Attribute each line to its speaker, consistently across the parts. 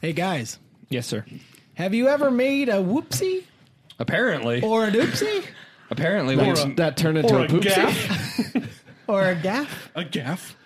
Speaker 1: Hey guys,
Speaker 2: Yes, sir.
Speaker 1: have you ever made a whoopsie
Speaker 2: Apparently,
Speaker 1: or an oopsie
Speaker 2: apparently, we
Speaker 3: Or a-
Speaker 4: that turned into
Speaker 3: or
Speaker 4: a,
Speaker 3: a
Speaker 4: poopsie.
Speaker 3: gaff.
Speaker 1: or a gaff?
Speaker 3: a gaff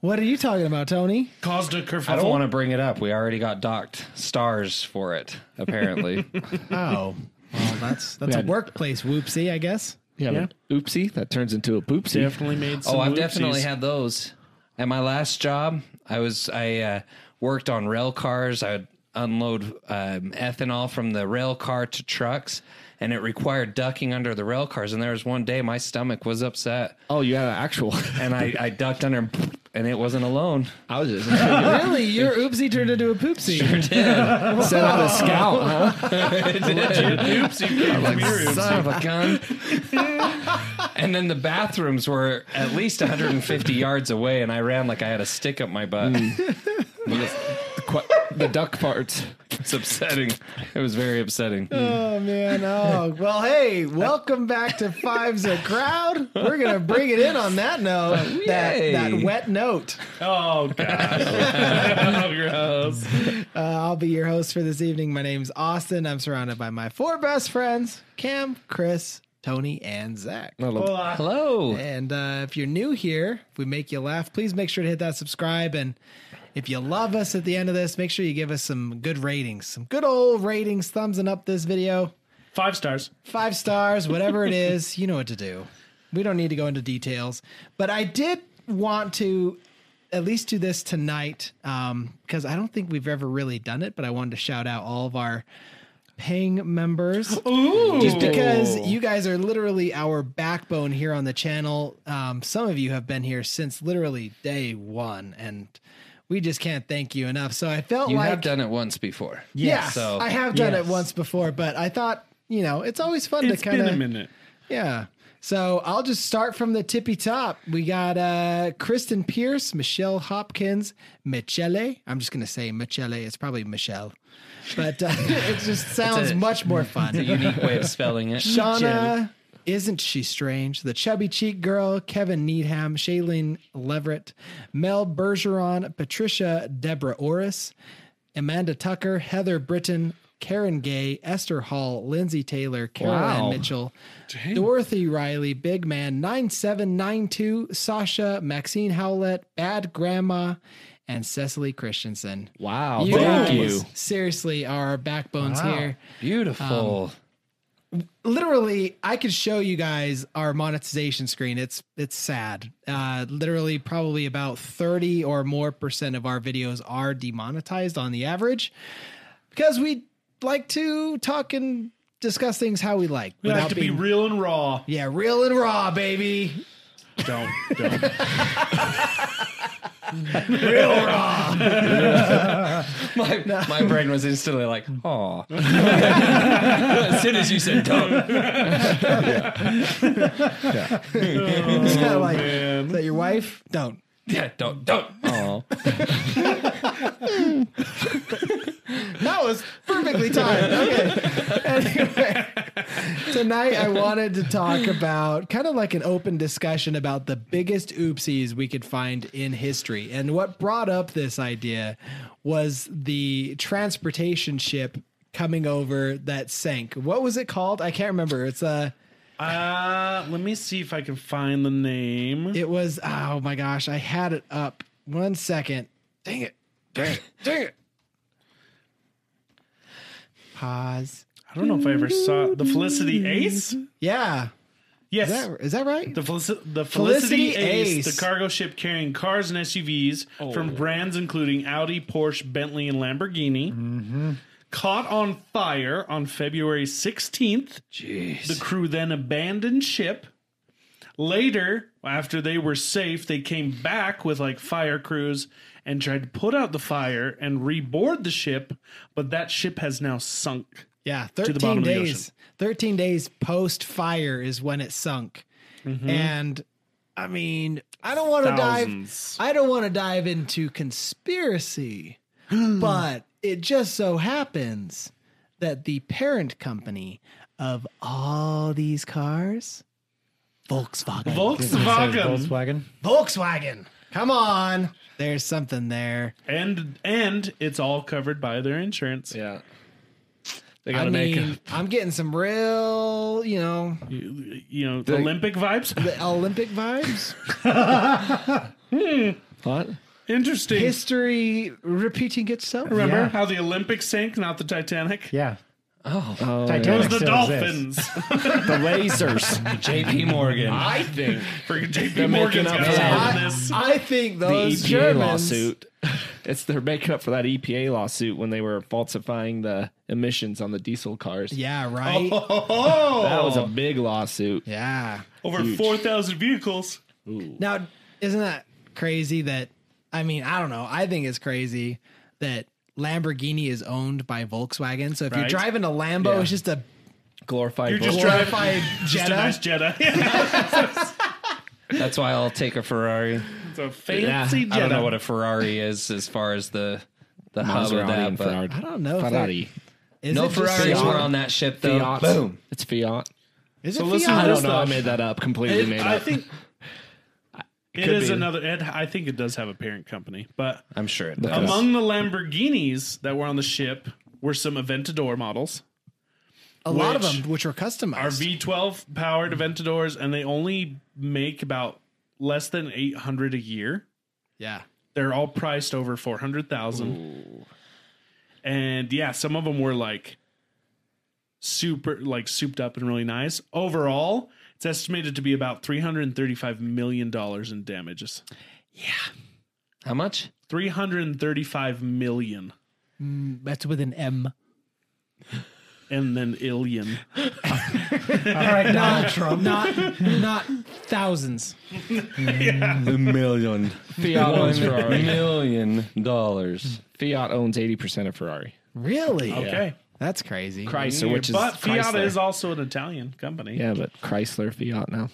Speaker 1: What are you talking about, Tony?
Speaker 3: caused a kerfuffle.
Speaker 2: I don't want to bring it up. We already got docked stars for it. Apparently,
Speaker 1: Oh, well, that's that's a
Speaker 4: had-
Speaker 1: workplace whoopsie, I guess.
Speaker 4: Yeah, like, oopsie. That turns into a poopsie.
Speaker 3: Definitely made some.
Speaker 2: oh, I've
Speaker 3: oopsies.
Speaker 2: definitely had those. At my last job, I was I uh, worked on rail cars. I would unload um, ethanol from the rail car to trucks, and it required ducking under the rail cars. And there was one day my stomach was upset,
Speaker 4: Oh, you had an actual.
Speaker 2: and I, I ducked under, and, and it wasn't alone.
Speaker 4: I was just set
Speaker 1: really, your oopsie turned into a poopsie.
Speaker 4: out a scout. Huh?
Speaker 3: Oopsie, came from your oopsie.
Speaker 2: Son of a gun. and then the bathrooms were at least 150 yards away, and I ran like I had a stick up my butt.
Speaker 4: Qu- the duck parts.
Speaker 2: It's upsetting. It was very upsetting.
Speaker 1: Oh man! Oh well. Hey, welcome back to Fives a Crowd. We're gonna bring it in on that note. That
Speaker 2: Yay.
Speaker 1: that wet note.
Speaker 3: Oh gosh. gross.
Speaker 1: Uh, I'll be your host for this evening. My name's Austin. I'm surrounded by my four best friends: Cam, Chris, Tony, and Zach.
Speaker 4: I love-
Speaker 2: uh, Hello.
Speaker 1: And uh, if you're new here, if we make you laugh, please make sure to hit that subscribe. And if you love us at the end of this, make sure you give us some good ratings, some good old ratings, thumbs and up this video,
Speaker 3: Five stars.
Speaker 1: five stars, whatever it is. You know what to do. We don't need to go into details, but I did want to at least do this tonight because I don't think we've ever really done it. But I wanted to shout out all of our paying members
Speaker 3: Ooh.
Speaker 1: just because you guys are literally our backbone here on the channel. Um, some of you have been here since literally day one, and we just can't thank you enough. So I felt
Speaker 2: You
Speaker 1: like,
Speaker 2: have done it once before.
Speaker 1: yeah,
Speaker 2: So
Speaker 1: I have done
Speaker 3: Yes.
Speaker 1: it once before, but I thought, you know, it's always fun
Speaker 3: It's
Speaker 1: to
Speaker 3: been a
Speaker 1: kind of,
Speaker 3: minute.
Speaker 1: yeah. So I'll just start from the tippy top. We got uh, Kristen Pierce, Michelle Hopkins, Michele. I'm just gonna say Michele. It's probably Michelle, but uh, it just sounds much more fun.
Speaker 2: it's a unique way of spelling it.
Speaker 1: Shauna, isn't she strange? The chubby cheek girl, Kevin Needham, Shailene Leverett, Mel Bergeron, Patricia Deborah Orris, Amanda Tucker, Heather Britton, Karen Gay, Esther Hall, Lindsay Taylor, Caroline
Speaker 2: Wow.
Speaker 1: Mitchell, Dorothy Riley, Big Man 9792, Sasha, Maxine Howlett, Bad Grandma, and Cecily Christensen.
Speaker 4: Wow.
Speaker 1: You
Speaker 4: thank
Speaker 1: guys
Speaker 4: you.
Speaker 1: Seriously, are our backbones here
Speaker 2: Beautiful.
Speaker 1: literally i could show you guys our monetization screen it's it's sad uh literally probably about 30 or more percent of our videos are demonetized on the average because we like to talk and discuss things how we like
Speaker 3: We like to be real and raw.
Speaker 1: yeah real and raw baby
Speaker 3: Don't. don't.
Speaker 2: my, my brain was instantly like,
Speaker 4: Um,
Speaker 2: oh. as soon as you said dumb.
Speaker 1: It's kinda like,
Speaker 3: Oh, man.
Speaker 1: is that your wife don't
Speaker 2: Yeah, don't, don't. Oh.
Speaker 1: That was perfectly timed. Okay. Anyway, tonight I wanted to talk about kind of like an open discussion about the biggest oopsies we could find in history. And what brought up this idea was the transportation ship coming over that sank. What was it called? I can't remember. It's a
Speaker 3: Uh, let me see if I can find the name.
Speaker 1: it was oh my gosh, I had it up. One second. Dang it. Dang it. Dang it. Pause.
Speaker 3: I don't know if I ever saw it. the Felicity Ace.
Speaker 1: Yeah.
Speaker 3: Yes,
Speaker 1: Is that, is that right?
Speaker 3: the Felici- the Felicity,
Speaker 1: Felicity
Speaker 3: Ace,
Speaker 1: Ace.
Speaker 3: the cargo ship carrying cars and SUVs from brands including Audi, Porsche, Bentley, and Lamborghini, caught on fire on February sixteenth.
Speaker 2: Jeez.
Speaker 3: The crew then abandoned ship. Later, after they were safe, they came back with like fire crews and tried to put out the fire and reboard the ship, but that ship has now sunk.
Speaker 1: yeah,
Speaker 3: the
Speaker 1: 13
Speaker 3: bottom of the
Speaker 1: days. 13 days post fire is when it sunk.
Speaker 3: Mm-hmm.
Speaker 1: And I mean, I don't want to dive
Speaker 3: Thousands.
Speaker 1: I don't want to dive into conspiracy, but it just so happens that the parent company of all these cars Volkswagen.
Speaker 3: Volkswagen.
Speaker 1: Volkswagen. Come on. There's something there.
Speaker 3: and and it's all covered by their insurance.
Speaker 4: Yeah. They
Speaker 1: I
Speaker 4: gotta make
Speaker 1: mean, I'm getting some real, you know,
Speaker 3: You, you know, Olympic vibes.
Speaker 1: the Olympic vibes.
Speaker 4: what?
Speaker 3: Interesting.
Speaker 1: History repeating itself.
Speaker 3: Remember
Speaker 5: Yeah.
Speaker 3: how the Olympics sank, not the Titanic?
Speaker 5: Yeah.
Speaker 2: Oh,
Speaker 3: It was
Speaker 5: Titanic
Speaker 3: the
Speaker 5: still exists.
Speaker 3: dolphins.
Speaker 4: The lasers.
Speaker 2: JP Morgan.
Speaker 4: I think
Speaker 3: Freaking JP
Speaker 4: making
Speaker 3: Morgan's got
Speaker 4: up
Speaker 3: us
Speaker 4: for
Speaker 3: all
Speaker 1: I,
Speaker 3: in this.
Speaker 1: I think
Speaker 4: the
Speaker 1: those
Speaker 4: EPA
Speaker 1: Germans,
Speaker 4: lawsuit. It's they're making up for that EPA lawsuit when they were falsifying the emissions on the diesel cars.
Speaker 1: Yeah, right.
Speaker 3: Oh,
Speaker 4: That was a big lawsuit.
Speaker 1: Yeah.
Speaker 3: over four thousand vehicles.
Speaker 1: Now, isn't that crazy that I mean, I don't know. I think it's crazy that Lamborghini is owned by Volkswagen. So if you're
Speaker 3: Right.
Speaker 1: driving a Lambo,
Speaker 4: Yeah.
Speaker 1: it's just a
Speaker 4: Glorified.
Speaker 3: You're just
Speaker 4: bull-
Speaker 3: driving
Speaker 1: glorified
Speaker 3: just a
Speaker 1: Jetta.
Speaker 3: nice Jetta. Yeah,
Speaker 2: That's why I'll take a Ferrari.
Speaker 3: it's a fancy
Speaker 2: I
Speaker 3: Jetta.
Speaker 2: don't know what a Ferrari is as far as the the hub of
Speaker 4: Maserati
Speaker 2: that.
Speaker 4: and
Speaker 2: But
Speaker 4: Ferrari.
Speaker 1: I don't know. if
Speaker 4: Ferrari.
Speaker 1: it- is
Speaker 2: no
Speaker 1: it just
Speaker 2: Ferraris
Speaker 1: Fiat?
Speaker 2: were on that ship though.
Speaker 4: Fiat.
Speaker 2: Boom.
Speaker 4: It's Fiat.
Speaker 1: Is it
Speaker 3: So listen
Speaker 1: Fiat?
Speaker 4: I
Speaker 3: to this
Speaker 4: don't know. I
Speaker 3: though.
Speaker 4: made that up. Completely
Speaker 3: It-
Speaker 4: made
Speaker 3: I
Speaker 4: up.
Speaker 3: think it
Speaker 4: could
Speaker 3: is
Speaker 4: be.
Speaker 3: another. It, I think it does have a parent company, but
Speaker 2: I'm sure it does.
Speaker 3: among the Lamborghinis that were on the ship were some Aventador models.
Speaker 1: a lot of
Speaker 3: which
Speaker 1: them, which were customized.
Speaker 3: Are V12 powered Aventadors, and they only make about less than 800 a year.
Speaker 1: yeah.
Speaker 3: They're all priced over 400,000. And yeah, some of them were like super like souped up and really nice. Overall, it's estimated to be about 335 million dollars in damages.
Speaker 2: How much?
Speaker 3: 335 million
Speaker 1: That's with an M.
Speaker 3: and then illion.
Speaker 5: All right, Donald Trump.
Speaker 1: Not not thousands.
Speaker 2: A million.
Speaker 4: Fiat owns Ferrari.
Speaker 2: million dollars.
Speaker 4: Fiat owns eighty percent of Ferrari.
Speaker 1: Really?
Speaker 3: Okay.
Speaker 1: That's crazy.
Speaker 4: Chrysler, which is
Speaker 3: but Fiat
Speaker 4: Chrysler.
Speaker 3: is also an Italian company.
Speaker 4: yeah, but Chrysler Fiat now.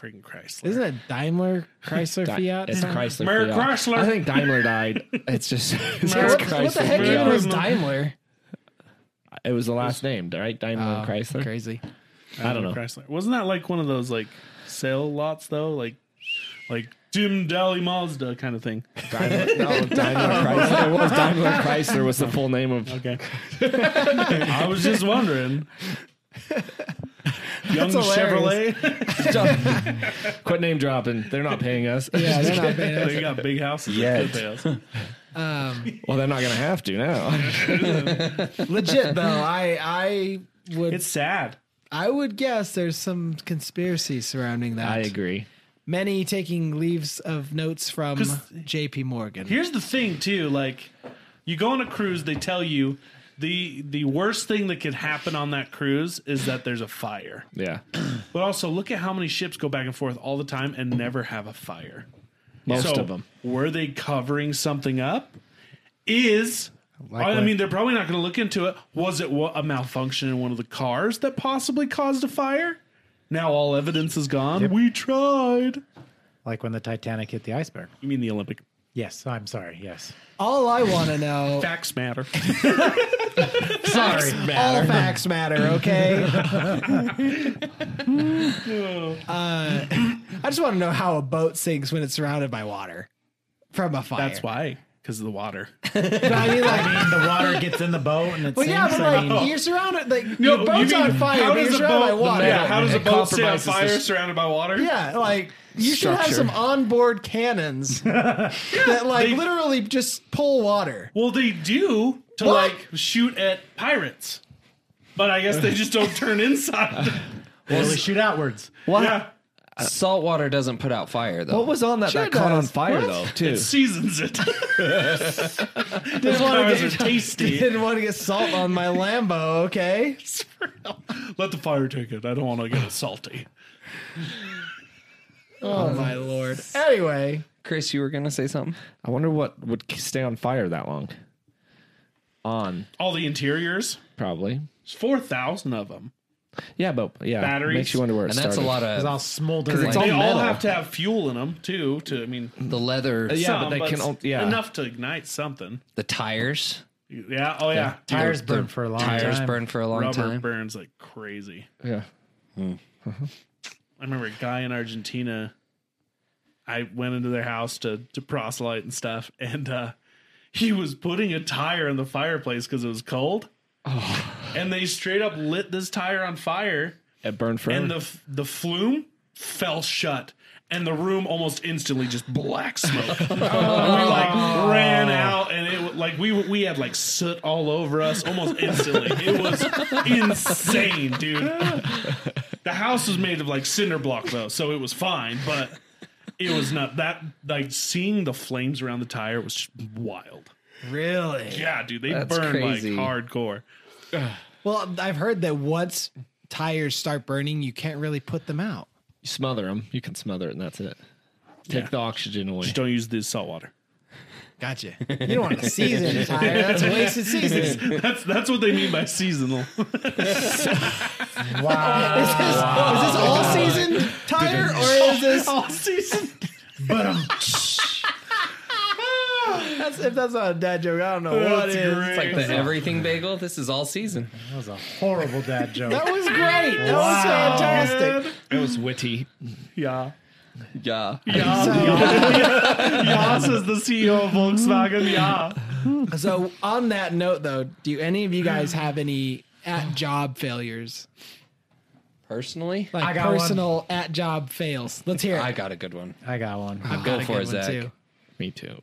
Speaker 3: Freaking Chrysler.
Speaker 1: Isn't it Daimler Chrysler
Speaker 4: Di-
Speaker 1: Fiat?
Speaker 4: It's
Speaker 1: something?
Speaker 4: Chrysler.
Speaker 3: Mer-
Speaker 4: Fiat.
Speaker 3: Chrysler.
Speaker 4: I think Daimler died. It's just it's
Speaker 3: Mer-
Speaker 4: just
Speaker 1: What,
Speaker 4: Chrysler.
Speaker 1: what the heck even
Speaker 4: Fiat.
Speaker 1: is Daimler?
Speaker 4: It was the last name, right? Daimler and Oh,
Speaker 1: Oh,
Speaker 4: Chrysler.
Speaker 1: Crazy.
Speaker 4: I don't know.
Speaker 3: Chrysler. Wasn't that like one of those like sale lots though? Like like Jim Daly Mazda kind of thing.
Speaker 4: Daimler, no, Daimler Chrysler. It was Daimler Chrysler was the full name of.
Speaker 3: Okay. I was just wondering. Young
Speaker 1: hilarious.
Speaker 3: Chevrolet.
Speaker 4: Quit name dropping. They're not paying us.
Speaker 1: Yeah, they're not bad.
Speaker 3: they got big houses.
Speaker 2: Yet.
Speaker 3: Yes.
Speaker 1: Um,
Speaker 4: Well, they're not gonna have to now.
Speaker 1: legit though, I I would
Speaker 3: It's sad.
Speaker 1: I would guess there's some conspiracy surrounding that.
Speaker 4: I agree.
Speaker 1: Many taking leaves of notes from
Speaker 3: 'Cause-
Speaker 1: J.P. Morgan.
Speaker 3: Here's the thing too, like you go on a cruise, they tell you the the worst thing that could happen on that cruise is that there's a fire.
Speaker 4: Yeah,
Speaker 3: But also look at how many ships go back and forth all the time and never have a fire.
Speaker 4: most
Speaker 3: so
Speaker 4: of them.
Speaker 3: Were they covering something up? Is I
Speaker 5: what?
Speaker 3: mean, they're probably not going to look into it. Was it wa- a malfunction in one of the cars that possibly caused a fire? Now all evidence is gone. We tried.
Speaker 5: Like when the Titanic hit the iceberg.
Speaker 3: You mean the Olympic
Speaker 5: Yes, I'm sorry. Yes.
Speaker 1: All I want to know.
Speaker 3: facts matter?
Speaker 1: Sorry, all facts matter. Okay. Uh, I just want to know how a boat sinks when it's surrounded by water from a fire.
Speaker 3: That's why, because of the water.
Speaker 1: But I mean, like,
Speaker 5: I mean, the water gets in the boat and it
Speaker 1: well, yeah,
Speaker 5: sinks.
Speaker 1: but
Speaker 5: I
Speaker 1: like,
Speaker 5: mean,
Speaker 1: you're surrounded, like,
Speaker 3: No,
Speaker 1: your boat's
Speaker 3: you mean,
Speaker 1: on fire,
Speaker 3: how
Speaker 1: but you're
Speaker 3: does a
Speaker 1: surrounded by
Speaker 3: boat-
Speaker 1: water.
Speaker 3: Yeah,
Speaker 1: Yeah,
Speaker 3: how does a
Speaker 4: It
Speaker 3: boat set on
Speaker 4: compromises
Speaker 3: fire
Speaker 4: the-
Speaker 3: surrounded by water?
Speaker 1: like, you should have
Speaker 4: Structure.
Speaker 1: some onboard cannons that, like,
Speaker 3: they-
Speaker 1: literally just pull water.
Speaker 3: Well, they do to
Speaker 1: What?
Speaker 3: like shoot at pirates, but I guess they just don't turn inside.
Speaker 5: they only shoot outwards.
Speaker 4: What?
Speaker 3: yeah,
Speaker 2: Salt water doesn't put out fire though.
Speaker 4: What was on that
Speaker 1: Sure
Speaker 4: that caught on
Speaker 1: does.
Speaker 4: fire
Speaker 1: What?
Speaker 4: though? Too.
Speaker 3: seasons it.
Speaker 1: Didn't want
Speaker 3: Cars
Speaker 1: to
Speaker 3: are
Speaker 1: get
Speaker 3: tasty.
Speaker 1: Didn't want to get salt on my Lambo, okay?
Speaker 3: Let the fire take it. I don't want to get it salty.
Speaker 1: Oh my lord. Anyway,
Speaker 2: Chris, you were gonna say something?
Speaker 4: I wonder what would stay on fire that long. On
Speaker 3: All the interiors,
Speaker 4: probably.
Speaker 3: there's four thousand of them.
Speaker 4: Yeah, but yeah,
Speaker 3: Batteries.
Speaker 4: makes you wonder where it
Speaker 2: And
Speaker 4: started.
Speaker 2: that's a lot
Speaker 5: It's all
Speaker 2: of
Speaker 5: smoldering.
Speaker 4: it's
Speaker 3: They
Speaker 4: all-
Speaker 3: all
Speaker 4: metal.
Speaker 3: have to have fuel in them too. To I mean,
Speaker 2: the
Speaker 3: Uh,
Speaker 2: leather,
Speaker 4: yeah, but they can.
Speaker 3: s-
Speaker 4: al- Yeah,
Speaker 3: enough to ignite something.
Speaker 2: the tires.
Speaker 3: Yeah. Oh yeah.
Speaker 5: tires
Speaker 2: The-
Speaker 5: burn
Speaker 2: the
Speaker 5: for a long
Speaker 2: tires
Speaker 5: time.
Speaker 2: burn for a long
Speaker 3: Rubber
Speaker 2: time.
Speaker 3: burns like crazy.
Speaker 4: Yeah.
Speaker 3: I remember a guy in Argentina. I went into their house to to proselyte and stuff, and uh, he was putting a tire in the fireplace because it was cold, and they straight up lit this tire on fire,
Speaker 4: It burned forever.
Speaker 3: and the f- the flume fell shut. And the room almost instantly just black smoke. and we like ran out, and it wa- like we we had like soot all over us almost instantly. It was insane, dude. The house was made of like cinder block though, so it was fine, but it was not that like seeing the flames around the tire was just wild.
Speaker 1: Really?
Speaker 3: Yeah, dude, they
Speaker 2: That's
Speaker 3: burned
Speaker 2: crazy.
Speaker 3: like hardcore.
Speaker 1: Well, I've heard that once tires start burning, you can't really put them out.
Speaker 4: you smother them. You can smother it, and that's it. Take
Speaker 3: Yeah.
Speaker 4: the oxygen away.
Speaker 3: Just don't use the salt water.
Speaker 1: Gotcha. You don't want to season a tire. That's wasted season.
Speaker 3: That's that's what they mean by seasonal.
Speaker 5: Wow.
Speaker 1: Is this, is this all season tire or is this
Speaker 3: All season.
Speaker 5: but um,
Speaker 1: that's, if that's not a dad joke? I don't know
Speaker 5: Uh,
Speaker 1: what
Speaker 3: That's
Speaker 1: is.
Speaker 3: great.
Speaker 2: It's like the everything bagel. This is all season.
Speaker 5: that was a horrible dad joke.
Speaker 1: That was great. That was
Speaker 5: Wow.
Speaker 1: fantastic.
Speaker 4: It was witty.
Speaker 3: Yeah.
Speaker 4: Yeah.
Speaker 3: Yeah. yeah. yeah, says the CEO of Volkswagen. Yeah.
Speaker 1: So on that note, though, do any of you guys have any at job failures?
Speaker 2: Personally,
Speaker 1: Like
Speaker 5: I got one.
Speaker 1: personal at job fails. Let's hear it.
Speaker 2: I got a good one.
Speaker 5: I got one.
Speaker 1: I've
Speaker 2: Go
Speaker 1: got a
Speaker 2: for
Speaker 1: good
Speaker 2: it,
Speaker 1: one,
Speaker 2: Zach.
Speaker 1: too.
Speaker 4: Me too.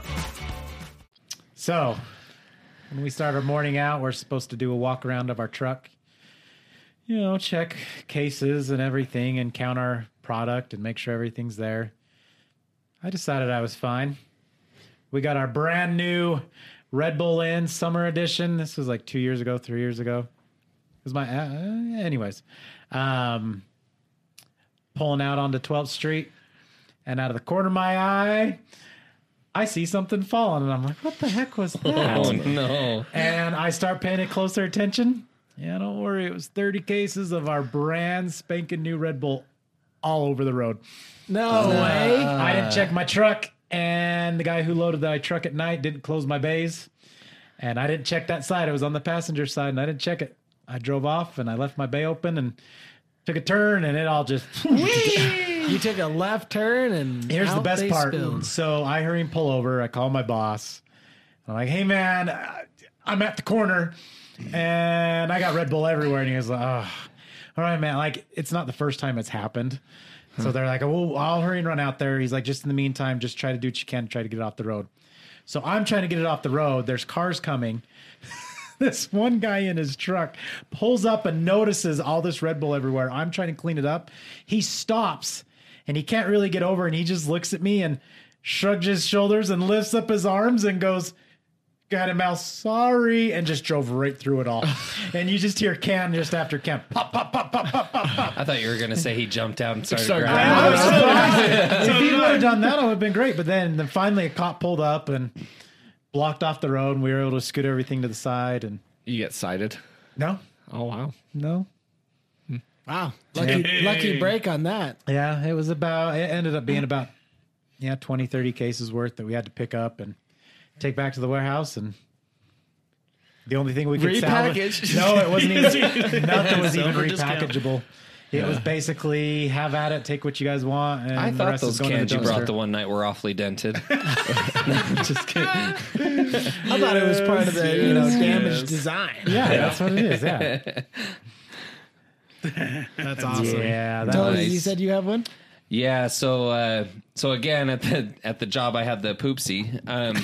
Speaker 5: So, when we start our morning out, we're supposed to do a walk around of our truck. You know, check cases and everything and count our product and make sure everything's there. I decided I was fine. We got our brand new Red Bull Inn Summer Edition. This was like two years ago, three years ago. It was my, uh, uh, anyways. Um, pulling out onto 12th Street, and out of the corner of my eye, I see something falling, and I'm like, "What the heck was that?"
Speaker 2: Oh no!
Speaker 5: and I start paying it closer attention. Yeah, don't worry. It was 30 cases of our brand spanking new Red Bull all over the road.
Speaker 1: No
Speaker 5: Hey,
Speaker 1: way.
Speaker 5: I didn't check my truck, and the guy who loaded my truck at night didn't close my bays. And I didn't check that side. I was on the passenger side, and I didn't check it. I drove off, and I left my bay open and took a turn, and it all just.
Speaker 1: You took a left turn and
Speaker 5: Here's the
Speaker 1: out
Speaker 5: best
Speaker 1: they
Speaker 5: part.
Speaker 1: spilled.
Speaker 5: So I hurry and pull over. I call my boss. I'm like, hey, man, I- I'm at the corner and I got Red Bull everywhere. And he was like, oh, all right, man. Like, it's not the first time it's happened. So they're like, oh, I'll hurry and run out there. He's like, just in the meantime, just try to do what you can to try to get it off the road. So I'm trying to get it off the road. There's cars coming. this one guy in his truck pulls up and notices all this Red Bull everywhere. I'm trying to clean it up. He stops and he can't really get over and he just looks at me and shrugs his shoulders and lifts up his arms and goes, Got him out, sorry, and just drove right through it all. and you just hear can just after can pop, pop, pop, pop, pop, pop, pop.
Speaker 2: I thought you were gonna say he jumped out and started
Speaker 4: Sorry.
Speaker 2: grabbing.
Speaker 5: if he would have done that, I would have been great. But then, then finally, a cop pulled up and blocked off the road, and we were able to scoot everything to the side. And
Speaker 4: You get cited.
Speaker 5: no,
Speaker 4: Oh wow.
Speaker 5: no,
Speaker 1: Wow. Lucky lucky break on that.
Speaker 5: Yeah, it was about, it ended up being about, yeah, 20, 30 cases worth that we had to pick up and take back to the warehouse. And the only thing we could salvage.
Speaker 4: Repackaged.
Speaker 5: No, it wasn't even, nothing was even
Speaker 3: Silver discount.
Speaker 5: repackageable. It was basically have at it, take what you guys want. And
Speaker 2: I
Speaker 5: the
Speaker 2: thought
Speaker 5: rest is
Speaker 2: those
Speaker 5: going to
Speaker 2: cans you
Speaker 5: dumpster.
Speaker 2: brought the one night were awfully dented. Just kidding.
Speaker 1: I thought it was part of the you know damaged design.
Speaker 5: Yeah, that's what it is. Yeah.
Speaker 1: That's awesome.
Speaker 5: yeah. That
Speaker 1: Tony,
Speaker 5: was,
Speaker 1: Oh, you said you have one?
Speaker 2: Yeah, so uh, so again at the at the job I had the poopsie. Um,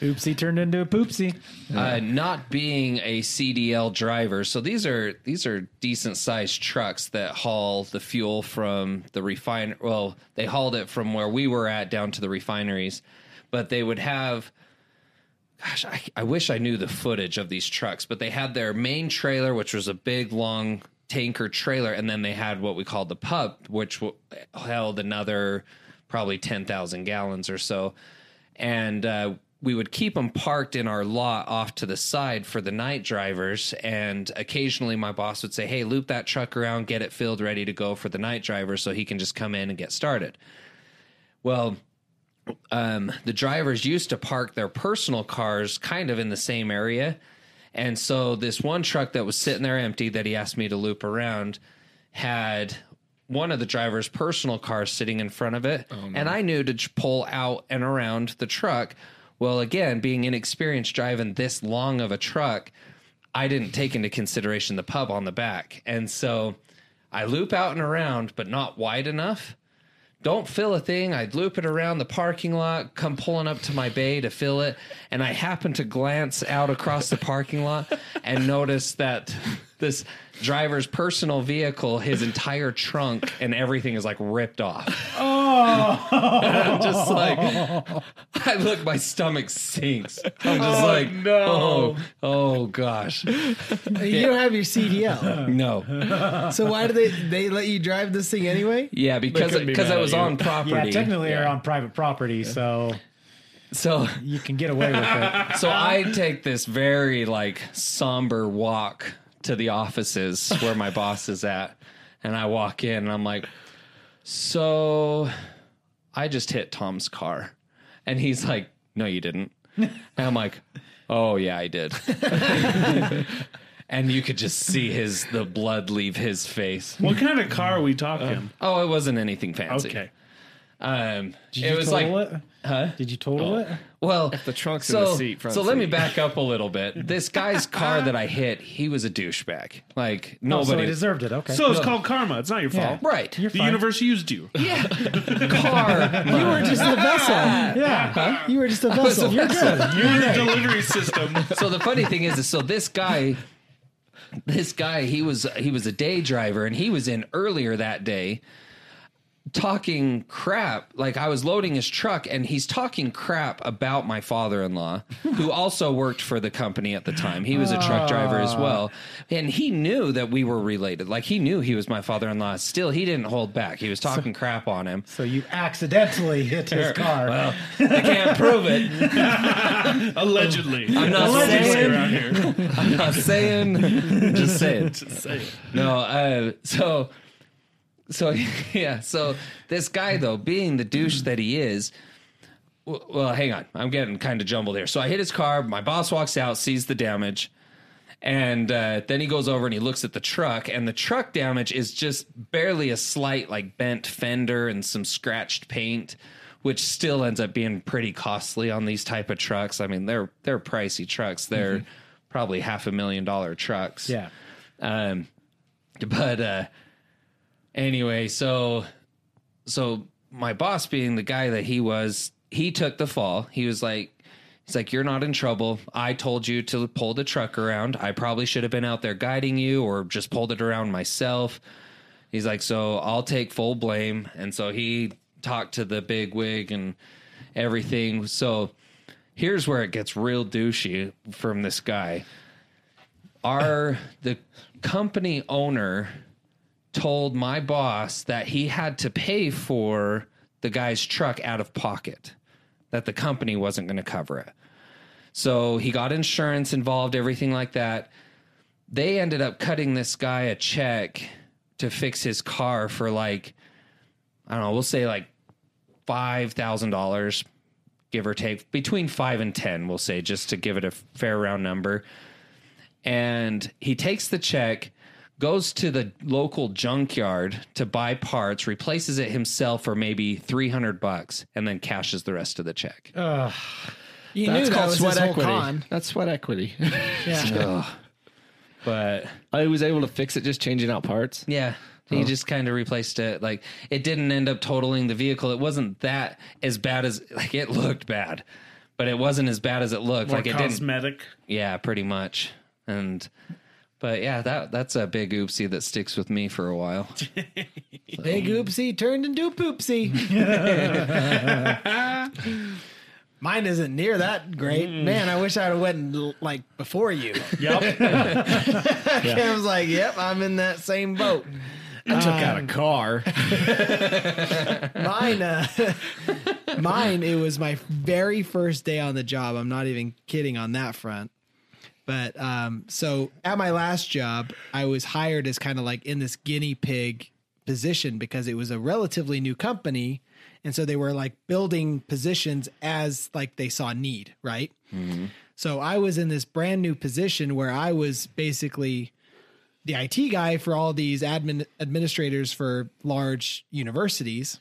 Speaker 5: oopsie turned into a poopsie.
Speaker 2: uh, not being a CDL driver. So these are these are decent sized trucks that haul the fuel from the refiner. Well, they hauled it from where we were at down to the refineries, but they would have. Gosh, I, I wish I knew the footage of these trucks, but they had their main trailer, which was a big long tanker trailer, and then they had what we called the pub, which w- held another probably 10,000 gallons or so. And uh, we would keep them parked in our lot off to the side for the night drivers. And occasionally my boss would say, Hey, loop that truck around, get it filled, ready to go for the night driver so he can just come in and get started. Well, um, the drivers used to park their personal cars kind of in the same area. And so this one truck that was sitting there empty that he asked me to loop around had one of the driver's personal cars sitting in front of it. And I knew to j- pull out and around the truck. Well, again, being inexperienced driving this long of a truck, I didn't take into consideration the pub on the back. And so I loop out and around, but not wide enough don't fill a thing. I'd loop it around the parking lot, come pulling up to my bay to fill it. And I happened to glance out across the parking lot and notice that this driver's personal vehicle, his entire trunk and everything is like ripped off. Oh,
Speaker 4: Oh.
Speaker 2: I'm just like, I look, my stomach sinks. I'm
Speaker 4: Oh,
Speaker 2: just like, no. Oh, oh gosh.
Speaker 1: You don't have your CDL,
Speaker 2: No.
Speaker 1: so why do they they let you drive this thing anyway?
Speaker 2: Yeah, because,
Speaker 4: couldn't be
Speaker 2: because
Speaker 4: mad
Speaker 2: I
Speaker 4: at
Speaker 2: was
Speaker 4: you.
Speaker 2: on property.
Speaker 5: Yeah, technically you're on private property, so
Speaker 2: So
Speaker 5: you can get away with it.
Speaker 2: So I take this very like somber walk to the offices where my boss is at, and I walk in and I'm like, "So, I just hit Tom's car," and he's like, "No, you didn't." And I'm like, "Oh yeah, I did." and you could just see his the blood leave his face.
Speaker 3: What kind of car are we talking?
Speaker 2: Oh, it wasn't anything fancy.
Speaker 3: okay.
Speaker 2: Um,
Speaker 5: Did
Speaker 2: it
Speaker 5: you
Speaker 2: was like Oh.
Speaker 5: total it? Did you total it?
Speaker 2: Well,
Speaker 4: the trunk's in
Speaker 2: so,
Speaker 4: the seat, front
Speaker 2: so let me
Speaker 4: seat.
Speaker 2: back up a little bit. This guy's car that I hit, he was a douchebag. Like
Speaker 5: Oh, so he
Speaker 2: nobody,
Speaker 5: deserved it. Okay.
Speaker 3: So it's called karma. It's not your
Speaker 5: Yeah.
Speaker 3: fault.
Speaker 2: right?
Speaker 5: You're
Speaker 3: The
Speaker 5: fine.
Speaker 3: universe used you.
Speaker 2: car,
Speaker 1: You were just a vessel.
Speaker 5: yeah.
Speaker 1: You were just a vessel. You're good.
Speaker 3: You're the delivery system.
Speaker 2: so the funny thing is, is so this guy, this guy, he was he was a day driver, and he was in earlier that day, talking crap. Like I was loading his truck, and he's talking crap about my father-in-law, who also worked for the company at the time. He was a truck driver as well, and he knew that we were related. Like he knew he was my father-in-law. Still, he didn't hold back. He was talking crap on him.
Speaker 5: So you accidentally hit his car.
Speaker 2: Well, I can't prove it.
Speaker 3: Allegedly.
Speaker 2: I'm not
Speaker 3: Allegedly
Speaker 2: saying-
Speaker 3: around here.
Speaker 2: I'm not saying. Just saying.
Speaker 3: Say it.
Speaker 2: No, uh, so, so yeah, so this guy though, being the douche that he is, w- well, hang on, I'm getting kind of jumbled here. So I hit his car. My boss walks out, sees the damage, and uh, then he goes over and he looks at the truck, and the truck damage is just barely a slight like bent fender and some scratched paint. Which still ends up being pretty costly on these type of trucks. I mean, they're they're pricey trucks. They're probably half a million dollar trucks.
Speaker 5: yeah.
Speaker 2: Um, but uh, anyway, so so my boss, being the guy that he was, he took the fall. He was like, he's like, you're not in trouble. I told you to pull the truck around. I probably should have been out there guiding you, or just pulled it around myself. He's like, so I'll take full blame. And so he talked to the big wig and everything. So here's where it gets real douchey from this guy our the company owner told my boss that he had to pay for the guy's truck out of pocket that the company wasn't going to cover it so he got insurance involved everything like that they ended up cutting this guy a check to fix his car for like i don't know we'll say like $5000 give or take between 5 and 10 we'll say just to give it a fair round number and he takes the check, goes to the local junkyard to buy parts, replaces it himself for maybe 300 bucks, and then cashes the rest of the check.
Speaker 4: Oh.
Speaker 1: You
Speaker 4: That's
Speaker 1: knew that
Speaker 4: called
Speaker 1: was
Speaker 4: sweat
Speaker 1: his whole
Speaker 4: equity.
Speaker 1: con.
Speaker 4: That's sweat equity.
Speaker 2: But
Speaker 4: I was able to fix it just changing out parts.
Speaker 2: yeah,
Speaker 4: Oh.
Speaker 2: he just kind of replaced it. Like it didn't end up totaling the vehicle. It wasn't that as bad as like it looked bad, but it wasn't as bad as it looked.
Speaker 3: More
Speaker 2: like it didn't
Speaker 3: cosmetic.
Speaker 2: Yeah, pretty much. And but yeah, that that's a big oopsie that sticks with me for a while.
Speaker 1: Big oopsie turned into a poopsie. Mine isn't near that great.
Speaker 4: Mm.
Speaker 1: Man, I wish I would have went like before you.
Speaker 3: Yep.
Speaker 1: I was like, yep, I'm in that same boat. Um,
Speaker 4: I took out a car.
Speaker 1: mine uh, mine it was my very first day on the job i'm not even kidding on that front but um so at my last job i was hired as kind of like in this guinea pig position because it was a relatively new company and so they were like building positions as like they saw need right so i was in this brand new position where i was basically the IT guy for all these admin administrators for large universities.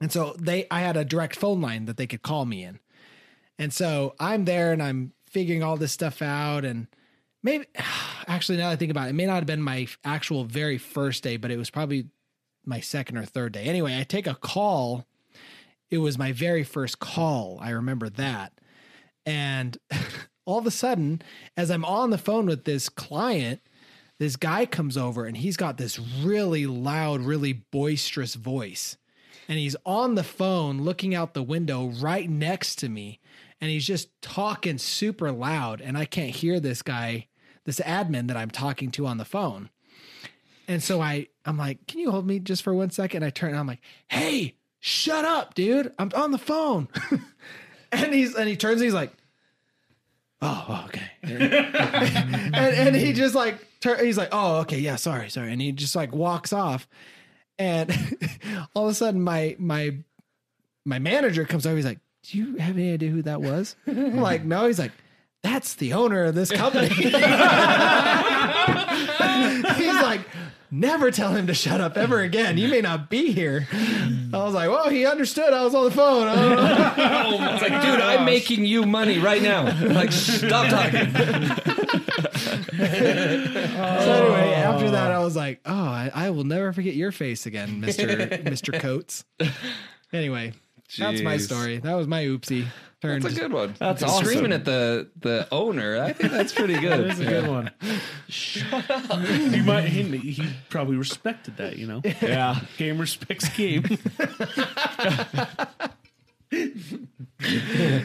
Speaker 1: And so they I had a direct phone line that they could call me in. And so I'm there and I'm figuring all this stuff out and maybe actually now that I think about it, it may not have been my actual very first day, but it was probably my second or third day. Anyway, I take a call. It was my very first call. I remember that. And all of a sudden, as I'm on the phone with this client, this guy comes over and he's got this really loud, really boisterous voice. And he's on the phone looking out the window right next to me. And he's just talking super loud. And I can't hear this guy, this admin that I'm talking to on the phone. And so I, I'm like, can you hold me just for one second? I turn and I'm like, hey, shut up, dude. I'm on the phone. and he's and he turns and he's like, oh, okay and and he just like tur- he's like oh okay yeah sorry sorry and he just like walks off and all of a sudden my my my manager comes over he's like do you have any idea who that was I'm like no he's like that's the owner of this company he's like never tell him to shut up ever again you may not be here i was like well he understood i was on the phone I don't know.
Speaker 2: It's like, dude, I'm making you money right now. Like, stop talking.
Speaker 1: So anyway, after that, I was like, "Oh, I, I will never forget your face again, Mister Mister Coates." Anyway, that's my
Speaker 2: Jeez.
Speaker 1: story. That was my oopsie. Turned
Speaker 2: That's a good one.
Speaker 4: That's
Speaker 2: And
Speaker 4: awesome.
Speaker 2: Screaming at the the owner. I think that's pretty good.
Speaker 5: That is a good one.
Speaker 3: He might he, he probably respected that, you know.
Speaker 4: yeah.
Speaker 3: Game respects game.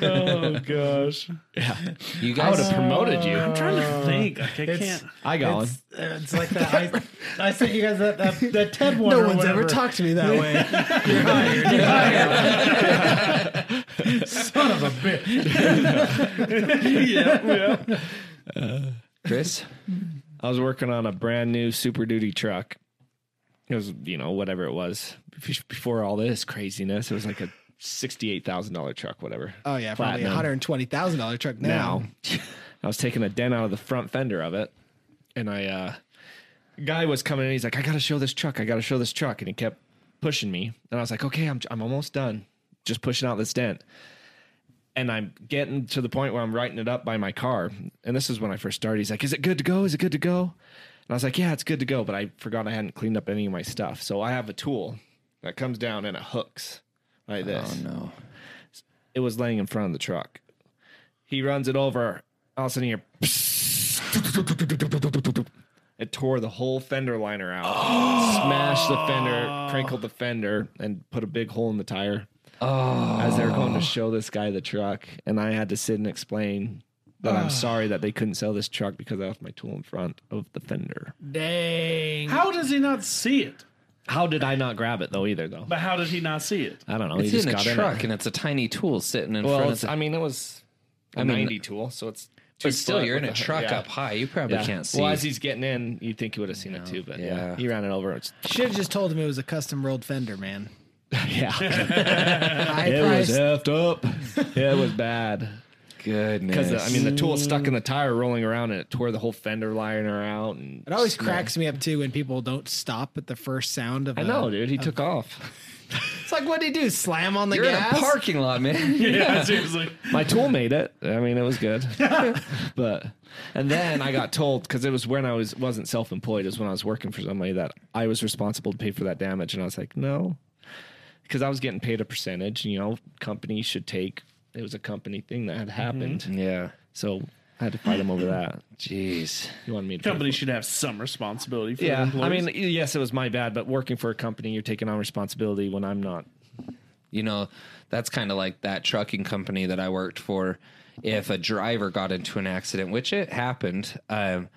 Speaker 3: oh gosh. Uh,
Speaker 2: You
Speaker 4: I would
Speaker 2: guys,
Speaker 4: have promoted
Speaker 3: I'm
Speaker 4: you.
Speaker 3: trying to think. Like, I can't.
Speaker 4: I got one.
Speaker 5: It's, it's like that. I, I sent you guys that, that, that TED one.
Speaker 1: no
Speaker 5: or
Speaker 1: one's
Speaker 5: whatever.
Speaker 1: ever talked to me that way.
Speaker 5: Son of a bitch.
Speaker 3: yeah, yeah.
Speaker 2: Chris.
Speaker 4: I was working on a brand new Super Duty truck. It was, you know, whatever it was Bef- before all this craziness. It was like a sixty-eight thousand dollar truck, whatever.
Speaker 1: Oh yeah, probably a
Speaker 4: Platinum.
Speaker 1: hundred and twenty thousand dollar truck now.
Speaker 4: now. I was taking a dent out of the front fender of it, and I uh guy was coming in. He's like, "I got to show this truck. I got to show this truck," and he kept pushing me. And I was like, "Okay, I'm I'm almost done. Just pushing out this dent." And I'm getting to the point where I'm writing it up by my car. And this is when I first started. He's like, "Is it good to go? Is it good to go?" And I was like, "Yeah, it's good to go." But I forgot I hadn't cleaned up any of my stuff. So I have a tool that comes down and it hooks like this
Speaker 2: no.
Speaker 4: it was laying in front of the truck. He runs it over. All of a sudden, you hear it tore the whole fender liner out, smashed the fender, crinkled the fender, and put a big hole in the tire. Oh. As they were going to show this guy the truck, and I had to sit and explain that I'm sorry that they couldn't sell this truck because I left my tool in front of the fender.
Speaker 3: How does he not see it?
Speaker 4: How did I not grab it though? Either though,
Speaker 3: But how did he not see it?
Speaker 4: I don't know.
Speaker 2: It's
Speaker 4: he just
Speaker 2: in a
Speaker 4: got
Speaker 2: truck,
Speaker 4: in it.
Speaker 2: and it's a tiny tool sitting in
Speaker 4: Well,
Speaker 2: front
Speaker 4: it's,
Speaker 2: of. The,
Speaker 4: I mean, it was a
Speaker 2: mean,
Speaker 4: 90 tool, so it's. two
Speaker 2: but still,
Speaker 4: foot
Speaker 2: you're in a
Speaker 4: with
Speaker 2: truck
Speaker 4: yeah.
Speaker 2: up high. You probably
Speaker 4: Yeah.
Speaker 2: can't see.
Speaker 4: Well, as he's getting in, you think you would have seen it too, but yeah.
Speaker 2: Yeah.
Speaker 4: he ran it over. It's,
Speaker 1: Should have just told him it was a custom rolled fender, man.
Speaker 4: yeah,
Speaker 1: High
Speaker 4: it was
Speaker 1: price.
Speaker 4: effed up. it was bad
Speaker 2: Goodness.
Speaker 4: because I mean the tool stuck in the tire, rolling around, and it tore the whole fender liner out. And
Speaker 1: It always cracks me up too when people don't stop at the first sound of.
Speaker 4: I
Speaker 1: a-
Speaker 4: know, dude. He took off.
Speaker 1: It's like what would he do? Slam on the
Speaker 2: you're
Speaker 1: gas?
Speaker 2: in a parking lot, man.
Speaker 3: Yeah, seriously.
Speaker 4: My tool made it. I mean, it was good. but and then I got told because it was when I was wasn't self employed. It was when I was working for somebody that I was responsible to pay for that damage, and I was like, no, because I was getting paid a percentage. You know, companies should take. It was a company thing that had
Speaker 3: Mm-hmm.
Speaker 4: happened.
Speaker 2: yeah.
Speaker 4: So I had to fight him over that.
Speaker 2: Jeez.
Speaker 4: You wanted me to
Speaker 3: Company should have some responsibility for their
Speaker 4: Yeah, I
Speaker 3: employees.
Speaker 4: mean, yes, it was my bad, but working for a company, you're taking on responsibility when I'm not.
Speaker 2: You know, that's kind of like that trucking company that I worked for. If a driver got into an accident, which it happened, um,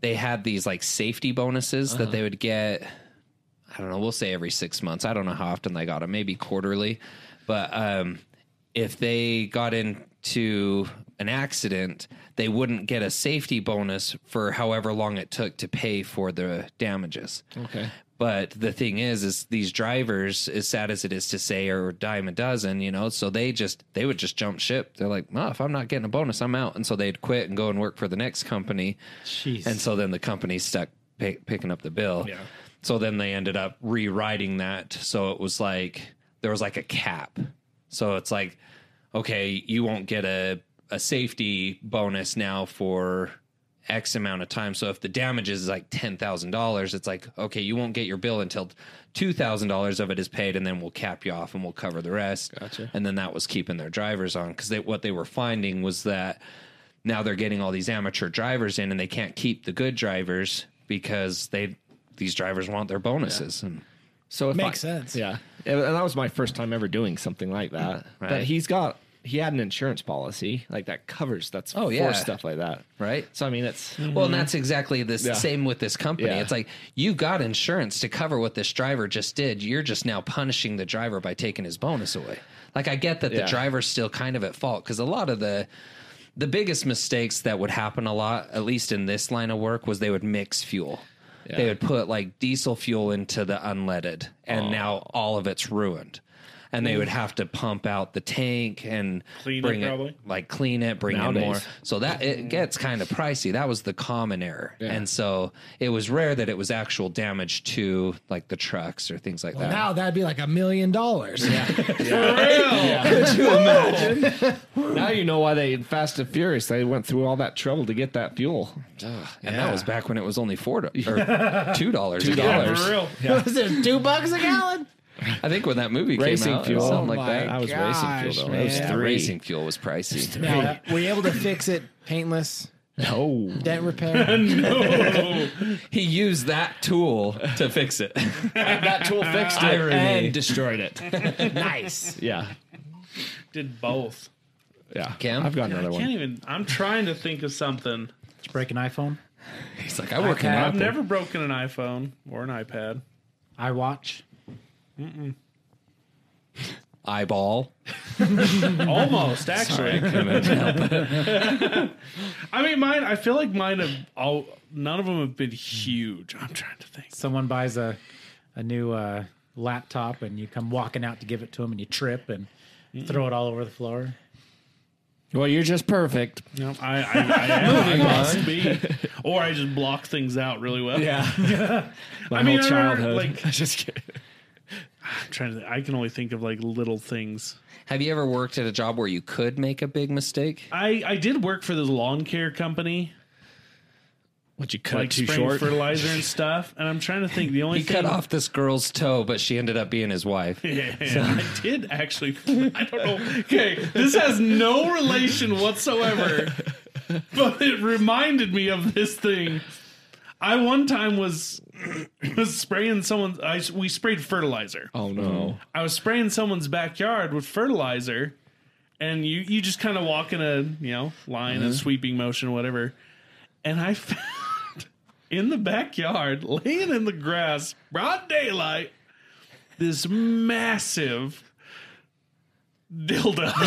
Speaker 2: they had these like safety bonuses that they would get I don't know, we'll say every six months. I don't know how often they got them, maybe quarterly. But um, if they got into an accident, they wouldn't get a safety bonus for however long it took to pay for the damages.
Speaker 4: Okay.
Speaker 2: But the thing is, is these drivers, as sad as it is to say, are a dime a dozen, you know, so they just, they would just jump ship. They're like, oh, if I'm not getting a bonus, I'm out. And so they'd quit and go and work for the next company.
Speaker 5: Jeez.
Speaker 2: And so then the company stuck pay- picking up the bill.
Speaker 4: Yeah.
Speaker 2: So then they ended up rewriting that. So it was like, there was like a cap. So it's like, okay, you won't get a, a safety bonus now for X amount of time. So if the damages is like $10,000, it's like, okay, you won't get your bill until $2,000 of it is paid, and then we'll cap you off and we'll cover the rest. Gotcha. And then that was keeping their drivers on because they, what they were finding was that now they're getting all these amateur drivers in and they can't keep the good drivers because they these drivers want their bonuses. And
Speaker 4: So it
Speaker 1: Makes sense.
Speaker 4: Yeah, and and that was my first time ever doing something like
Speaker 2: Mm-hmm.
Speaker 4: that. But he's got he had an insurance policy like that covers that's
Speaker 2: Oh,
Speaker 4: for
Speaker 2: yeah.
Speaker 4: stuff like that.
Speaker 2: Right.
Speaker 4: So I mean, it's
Speaker 2: Well, and that's exactly the s-
Speaker 4: Mm-hmm. Yeah.
Speaker 2: same with this company.
Speaker 4: Yeah.
Speaker 2: It's like you've got insurance to cover what this driver just did. You're just now punishing the driver by taking his bonus away. Like I get that the
Speaker 4: Yeah.
Speaker 2: driver's still kind of at fault because a lot of the the biggest mistakes that would happen a lot, at least in this line of work, was they would mix fuel. They would put like diesel fuel into the unleaded, and now all of it's ruined. And they would have to pump out the tank and
Speaker 3: Clean it,
Speaker 2: bring
Speaker 3: probably.
Speaker 2: like clean it, bring
Speaker 4: Nowadays.
Speaker 2: in more. So that
Speaker 4: Mm-hmm.
Speaker 2: it gets kind of pricey. That was the common error. And so it was rare that it was actual damage to like the trucks or things like that.
Speaker 1: Now that'd be like a million dollars.
Speaker 4: now you know why they Fast and Furious they went through all that trouble to get that fuel.
Speaker 2: and that was back when it was only four do- or two dollars. Two
Speaker 3: Yeah, for real.
Speaker 1: Was it two bucks a gallon?
Speaker 2: I think when that movie
Speaker 4: Racing
Speaker 2: came out,
Speaker 4: fuel.
Speaker 2: or something
Speaker 1: Oh
Speaker 2: like that.
Speaker 1: my
Speaker 4: I was racing
Speaker 1: gosh,
Speaker 4: fuel though. That was
Speaker 1: man.
Speaker 2: Yeah,
Speaker 4: three.
Speaker 2: racing fuel was pricey.
Speaker 1: Now, were you able to fix it paintless?
Speaker 4: No.
Speaker 1: Dent repair?
Speaker 2: He used that tool to fix it.
Speaker 4: that tool fixed it
Speaker 2: Irony.
Speaker 4: and destroyed it.
Speaker 1: nice.
Speaker 4: Yeah.
Speaker 3: Did both.
Speaker 4: Yeah.
Speaker 2: Cam?
Speaker 4: I've got another
Speaker 3: I
Speaker 4: one.
Speaker 3: can't even. I'm trying to think of something.
Speaker 5: Did you break an iPhone?
Speaker 2: He's like, I work in
Speaker 3: I've
Speaker 2: Apple.
Speaker 3: never broken an iPhone or an iPad.
Speaker 5: iWatch?
Speaker 2: eyeball.
Speaker 3: Almost, actually. I mean, mine. I feel like mine have all. None of them have been huge. I'm trying to think.
Speaker 5: Someone buys a a new uh, laptop and you come walking out to give it to them and you trip and throw it all over the floor.
Speaker 4: Well, you're just perfect.
Speaker 3: No, I, I, I, am, I must be, or I just block things out really well.
Speaker 4: Yeah. My
Speaker 3: I mean,
Speaker 4: whole
Speaker 3: I remember,
Speaker 4: childhood.
Speaker 3: like-
Speaker 4: just kidding.
Speaker 3: I'm trying to. Think, I can only think of like little things.
Speaker 2: Have you ever worked at a job where you could make a big mistake?
Speaker 3: I, I did work for this lawn care company,
Speaker 4: What you cut
Speaker 3: like
Speaker 4: too
Speaker 3: spring
Speaker 4: short?
Speaker 3: fertilizer and stuff. And I'm trying to think. The only
Speaker 2: He
Speaker 3: thing
Speaker 2: cut off this girl's toe, but she ended up being his wife.
Speaker 3: Yeah, I did actually. I don't know. Okay, this has no relation whatsoever, but it reminded me of this thing. I one time was was spraying someone's. I we sprayed fertilizer.
Speaker 4: Oh no.
Speaker 3: I was spraying someone's backyard with fertilizer, and you you just kind of walk in a you know line and sweeping motion, whatever. And I found in the backyard, laying in the grass, broad daylight, this massive dildo.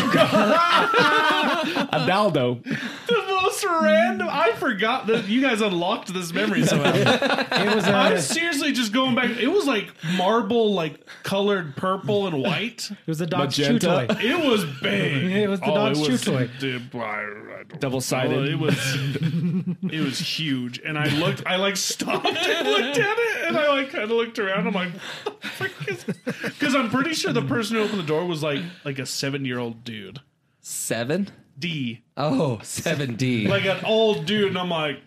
Speaker 4: Adaldo.
Speaker 3: the most random. I forgot that you guys unlocked this memory somehow.
Speaker 5: It was
Speaker 3: I'm
Speaker 5: a,
Speaker 3: seriously just going back. It was like marble, like colored purple and white.
Speaker 5: it was a Dodge Chew
Speaker 4: Magenta.
Speaker 5: toy.
Speaker 3: It was big. Oh,
Speaker 5: It was the Dodge Chew toy.
Speaker 3: dude, I- I don't-
Speaker 4: Double-sided.
Speaker 3: Well, It was it was huge, and I looked. I like stopped and looked at it, and I like kind of looked around. I'm like, because I'm pretty sure the person who opened the door was like like a seven year old dude,
Speaker 2: Seven?
Speaker 3: D,
Speaker 2: Oh, 7D.
Speaker 3: like an old dude, and I'm like.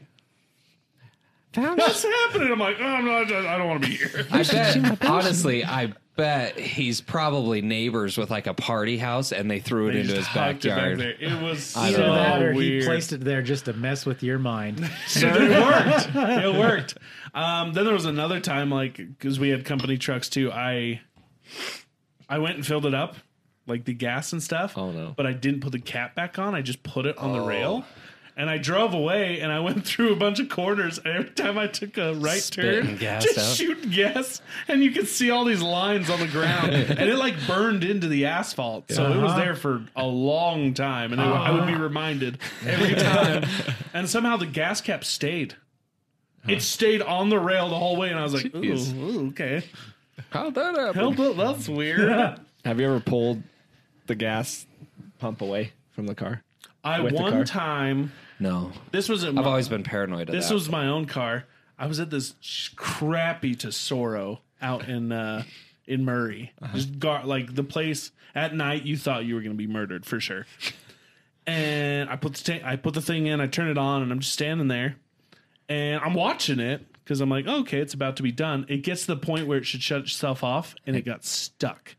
Speaker 3: What's happening? I'm like, oh, I'm not, I don't want to be here.
Speaker 2: I bet, honestly, I bet he's probably neighbors with like a party house and they threw it into his
Speaker 3: Just hucked it back
Speaker 2: backyard.
Speaker 3: there. It was so
Speaker 5: Either that or
Speaker 3: weird.
Speaker 5: he placed it there just to mess with your mind.
Speaker 3: it worked. It worked. Um, then there was another time, like because we had company trucks too. I I went and filled it up, like the gas and stuff.
Speaker 4: Oh, no.
Speaker 3: But I didn't put the cap back on. I just put it on the rail, And I drove away and I went through a bunch of corners. And every time I took a right
Speaker 2: Spit
Speaker 3: turn,
Speaker 2: and gas
Speaker 3: just
Speaker 2: out.
Speaker 3: shooting gas. And you could see all these lines on the ground. and it like burned into the asphalt. So it
Speaker 4: Uh-huh.
Speaker 3: was there for a long time. And I- I would be reminded every time. and somehow the gas cap stayed. It stayed on the rail the whole way, and I was like, "Ooh,
Speaker 4: Jeez.
Speaker 3: ooh, okay,
Speaker 4: How'd that happen?
Speaker 3: Hell, that- that's weird."
Speaker 4: Have you ever pulled the gas pump away from the car?
Speaker 3: I
Speaker 4: With the
Speaker 3: one
Speaker 4: car.
Speaker 3: time
Speaker 2: No,
Speaker 3: this was at
Speaker 2: I've
Speaker 3: my-
Speaker 2: always been paranoid of
Speaker 3: this
Speaker 2: that.
Speaker 3: was my own car. I was at this sh- crappy Tesoro out in uh, in Murray, just gar- like the place at night you thought you were going to be murdered for sure. And I put the ta- I put the thing in, I turn it on, and I'm just standing there, and I'm watching it because I'm like, okay, it's about to be done. It gets to the point where it should shut itself off, and it got stuck.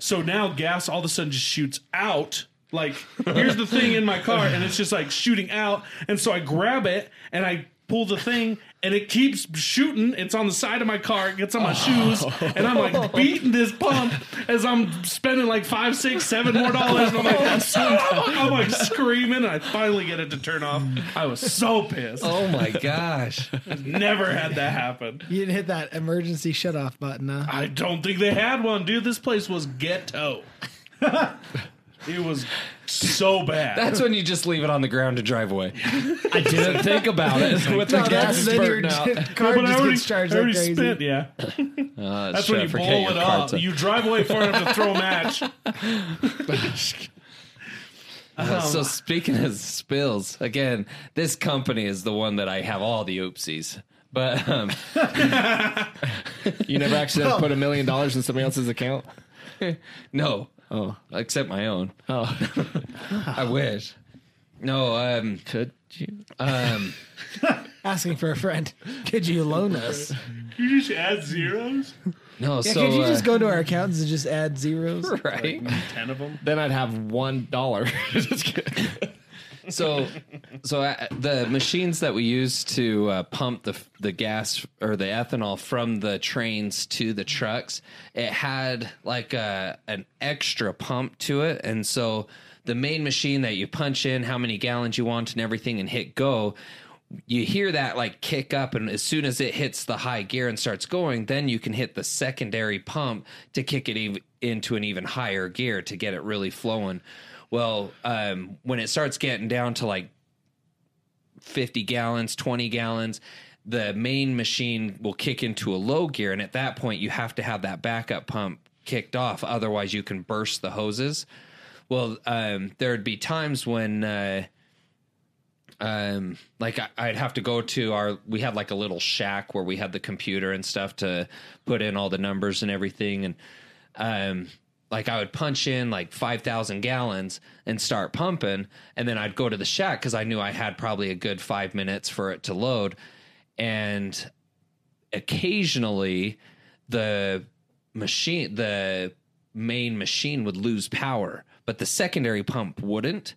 Speaker 3: So now gas all of a sudden just shoots out. Like, here's the thing in my car, and it's just like shooting out. And so I grab it and I pull the thing, and it keeps shooting. It's on the side of my car, it gets on my shoes, and I'm like beating this pump as I'm spending like five, six, seven more dollars. And I'm like, "That's so-" I'm like screaming, and I finally get it to turn off. I was so pissed.
Speaker 2: oh my gosh!
Speaker 3: Never had that happen.
Speaker 1: You didn't hit that emergency shut off button, huh?
Speaker 3: I don't think they had one, dude. This place was ghetto. it was so bad.
Speaker 2: That's when you just leave it on the ground to drive away. I didn't think about it with
Speaker 1: No,
Speaker 2: the gas
Speaker 1: then your
Speaker 2: burnt out.
Speaker 1: j-
Speaker 3: Yeah,
Speaker 1: car
Speaker 3: but I
Speaker 1: just
Speaker 3: already,
Speaker 1: gets charged
Speaker 3: I
Speaker 1: like
Speaker 3: already
Speaker 1: crazy.
Speaker 3: spent, yeah.
Speaker 2: Uh,
Speaker 3: That's
Speaker 2: shit,
Speaker 3: when
Speaker 2: I
Speaker 3: you
Speaker 2: forget
Speaker 3: blow
Speaker 2: your
Speaker 3: it
Speaker 2: cards
Speaker 3: up. You drive away far enough to throw a match.
Speaker 2: Uh, so speaking of spills, again, this company is the one that I have all the oopsies. But um,
Speaker 4: You never actually put a million dollars in somebody else's account?
Speaker 2: no, oh, except my own.
Speaker 4: Oh,
Speaker 2: I wish. No, um,
Speaker 4: could you?
Speaker 2: um,
Speaker 1: Asking for a friend. Could you loan us?
Speaker 3: You just add zeros?
Speaker 2: no.
Speaker 1: Yeah,
Speaker 2: so
Speaker 1: could you
Speaker 2: uh,
Speaker 1: just go to our accountants and just add zeros?
Speaker 2: right?
Speaker 3: Ten of them.
Speaker 4: Then I'd have one dollar. Just kidding.
Speaker 2: so so I, the machines that we use to uh, pump the the gas or the ethanol from the trains to the trucks it had like a an extra pump to it and so the main machine that you punch in how many gallons you want and everything and hit go you hear that like kick up and as soon as it hits the high gear and starts going then you can hit the secondary pump to kick it ev- into an even higher gear to get it really flowing well um, when it starts getting down to like 50 gallons 20 gallons the main machine will kick into a low gear and at that point you have to have that backup pump kicked off otherwise you can burst the hoses well um, there'd be times when uh, um like I, i'd have to go to our we had like a little shack where we had the computer and stuff to put in all the numbers and everything and um like i would punch in like 5000 gallons and start pumping and then i'd go to the shack because i knew i had probably a good five minutes for it to load and occasionally the machine the main machine would lose power but the secondary pump wouldn't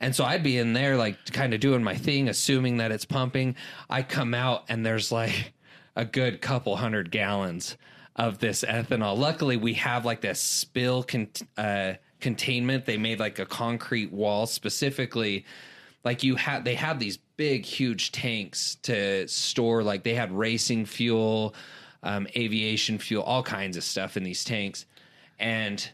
Speaker 2: and so i'd be in there like kind of doing my thing assuming that it's pumping i come out and there's like a good couple hundred gallons of this ethanol luckily we have like this spill con- uh, containment they made like a concrete wall specifically like you had they had these big huge tanks to store like they had racing fuel um, aviation fuel all kinds of stuff in these tanks and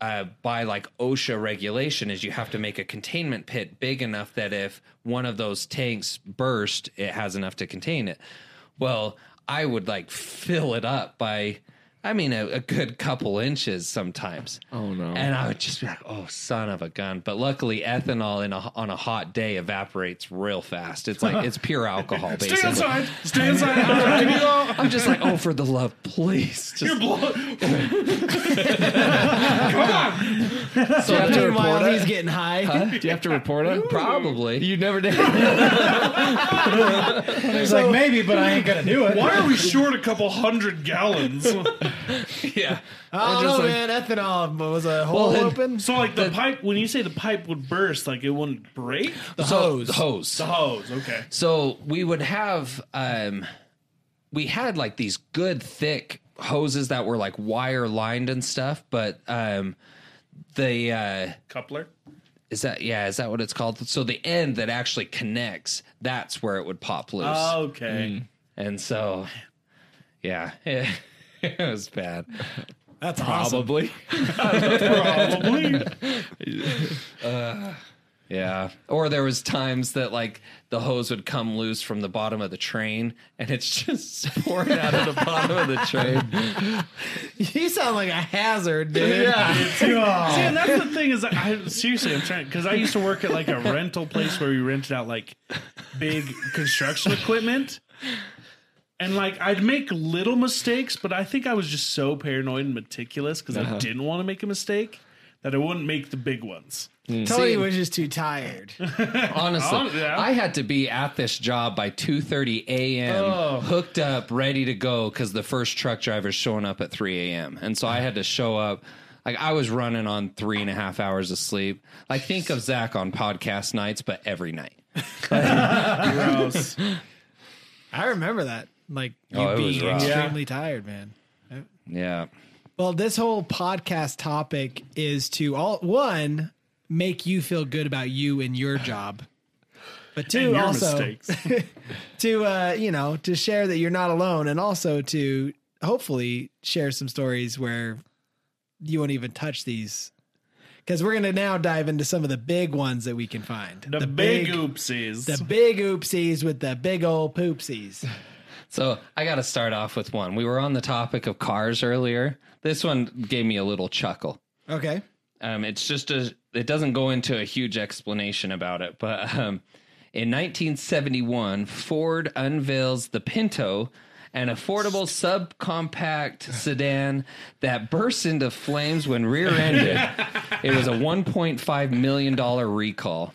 Speaker 2: uh, by like OSHA regulation is you have to make a containment pit big enough that if one of those tanks burst, it has enough to contain it. Well, I would like fill it up by, I mean, a, a good couple inches sometimes.
Speaker 4: Oh, no.
Speaker 2: And I would just be like, "Oh, son of a gun!" But luckily, ethanol in a, on a hot day evaporates real fast. It's like it's pure alcohol,
Speaker 3: Stay
Speaker 2: basically.
Speaker 3: inside. Stay inside. All right.
Speaker 2: I'm just like, "Oh, for the love, please!" Just,
Speaker 3: You're blow-
Speaker 2: so I have to report
Speaker 1: Meanwhile,
Speaker 2: it.
Speaker 1: he's getting high.
Speaker 4: Do you have to report it?
Speaker 2: Probably.
Speaker 4: You never did.
Speaker 5: He's like, maybe, but I ain't gonna do it.
Speaker 3: Why are we short a couple hundred gallons?
Speaker 2: yeah.
Speaker 1: I don't
Speaker 2: Or just
Speaker 1: know,
Speaker 2: like-
Speaker 1: man. Ethanol was a hole
Speaker 2: Well, it-
Speaker 1: open.
Speaker 3: So, like the, pipe, when you say the pipe would burst, like it wouldn't break? The
Speaker 2: so, hose. Hose.
Speaker 3: hose, okay.
Speaker 2: So we would have um we had like these good thick hoses that were like wire lined and stuff, but um the uh
Speaker 3: Coupler?
Speaker 2: Is that yeah? Is that what it's called? So the end that actually connects, that's where it would pop loose.
Speaker 3: Okay.
Speaker 2: And so, yeah, it, it was bad.
Speaker 5: That's awesome.
Speaker 4: Probably.
Speaker 3: Probably.
Speaker 2: Yeah. Uh, Or there was times that like the hose would come loose from the bottom of the train and it's just pouring out of the bottom of the train.
Speaker 1: You sound like a hazard, dude.
Speaker 3: See, and that's the thing is, I seriously, I'm trying because I used to work at like a rental place where we rented out like big construction equipment, and like I'd make little mistakes, but I think I was just so paranoid and meticulous because I didn't want to make a mistake that I wouldn't make the big ones.
Speaker 1: Tony was just too tired.
Speaker 2: Honestly,
Speaker 3: Oh, yeah.
Speaker 2: I had to be at this job by 2:30 a.m. hooked up, ready to go cuz the first truck driver's showing up at 3 a.m. And so I had to show up like I was running on three and a half hours of sleep. Like think of Zach on podcast nights, but every night.
Speaker 3: Gross.
Speaker 1: I remember that. Like you
Speaker 2: Oh, it was
Speaker 1: being
Speaker 2: rough.
Speaker 1: extremely tired, man.
Speaker 2: Yeah.
Speaker 1: Well, this whole podcast topic is to all one make you feel good about you and your job, but two
Speaker 3: And your
Speaker 1: also
Speaker 3: mistakes.
Speaker 1: to uh, you know to share that you're not alone, and also to hopefully share some stories where you won't even touch these. Because we're gonna now dive into some of the big ones that we can find.
Speaker 3: The, big, oopsies.
Speaker 1: the big oopsies with the big old poopsies.
Speaker 2: So I got to start off with one. We were on the topic of cars earlier. This one gave me a little chuckle.
Speaker 1: Okay.
Speaker 2: Um, it's just a. It doesn't go into a huge explanation about it, but um, in 1971, Ford unveils the Pinto, an affordable subcompact sedan that bursts into flames when rear-ended. it was a 1.5 million dollar recall.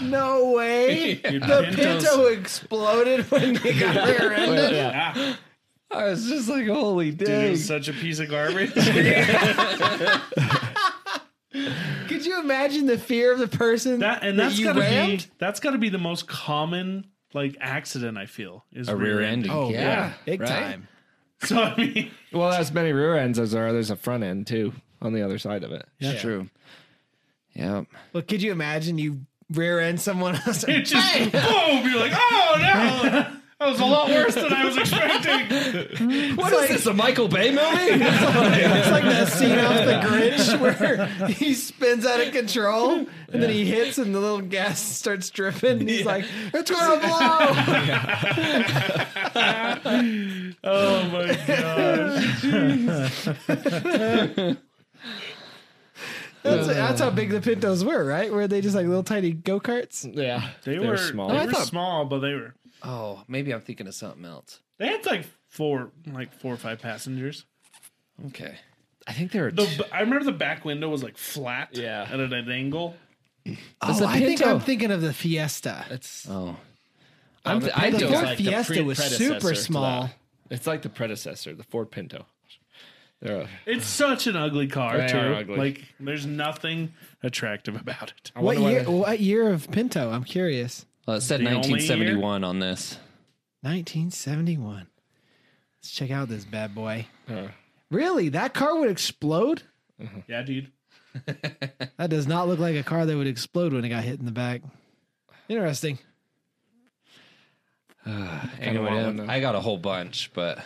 Speaker 1: No way. the
Speaker 3: Pinto's-
Speaker 1: Pinto exploded when they got rear ended.
Speaker 3: Ah,
Speaker 2: I was just like, "Holy
Speaker 3: dude, it
Speaker 2: dang!"
Speaker 3: was such a piece of garbage.
Speaker 1: Could you imagine the fear of the person
Speaker 3: That and
Speaker 1: that
Speaker 3: that's
Speaker 1: you
Speaker 3: gotta
Speaker 1: rammed?
Speaker 3: be that's gotta be the most common like accident I feel is
Speaker 2: A rear-ended.
Speaker 1: Oh yeah,
Speaker 2: yeah.
Speaker 1: big
Speaker 2: right?
Speaker 1: time.
Speaker 3: So I mean,
Speaker 4: Well, as many rear ends as there are, there's a front end too on the other side of it.
Speaker 2: It's true. Yep.
Speaker 1: Well, could you imagine you rear end someone else?
Speaker 3: it just boom, you're like, oh no, that was a lot worse than I was expecting.
Speaker 2: What is this? A Michael Bay movie?
Speaker 1: it's like that scene off the Grinch where he spins out of control and then he hits and the little gas starts dripping. And he's like, "It's gonna blow!"
Speaker 3: Oh my gosh,
Speaker 1: That's,
Speaker 2: Uh.
Speaker 1: that's how big the Pintos were, right? Were they just like little tiny go karts?
Speaker 4: Yeah,
Speaker 3: they were small. They
Speaker 2: Oh, I
Speaker 3: were
Speaker 2: thought-
Speaker 3: small, but they were
Speaker 2: Oh, maybe I'm thinking of something else.
Speaker 3: they had like four like four or five passengers.
Speaker 2: Okay.
Speaker 4: I think there are.
Speaker 3: The b- I remember the back window was like flat,
Speaker 4: Yeah.
Speaker 3: and at an angle.
Speaker 1: Oh,
Speaker 2: the
Speaker 1: I think
Speaker 2: Pinto.
Speaker 1: I'm thinking of the Fiesta.
Speaker 4: It's
Speaker 2: Oh. I'm th- I
Speaker 1: the
Speaker 2: don't.
Speaker 1: Ford
Speaker 4: like the
Speaker 1: Fiesta
Speaker 4: pre-
Speaker 1: was
Speaker 4: predecessor to
Speaker 1: super
Speaker 4: that.
Speaker 1: small.
Speaker 4: it's like the predecessor, the Ford Pinto. There are-
Speaker 3: It's such an ugly car
Speaker 4: They
Speaker 3: too.
Speaker 4: are ugly.
Speaker 3: Like there's nothing attractive about it.
Speaker 4: I
Speaker 1: What
Speaker 4: wonder why
Speaker 1: year?
Speaker 4: they-
Speaker 1: What year of Pinto? I'm curious.
Speaker 2: Well, it said
Speaker 3: The only
Speaker 2: 1971 on this.
Speaker 1: 1971. Let's check out this bad boy.
Speaker 4: Uh.
Speaker 1: Really, that car would explode?
Speaker 3: Yeah, dude.
Speaker 1: That does not look like a car that would explode when it got hit in the back. Interesting.
Speaker 2: Anyway,
Speaker 4: want one, though.
Speaker 2: I got a whole bunch, but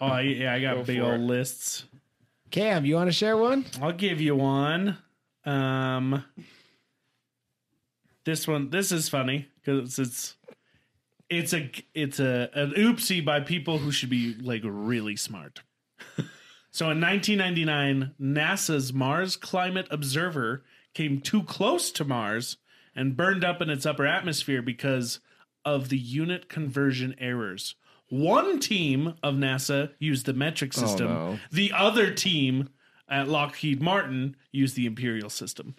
Speaker 3: Oh I- yeah, I got big
Speaker 4: for
Speaker 3: old
Speaker 4: it.
Speaker 3: lists.
Speaker 1: Cam, you want to share one?
Speaker 3: I'll give you one. Um, this one, this is funny because it's it's a it's a an oopsie by people who should be like really smart. so in 1999, NASA's Mars Climate Observer came too close to Mars and burned up in its upper atmosphere because of the unit conversion errors. One team of NASA used the metric system.
Speaker 4: no.
Speaker 3: The other team at Lockheed Martin used the imperial system.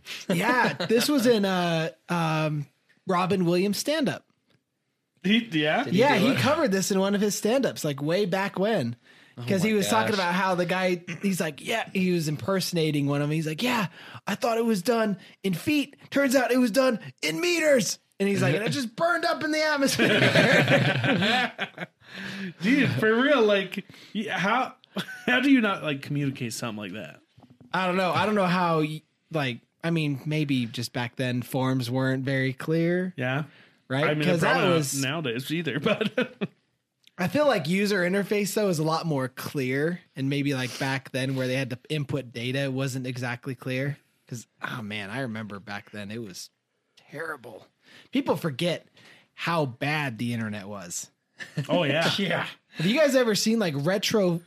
Speaker 1: Yeah, this was in uh, um, Robin Williams stand up.
Speaker 3: He, yeah.
Speaker 1: Yeah, he covered this in one of his stand-ups, like way back when.
Speaker 3: Oh
Speaker 1: Because he was talking about how the guy, he's like, yeah, he was impersonating one of them. He's like, yeah, I thought it was done in feet. Turns out it was done in meters. And he's like, and it just burned up in the atmosphere.
Speaker 3: Dude, for real, like y- how how do you not like communicate something like that?
Speaker 1: I don't know. I don't know how, like, I mean, maybe just back then forms weren't very clear,
Speaker 3: Yeah. I
Speaker 1: right?
Speaker 3: mean, they're
Speaker 1: Because
Speaker 3: probably
Speaker 1: that
Speaker 3: not
Speaker 1: was.
Speaker 3: nowadays either, but
Speaker 1: I feel like user interface though is a lot more clear, and maybe like back then where they had to input data it wasn't exactly clear. Because oh man, I remember back then it was terrible. People forget how bad the internet was.
Speaker 3: oh yeah,
Speaker 5: Yeah.
Speaker 1: Have you guys ever seen like retro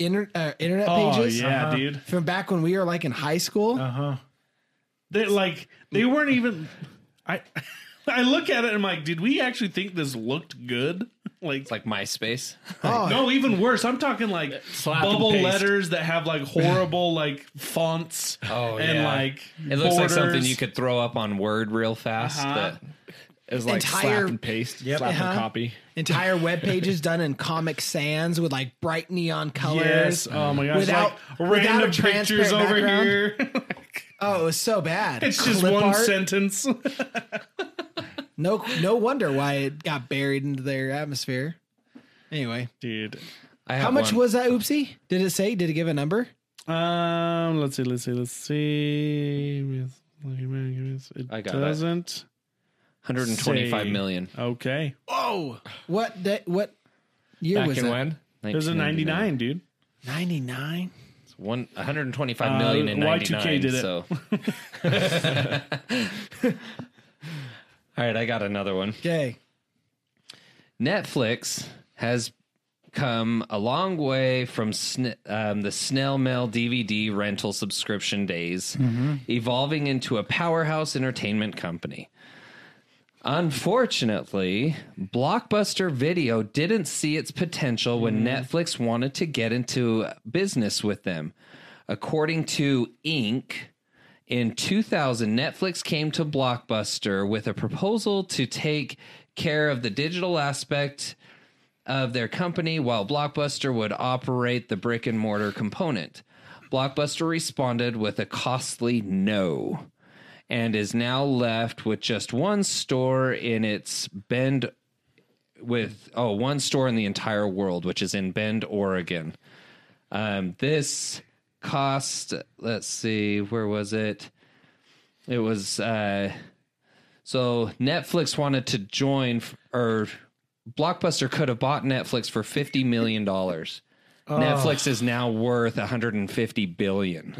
Speaker 1: inter- uh, internet
Speaker 3: oh
Speaker 1: pages
Speaker 3: yeah,
Speaker 5: Uh-huh.
Speaker 3: dude. Uh-huh.
Speaker 1: from back when we were like in high school?
Speaker 5: Uh huh.
Speaker 3: They like they weren't even. I I look at it and I'm like, did we actually think this looked good? Like,
Speaker 2: It's like MySpace.
Speaker 1: oh,
Speaker 3: no, even worse. I'm talking like
Speaker 4: Slap and
Speaker 3: bubble
Speaker 4: paste.
Speaker 3: letters that have like horrible like fonts.
Speaker 2: Oh,
Speaker 3: and
Speaker 2: yeah.
Speaker 3: like
Speaker 2: It looks like something
Speaker 3: borders.
Speaker 2: you could throw up on Word real fast.
Speaker 3: Uh-huh.
Speaker 2: That
Speaker 4: It was like
Speaker 1: Entire-
Speaker 4: slap and paste,
Speaker 5: Yep.
Speaker 4: slap
Speaker 1: Uh-huh.
Speaker 4: and copy.
Speaker 1: entire web pages done in Comic Sans with like bright neon colors.
Speaker 3: Yes. Oh my gosh.
Speaker 1: Without-
Speaker 3: like
Speaker 1: without a
Speaker 3: random
Speaker 1: transparent
Speaker 3: pictures over
Speaker 1: background.
Speaker 3: here.
Speaker 1: Oh, it was so bad.
Speaker 3: it's just
Speaker 1: Clip
Speaker 3: one
Speaker 1: art.
Speaker 3: sentence.
Speaker 1: No, no wonder why it got buried into their atmosphere. Anyway,
Speaker 3: Dude.
Speaker 2: I
Speaker 1: how
Speaker 2: have
Speaker 1: much
Speaker 2: one.
Speaker 1: was that? Oopsie! Did it say? Did it give a number?
Speaker 3: Um let's see, let's see, let's see. It
Speaker 2: I got that.
Speaker 3: doesn't.
Speaker 2: 125
Speaker 3: Say-
Speaker 2: million.
Speaker 3: Okay.
Speaker 1: Whoa! What? Day, what year
Speaker 4: Back
Speaker 1: was
Speaker 4: in
Speaker 1: it?
Speaker 4: when?
Speaker 3: It was a 99, dude.
Speaker 1: Ninety nine.
Speaker 2: It's one 125
Speaker 3: Uh,
Speaker 2: million in
Speaker 3: Y2K
Speaker 2: 99.
Speaker 3: did it.
Speaker 2: So. All right, I got another one.
Speaker 1: Okay.
Speaker 2: Netflix has come a long way from sn- um, the snail mail DVD rental subscription days, evolving into a powerhouse entertainment company. Unfortunately, Blockbuster Video didn't see its potential when Netflix wanted to get into business with them. According to Inc., in 2000, Netflix came to Blockbuster with a proposal to take care of the digital aspect of their company while Blockbuster would operate the brick and mortar component. Blockbuster responded with a costly no and is now left with just one store in its Bend with oh one store in the entire world which is in Bend, Oregon. Um this cost let's see where was it? It was uh so Netflix wanted to join f- or Blockbuster could have bought Netflix for 50 million dollars. Netflix is now worth 150 billion.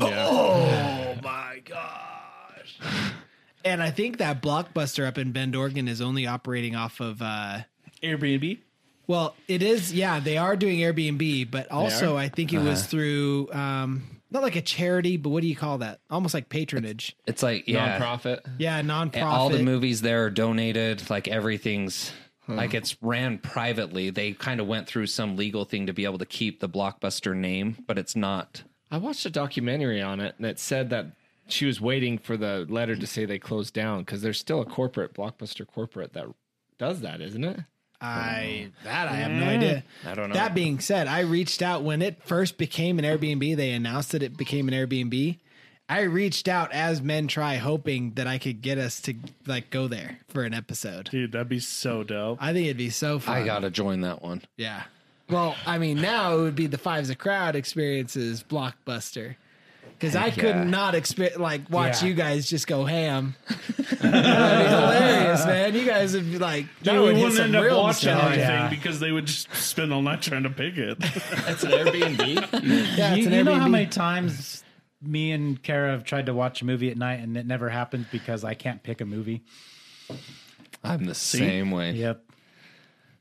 Speaker 1: And I think that blockbuster up in Bend, Oregon, is only operating off of. uh
Speaker 3: Airbnb.
Speaker 1: Well, it is. Yeah, they are doing Airbnb, but also I think it was through um not like a charity, but what do you call that? Almost like patronage.
Speaker 2: It's like yeah.
Speaker 4: Nonprofit.
Speaker 1: Yeah, nonprofit.
Speaker 2: all the movies there are donated like everything's like it's ran privately they kind of went through some legal thing to be able to keep the blockbuster name but it's not
Speaker 4: I watched a documentary on it, and it said that she was waiting for the letter to say they closed down because there's still a corporate blockbuster corporate that does that, isn't it?
Speaker 1: I that I have no idea.
Speaker 2: i don't know
Speaker 1: That being said, I reached out when it first became an Airbnb. They announced that it became an Airbnb. I reached out as men try, hoping that I could get us to like go there for an episode.
Speaker 3: Dude, that'd be so dope.
Speaker 1: I think it'd be so fun.
Speaker 2: i gotta join that one
Speaker 1: yeah. Well, I mean, now it would be the fives a crowd experiences blockbuster. Because I could
Speaker 2: yeah.
Speaker 1: not expect like watch
Speaker 5: Yeah.
Speaker 1: you guys just go ham. That'd be hilarious, man. You guys would be like,
Speaker 3: Yeah,
Speaker 1: you would
Speaker 3: we
Speaker 1: hit
Speaker 3: wouldn't
Speaker 1: some
Speaker 3: end up
Speaker 1: real
Speaker 3: watching
Speaker 1: nostalgia.
Speaker 3: anything
Speaker 5: yeah.
Speaker 3: because they would just spend all night trying to pick it.
Speaker 4: That's an Airbnb.
Speaker 1: Yeah, it's
Speaker 5: you
Speaker 1: an
Speaker 5: you know how
Speaker 1: Airbnb.
Speaker 5: many times me and Kara have tried to watch a movie at night and it never happens because I can't pick a movie.
Speaker 2: i'm the same way
Speaker 5: Yep.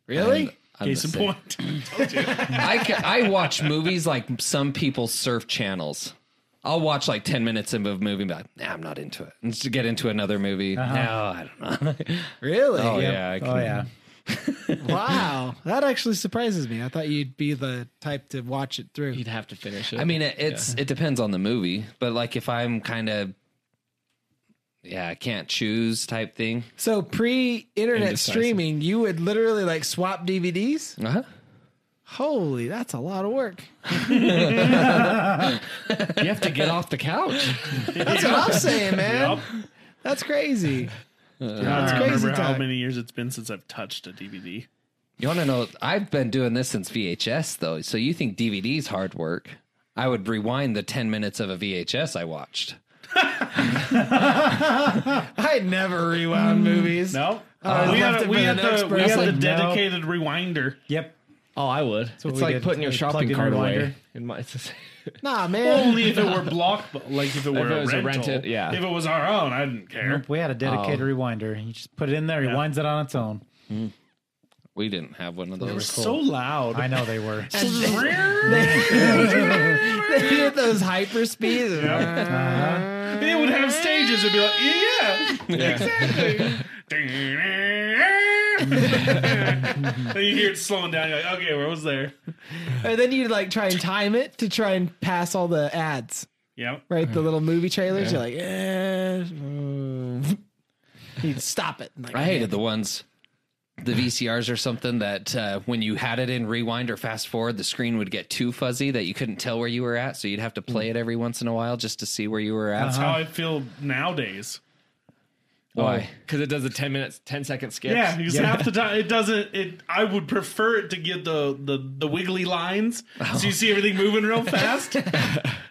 Speaker 1: Really?
Speaker 2: I'm
Speaker 3: Case
Speaker 2: the
Speaker 3: in
Speaker 2: same.
Speaker 3: point.
Speaker 2: I, ca- I watch movies like some people surf channels. I'll watch like 10 minutes of a movie and be like, nah, I'm not into it. And just get into another movie. No, I don't know.
Speaker 1: Really?
Speaker 2: oh, yeah. I can,
Speaker 5: Oh yeah.
Speaker 1: Wow, that actually surprises me. I thought you'd be the type to watch it through.
Speaker 4: You'd have to finish it.
Speaker 2: I mean, it, it's it depends on the movie, but like if I'm kind of yeah, I can't choose type thing.
Speaker 1: So pre-internet
Speaker 4: Indecisive.
Speaker 1: streaming, you would literally like swap DVDs.
Speaker 2: Uh-huh.
Speaker 1: Holy, that's a lot of work.
Speaker 4: you have to get off the couch.
Speaker 1: That's what I'm saying, man. That's crazy.
Speaker 3: I don't
Speaker 1: crazy
Speaker 3: remember how
Speaker 1: time.
Speaker 3: many years it's been since I've touched a DVD.
Speaker 2: You want to know? I've been doing this since VHS though, so you think DVD's hard work? I would rewind the ten minutes of a VHS I watched.
Speaker 1: I never rewound movies.
Speaker 3: No.
Speaker 1: Uh,
Speaker 3: we
Speaker 1: left
Speaker 3: had,
Speaker 1: it
Speaker 3: a, we
Speaker 1: for
Speaker 3: had
Speaker 1: the
Speaker 3: the,
Speaker 1: next
Speaker 3: we had
Speaker 1: person.
Speaker 3: the
Speaker 1: No.
Speaker 3: dedicated rewinder.
Speaker 5: Yep.
Speaker 4: Oh, I would. It's
Speaker 5: what we
Speaker 4: like
Speaker 5: did.
Speaker 4: putting your
Speaker 5: We
Speaker 4: shopping
Speaker 5: plugged in
Speaker 4: cart
Speaker 5: the
Speaker 4: away.
Speaker 5: rewinder.
Speaker 4: In my, it's the same.
Speaker 1: Nah, man.
Speaker 3: Only if it were block, like if it were
Speaker 4: it
Speaker 3: a
Speaker 4: was a
Speaker 3: rental.
Speaker 4: rented- yeah.
Speaker 3: If it was our own, I didn't care.
Speaker 5: We had a dedicated rewinder. You just put it in there. It winds it on its own.
Speaker 2: We didn't have one of
Speaker 3: It was
Speaker 2: those.
Speaker 3: so loud.
Speaker 5: I know they were.
Speaker 3: Oh,
Speaker 1: they hit those hyper speeds.
Speaker 3: it would have stages. It'd be like, yeah, exactly. then you hear it slowing down. You're like, okay, where was there?
Speaker 1: And then you like try and time it to try and pass all the ads,
Speaker 3: Yep.
Speaker 1: right? The little movie trailers. You're like, eh. mm. You'd stop it. Like,
Speaker 2: I hated the ones, the VCRs or something that uh, when you had it in rewind or fast forward, the screen would get too fuzzy that you couldn't tell where you were at. So you'd have to
Speaker 4: Hmm.
Speaker 2: play it every once in a while just to see where you were at.
Speaker 4: Uh-huh.
Speaker 3: That's how I feel nowadays.
Speaker 2: Why?
Speaker 4: Because Oh, it does the 10 minutes, 10 second skips.
Speaker 3: Yeah, because half the time it doesn't. It I would prefer it to get the the the wiggly lines, so you see everything moving real fast.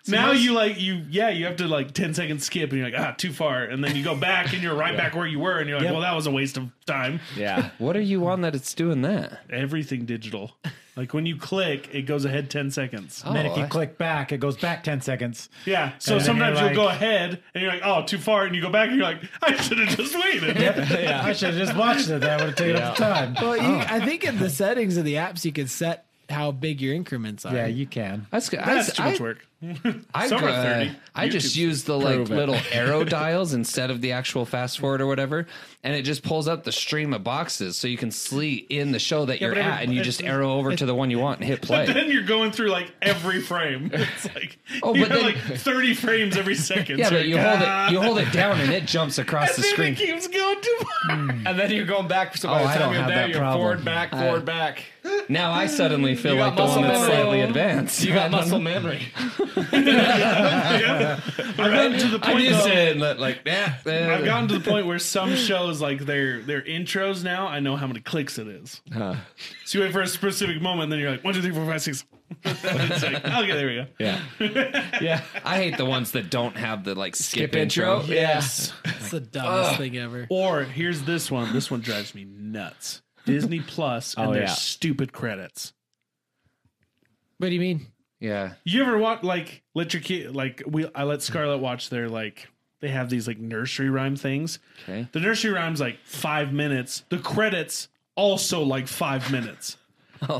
Speaker 3: now you like you yeah you have to like 10 seconds skip and you're like ah too far and then you go back and you're right back where you were and you're like well that was a waste of time.
Speaker 4: Yeah.
Speaker 2: What are you on that it's doing that?
Speaker 3: Everything digital, like when you click it goes ahead 10 seconds.
Speaker 5: And then
Speaker 2: Oh,
Speaker 5: if you
Speaker 2: I-
Speaker 5: click back, it goes back 10 seconds.
Speaker 3: Yeah, so
Speaker 5: And then
Speaker 3: sometimes
Speaker 5: you're
Speaker 3: you'll go
Speaker 5: like-
Speaker 3: ahead and you're like oh too far and you go back and you're like I should have just waited.
Speaker 5: I should have just watched it. That would have taken up the time.
Speaker 1: Well, you,
Speaker 2: Oh.
Speaker 1: I think in the settings of the apps, you could set how big your increments are.
Speaker 5: Yeah, you can.
Speaker 2: That's,
Speaker 3: That's too much
Speaker 2: I,
Speaker 3: work.
Speaker 2: I,
Speaker 3: Summer
Speaker 2: uh,
Speaker 3: 30.
Speaker 2: I just
Speaker 3: YouTube's
Speaker 2: use the like
Speaker 4: prove it.
Speaker 2: little arrow dials instead of the actual fast forward or whatever, and it just pulls up the stream of boxes so you can see in the show that you're
Speaker 3: but every-
Speaker 2: at, and you
Speaker 3: it's-
Speaker 2: just arrow over to the one you want and hit
Speaker 3: But
Speaker 2: play.
Speaker 3: then you're going through like every frame. It's like
Speaker 2: Oh,
Speaker 3: you
Speaker 2: but
Speaker 3: have
Speaker 2: then-
Speaker 3: like 30 frames every second.
Speaker 2: Yeah,
Speaker 3: So
Speaker 2: but you
Speaker 3: you're like,
Speaker 2: hold
Speaker 3: "Ah."
Speaker 2: it you hold it down and it jumps across
Speaker 3: And
Speaker 2: the
Speaker 3: then
Speaker 2: screen.
Speaker 3: it keeps going too far.
Speaker 4: And then you're going back. So by
Speaker 5: Oh,
Speaker 4: the
Speaker 5: I
Speaker 4: time
Speaker 5: don't
Speaker 4: you're
Speaker 5: have
Speaker 4: there,
Speaker 5: that
Speaker 4: you're
Speaker 5: problem.
Speaker 4: forward, back, forward, back.
Speaker 2: Now I suddenly feel
Speaker 4: got
Speaker 2: like the one
Speaker 4: muscle
Speaker 2: that's
Speaker 4: memory.
Speaker 2: slightly advanced.
Speaker 4: You got muscle memory.
Speaker 3: I've gotten to the
Speaker 2: I
Speaker 3: point.
Speaker 2: just
Speaker 3: though,
Speaker 2: said like, like yeah.
Speaker 3: I've gotten to the point where some shows like their their intros now. I know how many clicks it is. So you wait for a specific moment, then you're like one, two, three, four, five, six. it's like okay, there we go.
Speaker 4: Yeah.
Speaker 2: I hate the ones that don't have the like skip,
Speaker 4: Skip
Speaker 2: intro.
Speaker 4: intro. Yes.
Speaker 1: It's the dumbest thing ever.
Speaker 3: Or here's this one. This one drives me nuts. Disney Plus and
Speaker 4: Oh,
Speaker 3: their
Speaker 4: yeah.
Speaker 3: stupid credits.
Speaker 1: What do you mean?
Speaker 2: Yeah.
Speaker 3: You ever watch like let your kid like we I let Scarlett watch their like they have these like nursery rhyme things.
Speaker 2: Okay.
Speaker 3: The nursery rhyme's like five minutes. The credits also like five minutes.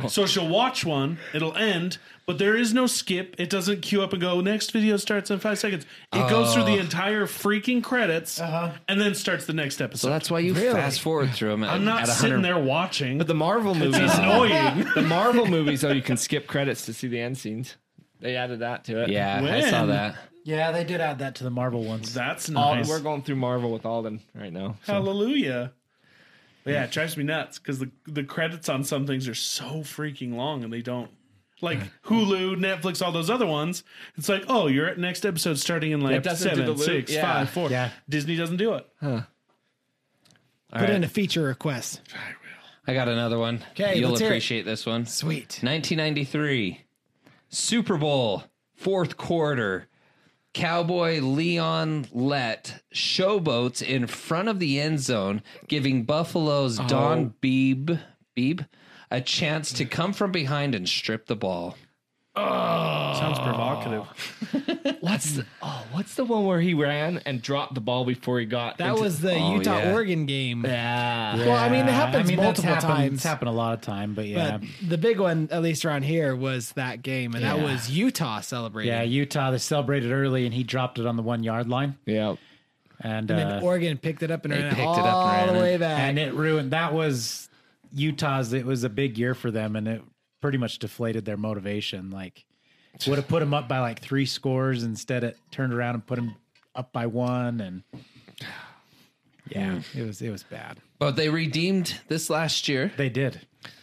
Speaker 3: So she'll watch one, it'll end, but there is no skip. It doesn't queue up and go, next video starts in five seconds. It goes through the entire freaking credits and then starts the next
Speaker 2: So
Speaker 3: episode.
Speaker 2: that's why you fast forward through them. At,
Speaker 3: I'm not
Speaker 2: at 100
Speaker 3: sitting there watching.
Speaker 4: But the Marvel movies.
Speaker 3: it's annoying.
Speaker 4: the Marvel movies, though, you can skip credits to see the end scenes. They added that to it.
Speaker 2: Yeah, I
Speaker 3: When?
Speaker 2: saw that.
Speaker 5: Yeah, they did add that to the Marvel ones.
Speaker 3: that's
Speaker 4: All-
Speaker 3: nice.
Speaker 4: Oh, We're going through Marvel with Alden right now. So.
Speaker 3: Hallelujah. But yeah, it drives me nuts because the the credits on some things are so freaking long and they don't like Hulu, Netflix, all those other ones. It's like, oh, you're at next episode starting in like
Speaker 4: doesn't do the
Speaker 3: seven,
Speaker 4: loop.
Speaker 3: six,
Speaker 4: Yeah.
Speaker 3: five, four.
Speaker 5: Yeah.
Speaker 3: Disney doesn't do it.
Speaker 1: Put in a feature request.
Speaker 2: I got another one.
Speaker 1: 'Kay,
Speaker 2: You'll
Speaker 1: let's hear it.
Speaker 2: appreciate this one.
Speaker 1: Sweet.
Speaker 2: 1993 Super Bowl fourth quarter. Cowboy Leon Lett showboats in front of the end zone, giving Buffalo's
Speaker 1: Oh.
Speaker 2: Don Beebe, Beebe a chance to come from behind and strip the ball.
Speaker 3: Sounds provocative.
Speaker 4: What's
Speaker 1: Mm.
Speaker 4: the, oh, what's the one where he ran and dropped the ball before he got
Speaker 1: That
Speaker 4: into-
Speaker 1: was the
Speaker 2: oh,
Speaker 1: Utah
Speaker 2: yeah.
Speaker 1: Oregon game.
Speaker 4: yeah.
Speaker 1: Well, I mean, it happens
Speaker 5: that's
Speaker 1: multiple
Speaker 5: happened-
Speaker 1: times.
Speaker 5: It's happened a lot of time, but yeah.
Speaker 1: But Uh, the big one, at least around here, was that game, and that
Speaker 4: Yeah.
Speaker 1: was Utah celebrating.
Speaker 5: yeah, Utah, they celebrated early and he dropped it on the one yard line.
Speaker 4: Yeah.
Speaker 1: and
Speaker 5: And, uh,
Speaker 1: then Oregon picked it up and ran it
Speaker 2: picked it
Speaker 1: all
Speaker 2: up and ran
Speaker 1: the
Speaker 2: it.
Speaker 1: way back.
Speaker 5: and it ruined that was Utah's it was a big year for them and it pretty much deflated their motivation like would have put them up by like three scores instead it turned around and put them up by one and yeah
Speaker 1: Hmm.
Speaker 5: it was it was bad
Speaker 2: But they redeemed this last year,
Speaker 5: they did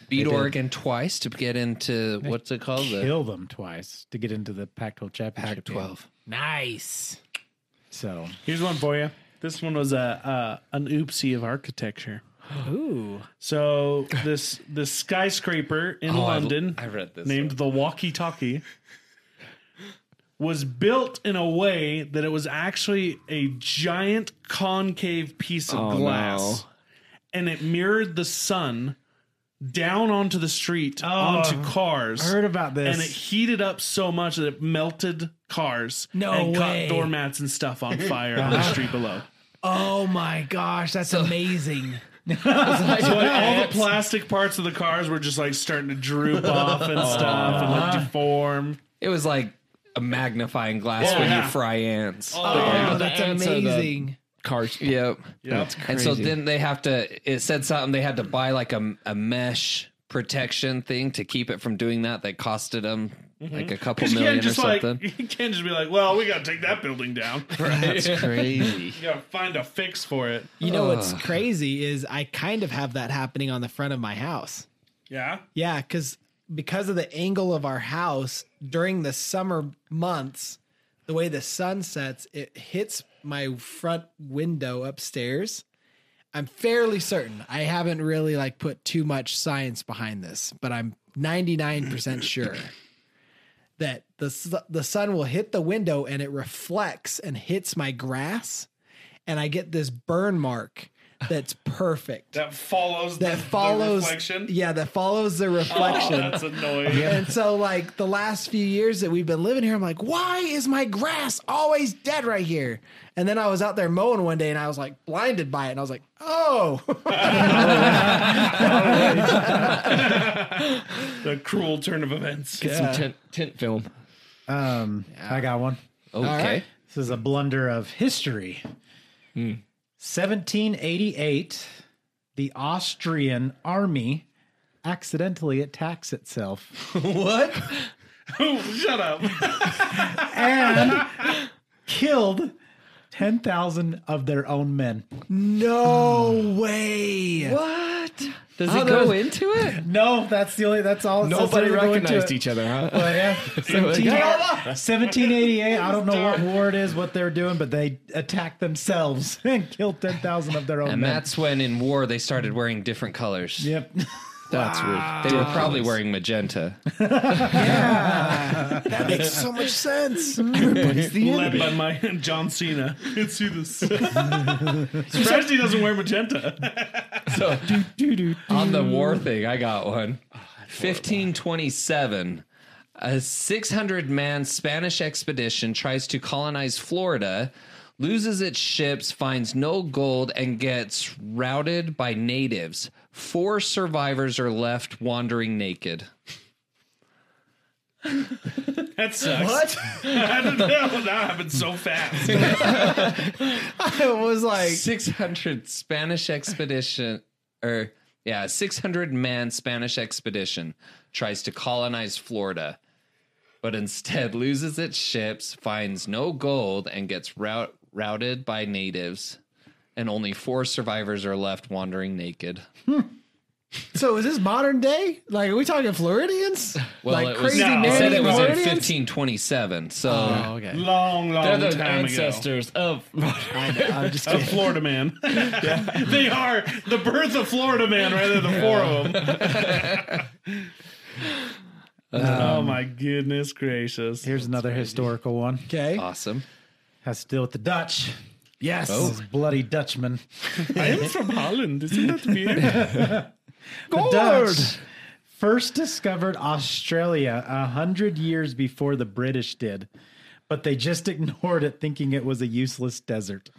Speaker 2: beat Oregon twice to get into what's it called? The
Speaker 5: kill them twice to get into the Pac-12 championship game.
Speaker 2: 12.
Speaker 1: nice.
Speaker 5: so
Speaker 3: Here's one for you. This one was a uh, an oopsie of architecture.
Speaker 1: Ooh,
Speaker 3: So this this skyscraper in
Speaker 2: Oh, I-
Speaker 3: London
Speaker 2: I read this
Speaker 3: named the Walkie Talkie was built in a way that it was actually a giant concave piece of
Speaker 4: no.
Speaker 3: glass and it mirrored the sun down onto the street onto cars
Speaker 5: I heard about this.
Speaker 3: and it heated up so much that it melted cars
Speaker 1: No
Speaker 3: and
Speaker 1: way.
Speaker 3: caught doormats and stuff on fire on the street below
Speaker 1: Oh my gosh, that's amazing.
Speaker 3: so like, all the plastic parts of the cars were just like starting to droop off and stuff and like deform
Speaker 2: It was like a magnifying glass
Speaker 3: Oh,
Speaker 2: when
Speaker 3: yeah.
Speaker 2: you fry ants.
Speaker 1: Oh, that's
Speaker 4: ants are the-
Speaker 1: amazing.
Speaker 4: Cars.
Speaker 2: Yep.
Speaker 3: That's
Speaker 2: And so then they have to. It said something they had to buy like a, a mesh protection thing to keep it from doing that. That costed them like a couple
Speaker 3: you
Speaker 2: million
Speaker 3: can't
Speaker 2: or
Speaker 3: just like
Speaker 2: something.
Speaker 3: you can't just be like, well, we gotta take that building down.
Speaker 2: That's crazy.
Speaker 3: You gotta find a fix for it.
Speaker 1: You know what's crazy is I kind of have that happening on the front of my house.
Speaker 3: Yeah.
Speaker 1: Yeah, because because of the angle of our house during the summer months, the way the sun sets, it hits my front window upstairs. I'm fairly certain. I haven't really like put too much science behind this, but I'm 99% sure that the su- the sun will hit the window and it reflects and hits my grass and I get this burn mark that's perfect.
Speaker 3: That follows
Speaker 1: that
Speaker 3: the,
Speaker 1: follows
Speaker 3: the reflection.
Speaker 1: yeah that follows the
Speaker 3: Oh,
Speaker 1: reflection
Speaker 3: that's annoying.
Speaker 1: and so like the last few years that we've been living here i'm like why is my grass always dead right here and then i was out there mowing one day and i was like blinded by it and i was like oh
Speaker 3: The cruel turn of events.
Speaker 4: Get some tint, tint film.
Speaker 5: Um, I got one.
Speaker 2: Okay.
Speaker 1: right.
Speaker 5: This is a blunder of history. 1788, the Austrian army accidentally attacks itself
Speaker 3: Oh, shut up.
Speaker 5: and killed 10,000 of their own men.
Speaker 1: no way
Speaker 2: What? Does it go into it?
Speaker 5: No, that's the only, that's all.
Speaker 4: Nobody recognized
Speaker 5: each other.
Speaker 4: each other, huh?
Speaker 5: But yeah, 17 1788. I don't know what war it is, what they're doing, but they attacked themselves and killed 10,000 of their own
Speaker 2: And
Speaker 5: men.
Speaker 2: that's when in war they started wearing different colors.
Speaker 5: yep.
Speaker 4: That's
Speaker 2: They were probably wearing magenta.
Speaker 1: that makes so much sense
Speaker 3: Led by my John Cena. Can see this. Surprised he doesn't wear magenta.
Speaker 2: On the war thing, I got one. 1527. A 600 man Spanish expedition tries to colonize Florida, loses its ships, finds no gold, and gets routed by natives. Four survivors are left wandering naked.
Speaker 3: That sucks. What? I don't know. That happened so fast.
Speaker 1: it was like
Speaker 2: 600 Spanish expedition, or yeah, 600 man Spanish expedition tries to colonize Florida, but instead loses its ships, finds no gold, and gets rout- routed by natives. And only four survivors are left wandering naked.
Speaker 1: so is this modern day like are we talking floridians
Speaker 2: Well,
Speaker 1: like
Speaker 2: it was,
Speaker 3: No.
Speaker 2: it said
Speaker 1: nanny
Speaker 2: it was in
Speaker 1: Floridians?
Speaker 2: 1527. So
Speaker 1: Oh, okay
Speaker 3: Long, long time ago.
Speaker 4: ancestors of.
Speaker 1: i'm just
Speaker 3: Of
Speaker 1: kidding
Speaker 3: Florida man. they are the birth of Florida man right there, the four of them. oh my goodness gracious.
Speaker 5: Here's another historical one.
Speaker 1: okay
Speaker 2: awesome.
Speaker 5: Has to deal with the Dutch.
Speaker 1: yes Oh.
Speaker 5: This bloody Dutchman.
Speaker 3: I am from Holland. Isn't that weird?
Speaker 5: The Dutch first discovered Australia a hundred years before the British did, but they just ignored it, thinking it was a useless desert.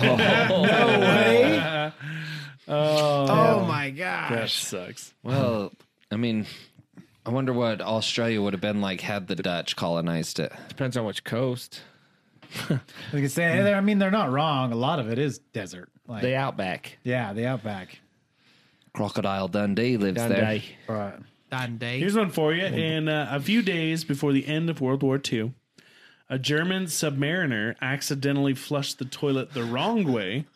Speaker 1: no way oh, my gosh
Speaker 3: sucks.
Speaker 2: Well, I mean, I wonder what Australia would have been like had the Dutch colonized it.
Speaker 4: Depends on which coast.
Speaker 5: Like I say,
Speaker 1: Hmm.
Speaker 5: I mean, they're not wrong. A lot of it is desert. Like,
Speaker 4: The Outback.
Speaker 5: yeah, the outback.
Speaker 2: Crocodile Dundee lives there.
Speaker 4: Dundee.
Speaker 5: Right.
Speaker 1: Dundee.
Speaker 3: Here's one for you. In uh, a few days before the end of World War II, a German submariner accidentally flushed the toilet the wrong way,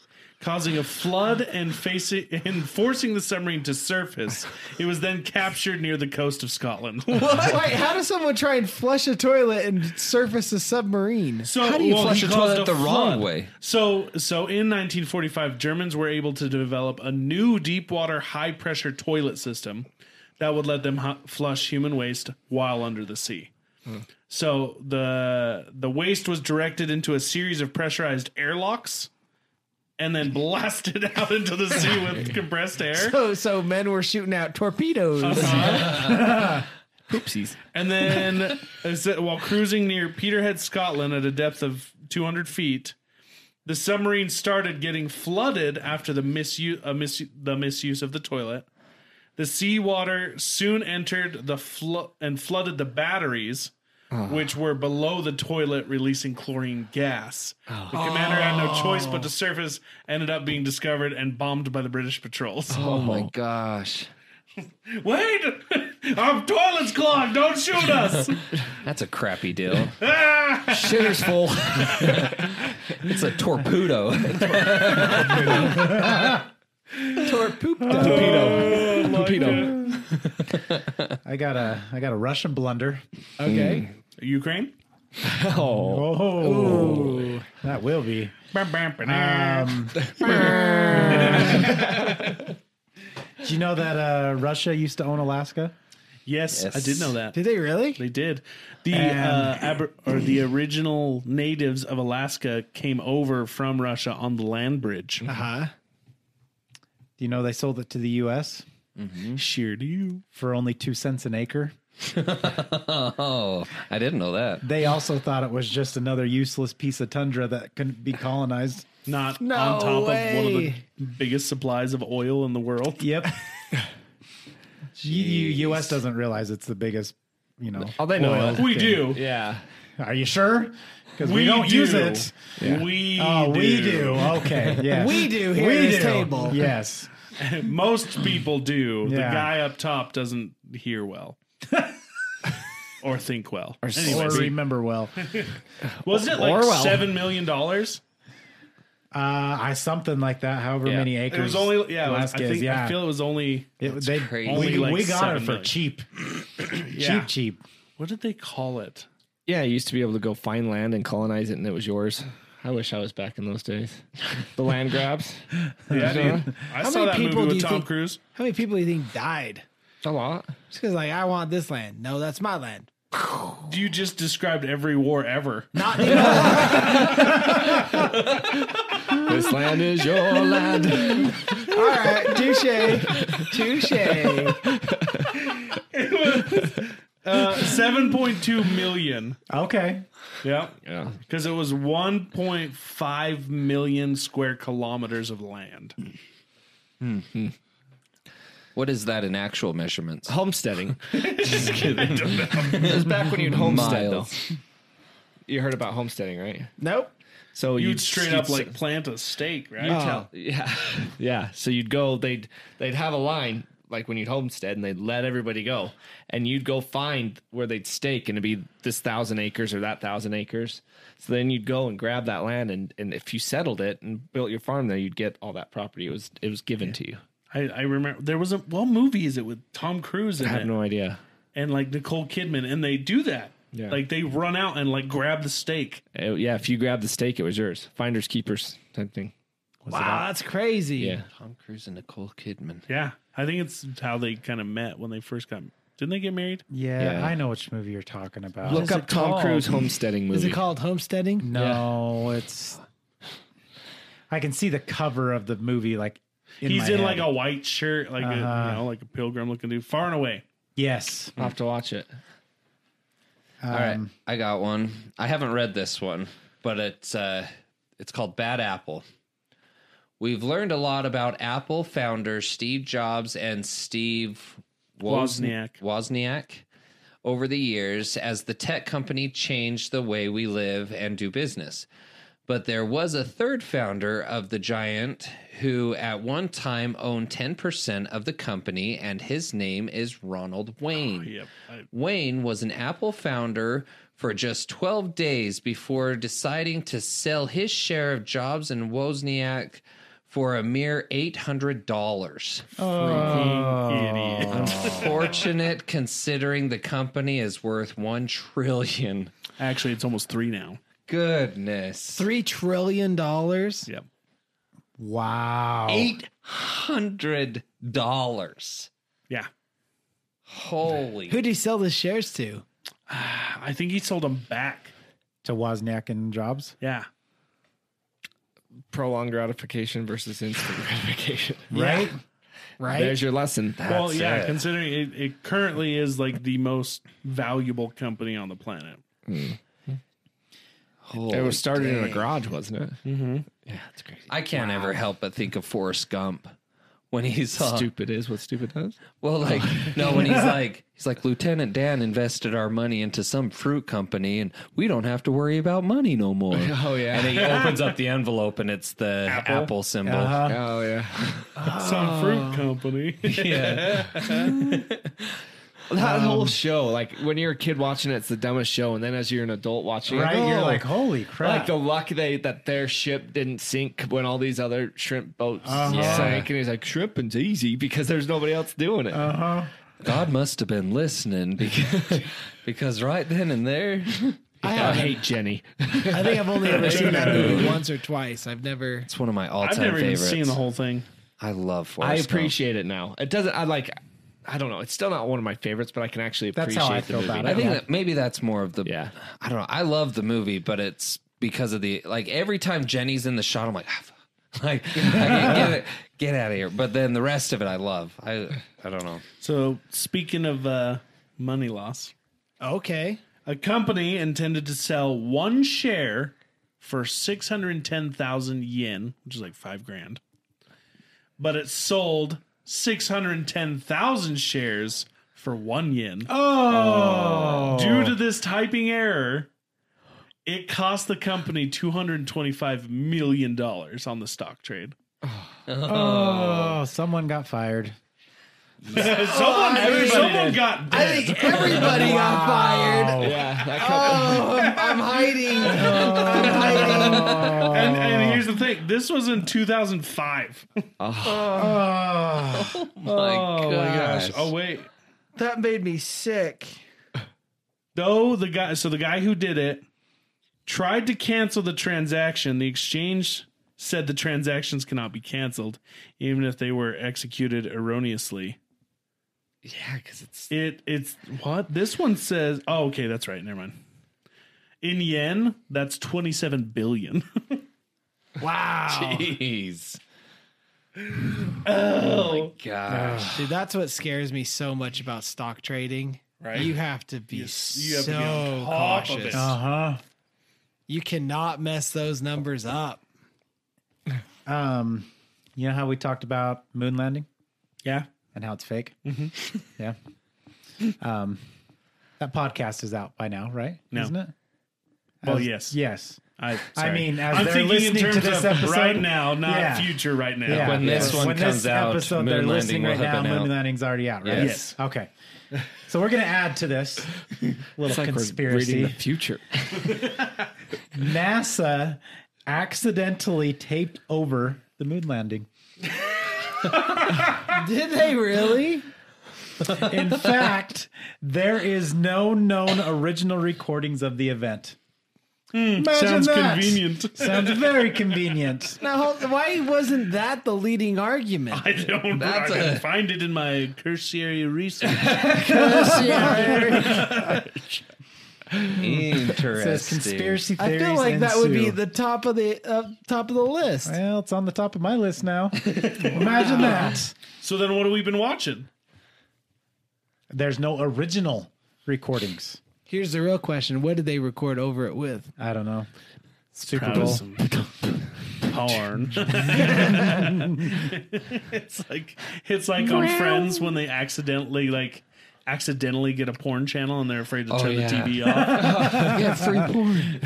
Speaker 3: causing a flood and facing and forcing the submarine to surface. It was then captured near the coast of Scotland.
Speaker 1: Wait, how does someone try and flush a toilet and surface a submarine?
Speaker 3: So,
Speaker 2: How do you flush
Speaker 3: he
Speaker 2: a
Speaker 3: caused
Speaker 2: toilet the wrong
Speaker 3: flood.
Speaker 2: way?
Speaker 3: So, so in 1945, Germans were able to develop a new deep water, high pressure toilet system that would let them hu- flush human waste while under the sea.
Speaker 2: Hmm.
Speaker 3: So the the waste was directed into a series of pressurized airlocks and then blasted out into the sea with compressed air.
Speaker 1: So, so men were shooting out torpedoes.
Speaker 3: Uh-huh.
Speaker 4: Oopsies.
Speaker 3: And then is that while cruising near Peterhead, Scotland at a depth of 200 feet, the submarine started getting flooded after the misuse, uh, mis- the misuse of the toilet. The seawater soon entered the flo- and flooded the batteries, which were below the toilet, releasing chlorine gas. The commander had no choice but to surface, ended up being discovered and bombed by the British patrols.
Speaker 2: Oh my gosh.
Speaker 3: Wait! Our toilet's clogged! Don't shoot us!
Speaker 2: That's a crappy deal.
Speaker 3: Ah!
Speaker 4: Shitter's full.
Speaker 2: It's a torpedo.
Speaker 1: Torpedo.
Speaker 3: Oh, my
Speaker 4: Torpedo.
Speaker 3: God.
Speaker 5: I got a I got a Russian blunder.
Speaker 1: Okay.
Speaker 3: Ukraine?
Speaker 4: Oh.
Speaker 5: Oh, that will be. Um, Do you know that uh, Russia used to own Alaska?
Speaker 3: yes, I did know that.
Speaker 1: Did they really?
Speaker 3: They did. The uh,
Speaker 5: And-
Speaker 3: aber- or the original natives of Alaska came over from Russia on the land bridge.
Speaker 1: Huh?
Speaker 5: Do you know they sold it to the U.S.
Speaker 1: Mm-hmm.
Speaker 3: Sheer to you.
Speaker 5: for only two cents an acre?
Speaker 2: oh, I didn't know that.
Speaker 5: They also thought it was just another useless piece of tundra that couldn't be colonized.
Speaker 3: Not
Speaker 1: No
Speaker 3: on top of one of
Speaker 1: way.
Speaker 3: the biggest supplies of oil in the world.
Speaker 5: Yep. You- you- U.S. doesn't realize it's the biggest. You know,
Speaker 4: Oh, they know it.
Speaker 3: We do.
Speaker 4: Yeah.
Speaker 5: are you sure? Because we,
Speaker 3: We
Speaker 5: don't
Speaker 3: do.
Speaker 5: use it.
Speaker 3: We,
Speaker 5: Oh,
Speaker 3: do.
Speaker 5: we do. Okay. Yes.
Speaker 1: We do here at this table.
Speaker 5: Yes.
Speaker 3: Most people do. The
Speaker 5: Yeah.
Speaker 3: guy up top doesn't hear well. or think well.
Speaker 5: Or
Speaker 3: Anyways,
Speaker 5: remember well.
Speaker 3: wasn't it like
Speaker 4: or well.
Speaker 3: seven million dollars?
Speaker 5: Uh, I something like that. However
Speaker 4: Yeah.
Speaker 5: many acres.
Speaker 3: It was only yeah. it was- I
Speaker 5: Alaska is,
Speaker 3: think
Speaker 5: yeah.
Speaker 3: I feel it was only
Speaker 5: It- they-
Speaker 2: crazy.
Speaker 5: We,
Speaker 3: Only like
Speaker 5: we got it
Speaker 3: seven
Speaker 5: for
Speaker 3: million.
Speaker 5: cheap,
Speaker 3: yeah.
Speaker 5: cheap, cheap.
Speaker 3: What did they call it?
Speaker 4: Yeah, you used to be able to go find land and colonize it, and it was yours. I wish I was back in those days. The land grabs.
Speaker 3: Yeah, dude. I
Speaker 1: How
Speaker 3: saw
Speaker 1: many
Speaker 3: that
Speaker 1: people
Speaker 3: movie
Speaker 1: do
Speaker 3: with
Speaker 1: you
Speaker 3: Tom
Speaker 1: think-
Speaker 3: Cruise.
Speaker 1: How many people do you think died?
Speaker 4: A lot.
Speaker 1: Just because, like, I want this land. No, that's my land.
Speaker 3: You just described every war ever.
Speaker 1: Not anymore.
Speaker 4: This land is your land.
Speaker 1: All right. Touche. Touche.
Speaker 3: Seven point two million.
Speaker 5: Okay,
Speaker 3: Yeah,
Speaker 4: Yeah.
Speaker 3: because it was one point five million square kilometers of land.
Speaker 2: What is that in actual measurements?
Speaker 4: Homesteading. Just kidding. it was back when you'd homestead,
Speaker 2: Miles.
Speaker 4: though. You heard about homesteading, right?
Speaker 1: Nope.
Speaker 4: So
Speaker 3: You'd
Speaker 4: you'd
Speaker 3: straight
Speaker 4: you'd
Speaker 3: up
Speaker 4: s-
Speaker 3: like plant a stake, right?
Speaker 1: Oh.
Speaker 4: yeah, yeah. So you'd go. They'd they'd have a line like when you'd homestead, and they'd let everybody go, and you'd go find where they'd stake, and it'd be this thousand acres or that thousand acres. So then you'd go and grab that land, and and if you settled it and built your farm there, you'd get all that property. It was it was given to you.
Speaker 3: I, I remember there was a what movie is it with Tom Cruise in
Speaker 4: I have
Speaker 3: it
Speaker 4: no idea.
Speaker 3: and like Nicole Kidman, and they do that.
Speaker 4: Yeah.
Speaker 3: Like they run out and like grab the stake.
Speaker 4: Uh, yeah, if you grabbed the stake, it was yours. Finders keepers type thing.
Speaker 1: Wow, that's crazy.
Speaker 4: Yeah,
Speaker 2: Tom Cruise and Nicole Kidman.
Speaker 3: Yeah, I think it's how they kind of met when they first got. Didn't they get married?
Speaker 5: yeah,
Speaker 4: Yeah.
Speaker 5: I know which movie you're talking about.
Speaker 4: look
Speaker 1: is
Speaker 4: up
Speaker 1: it
Speaker 4: Tom
Speaker 1: called?
Speaker 4: Cruise homesteading movie.
Speaker 1: Is it called homesteading?
Speaker 5: no, it's. I can see the cover of the movie, like in
Speaker 3: He's
Speaker 5: my
Speaker 3: in
Speaker 5: head.
Speaker 3: like a white shirt, like a,
Speaker 5: Uh-huh.
Speaker 3: you know, like a pilgrim looking dude, far and away.
Speaker 5: yes.
Speaker 4: I'll have to watch it.
Speaker 5: Um,
Speaker 2: All right, I got one. I haven't read this one, but it's uh, it's called Bad Apple. We've learned a lot about Apple founder Steve Jobs and Steve Woz-
Speaker 3: Wozniak.
Speaker 2: Wozniak over the years as the tech company changed the way we live and do business. But there was a third founder of the giant who at one time owned 10% of the company, and his name is Ronald Wayne.
Speaker 3: Oh, Yep. I-
Speaker 2: Wayne was an Apple founder for just 12 days before deciding to sell his share of Jobs and Wozniak for a mere $800.
Speaker 5: Oh.
Speaker 3: Idiot.
Speaker 2: Unfortunate considering the company is worth 1 trillion.
Speaker 3: Actually, it's almost three now.
Speaker 2: Goodness.
Speaker 1: Three trillion dollars.
Speaker 3: Yep.
Speaker 5: Wow.
Speaker 2: $800.
Speaker 3: Yeah.
Speaker 2: Holy.
Speaker 1: Who do you sell the shares to?
Speaker 3: I think he sold them back.
Speaker 5: to Wozniak and Jobs.
Speaker 3: Yeah.
Speaker 4: Prolonged gratification versus instant gratification.
Speaker 5: Right? Right?
Speaker 4: There's your lesson.
Speaker 3: well, yeah, considering it, it currently is like the most valuable company on the planet.
Speaker 4: it was started in a garage, wasn't it? Yeah, it's crazy.
Speaker 2: I can't ever help but think of Forrest Gump when he's uh,
Speaker 4: Stupid is what stupid does.
Speaker 3: Oh.
Speaker 2: well, like no, when he's like he's like Lieutenant Dan invested our money into some fruit company, and we don't have to worry about money no more.
Speaker 4: Oh yeah.
Speaker 2: And he opens up the envelope, and it's the apple, symbol.
Speaker 5: Uh-huh.
Speaker 4: oh yeah.
Speaker 5: Oh.
Speaker 3: Some fruit company.
Speaker 2: Yeah,
Speaker 4: That
Speaker 5: Um,
Speaker 4: whole show, like when you're a kid watching it, it's the dumbest show, and then as you're an adult watching,
Speaker 5: Right? You're
Speaker 4: oh,
Speaker 5: like, holy crap.
Speaker 4: like the luck they that their ship didn't sink when all these other shrimp boats
Speaker 5: Uh-huh.
Speaker 4: sank, and he's like, shrimping's easy because there's nobody else doing it.
Speaker 5: Uh-huh.
Speaker 2: God must have been listening because because right then and there,
Speaker 1: I,
Speaker 4: I
Speaker 1: have,
Speaker 4: hate Jenny.
Speaker 1: I think I've only ever seen that movie once or twice. I've never.
Speaker 2: it's one of my all
Speaker 3: I've
Speaker 2: time
Speaker 3: never
Speaker 2: favorites.
Speaker 3: even seen the whole thing.
Speaker 2: I love Forrest.
Speaker 4: I
Speaker 2: Gump.
Speaker 4: appreciate it now. It doesn't. I like. I don't know. It's still not one of my favorites, but I can actually appreciate
Speaker 5: That's how I
Speaker 4: the
Speaker 5: feel
Speaker 4: movie.
Speaker 5: about it.
Speaker 4: now.
Speaker 2: I think that maybe that's more of the.
Speaker 4: Yeah.
Speaker 2: I don't know. I love the movie, but it's because of the like every time Jenny's in the shot, I'm like, ah, fuck. like I can't get it, get out of here. But then the rest of it, I love. I I don't know.
Speaker 3: So speaking of uh, money loss,
Speaker 1: Okay.
Speaker 3: a company intended to sell one share for 610,000 yen, which is like five grand, but it sold 610,000 shares for one yen. Oh, due to this typing error, it cost the company 225 million dollars on the stock trade.
Speaker 5: oh, someone got fired.
Speaker 3: someone Oh, someone got
Speaker 1: I
Speaker 3: dead.
Speaker 1: think everybody got fired.
Speaker 4: Yeah, that
Speaker 1: Oh, I'm, I'm hiding. I'm hiding.
Speaker 3: and, and here's the thing this was in 2005.
Speaker 2: oh
Speaker 3: Oh, wait.
Speaker 1: That made me sick.
Speaker 3: Though the guy, so the guy who did it tried to cancel the transaction. The exchange said the transactions cannot be canceled, even if they were executed erroneously.
Speaker 4: yeah, because it's
Speaker 3: It it's what this one says. Oh, okay, that's right. Never mind. In yen, that's twenty seven billion.
Speaker 2: jeez. Oh my gosh.
Speaker 1: Dude, that's what scares me so much about stock trading.
Speaker 3: Right.
Speaker 1: You have to be
Speaker 3: you have
Speaker 1: so
Speaker 3: to be on top of
Speaker 1: cautious.
Speaker 3: it.
Speaker 5: Uh
Speaker 3: Uh-huh.
Speaker 5: huh.
Speaker 1: You cannot mess those numbers up.
Speaker 5: Um, you know how we talked about moon landing
Speaker 3: yeah,
Speaker 5: and how it's fake?
Speaker 3: Mm-hmm.
Speaker 5: yeah. Um, that podcast is out by now, right?
Speaker 3: No.
Speaker 5: Isn't it?
Speaker 3: Well,
Speaker 5: As-
Speaker 3: yes.
Speaker 5: Yes.
Speaker 3: I
Speaker 5: I mean, as
Speaker 3: I'm
Speaker 5: they're
Speaker 3: thinking in
Speaker 5: listening
Speaker 3: terms
Speaker 5: to this
Speaker 3: of
Speaker 5: episode
Speaker 3: right now, not
Speaker 5: Yeah.
Speaker 3: future right now.
Speaker 5: Yeah.
Speaker 2: When this one comes out, moon
Speaker 5: they're
Speaker 2: landing
Speaker 5: listening
Speaker 2: will
Speaker 5: right
Speaker 2: have
Speaker 5: now.
Speaker 2: been out.
Speaker 5: Moon landing's already out, right?
Speaker 3: Yes.
Speaker 5: Okay. So we're gonna add to this little
Speaker 4: like
Speaker 5: conspiracy.
Speaker 4: reading the future.
Speaker 5: NASA accidentally taped over the moon landing.
Speaker 1: Did they really?
Speaker 5: In fact, there is no known original recordings of the event. Imagine
Speaker 3: Hmm. Sounds
Speaker 5: that.
Speaker 3: convenient.
Speaker 5: Sounds very convenient.
Speaker 1: Now, hold- why wasn't that the leading argument?
Speaker 3: I don't.
Speaker 2: That's
Speaker 3: I didn't
Speaker 2: a-
Speaker 3: find it in my cursory research.
Speaker 5: Says
Speaker 2: Interesting.
Speaker 5: conspiracy
Speaker 1: I
Speaker 5: theories.
Speaker 1: feel like that would be
Speaker 5: ensue.
Speaker 1: the top of the uh, top of the list.
Speaker 5: Well, it's on the top of my list now. Imagine that.
Speaker 3: so then, what have we been watching?
Speaker 5: There's no original recordings.
Speaker 1: Here's the real question: What did they record over it with?
Speaker 5: I don't know. Super Bowl.
Speaker 3: porn. it's like it's like on Friends when they accidentally like accidentally get a porn channel and they're afraid to turn
Speaker 2: Oh, yeah.
Speaker 3: the TV off.
Speaker 1: Yeah, free porn.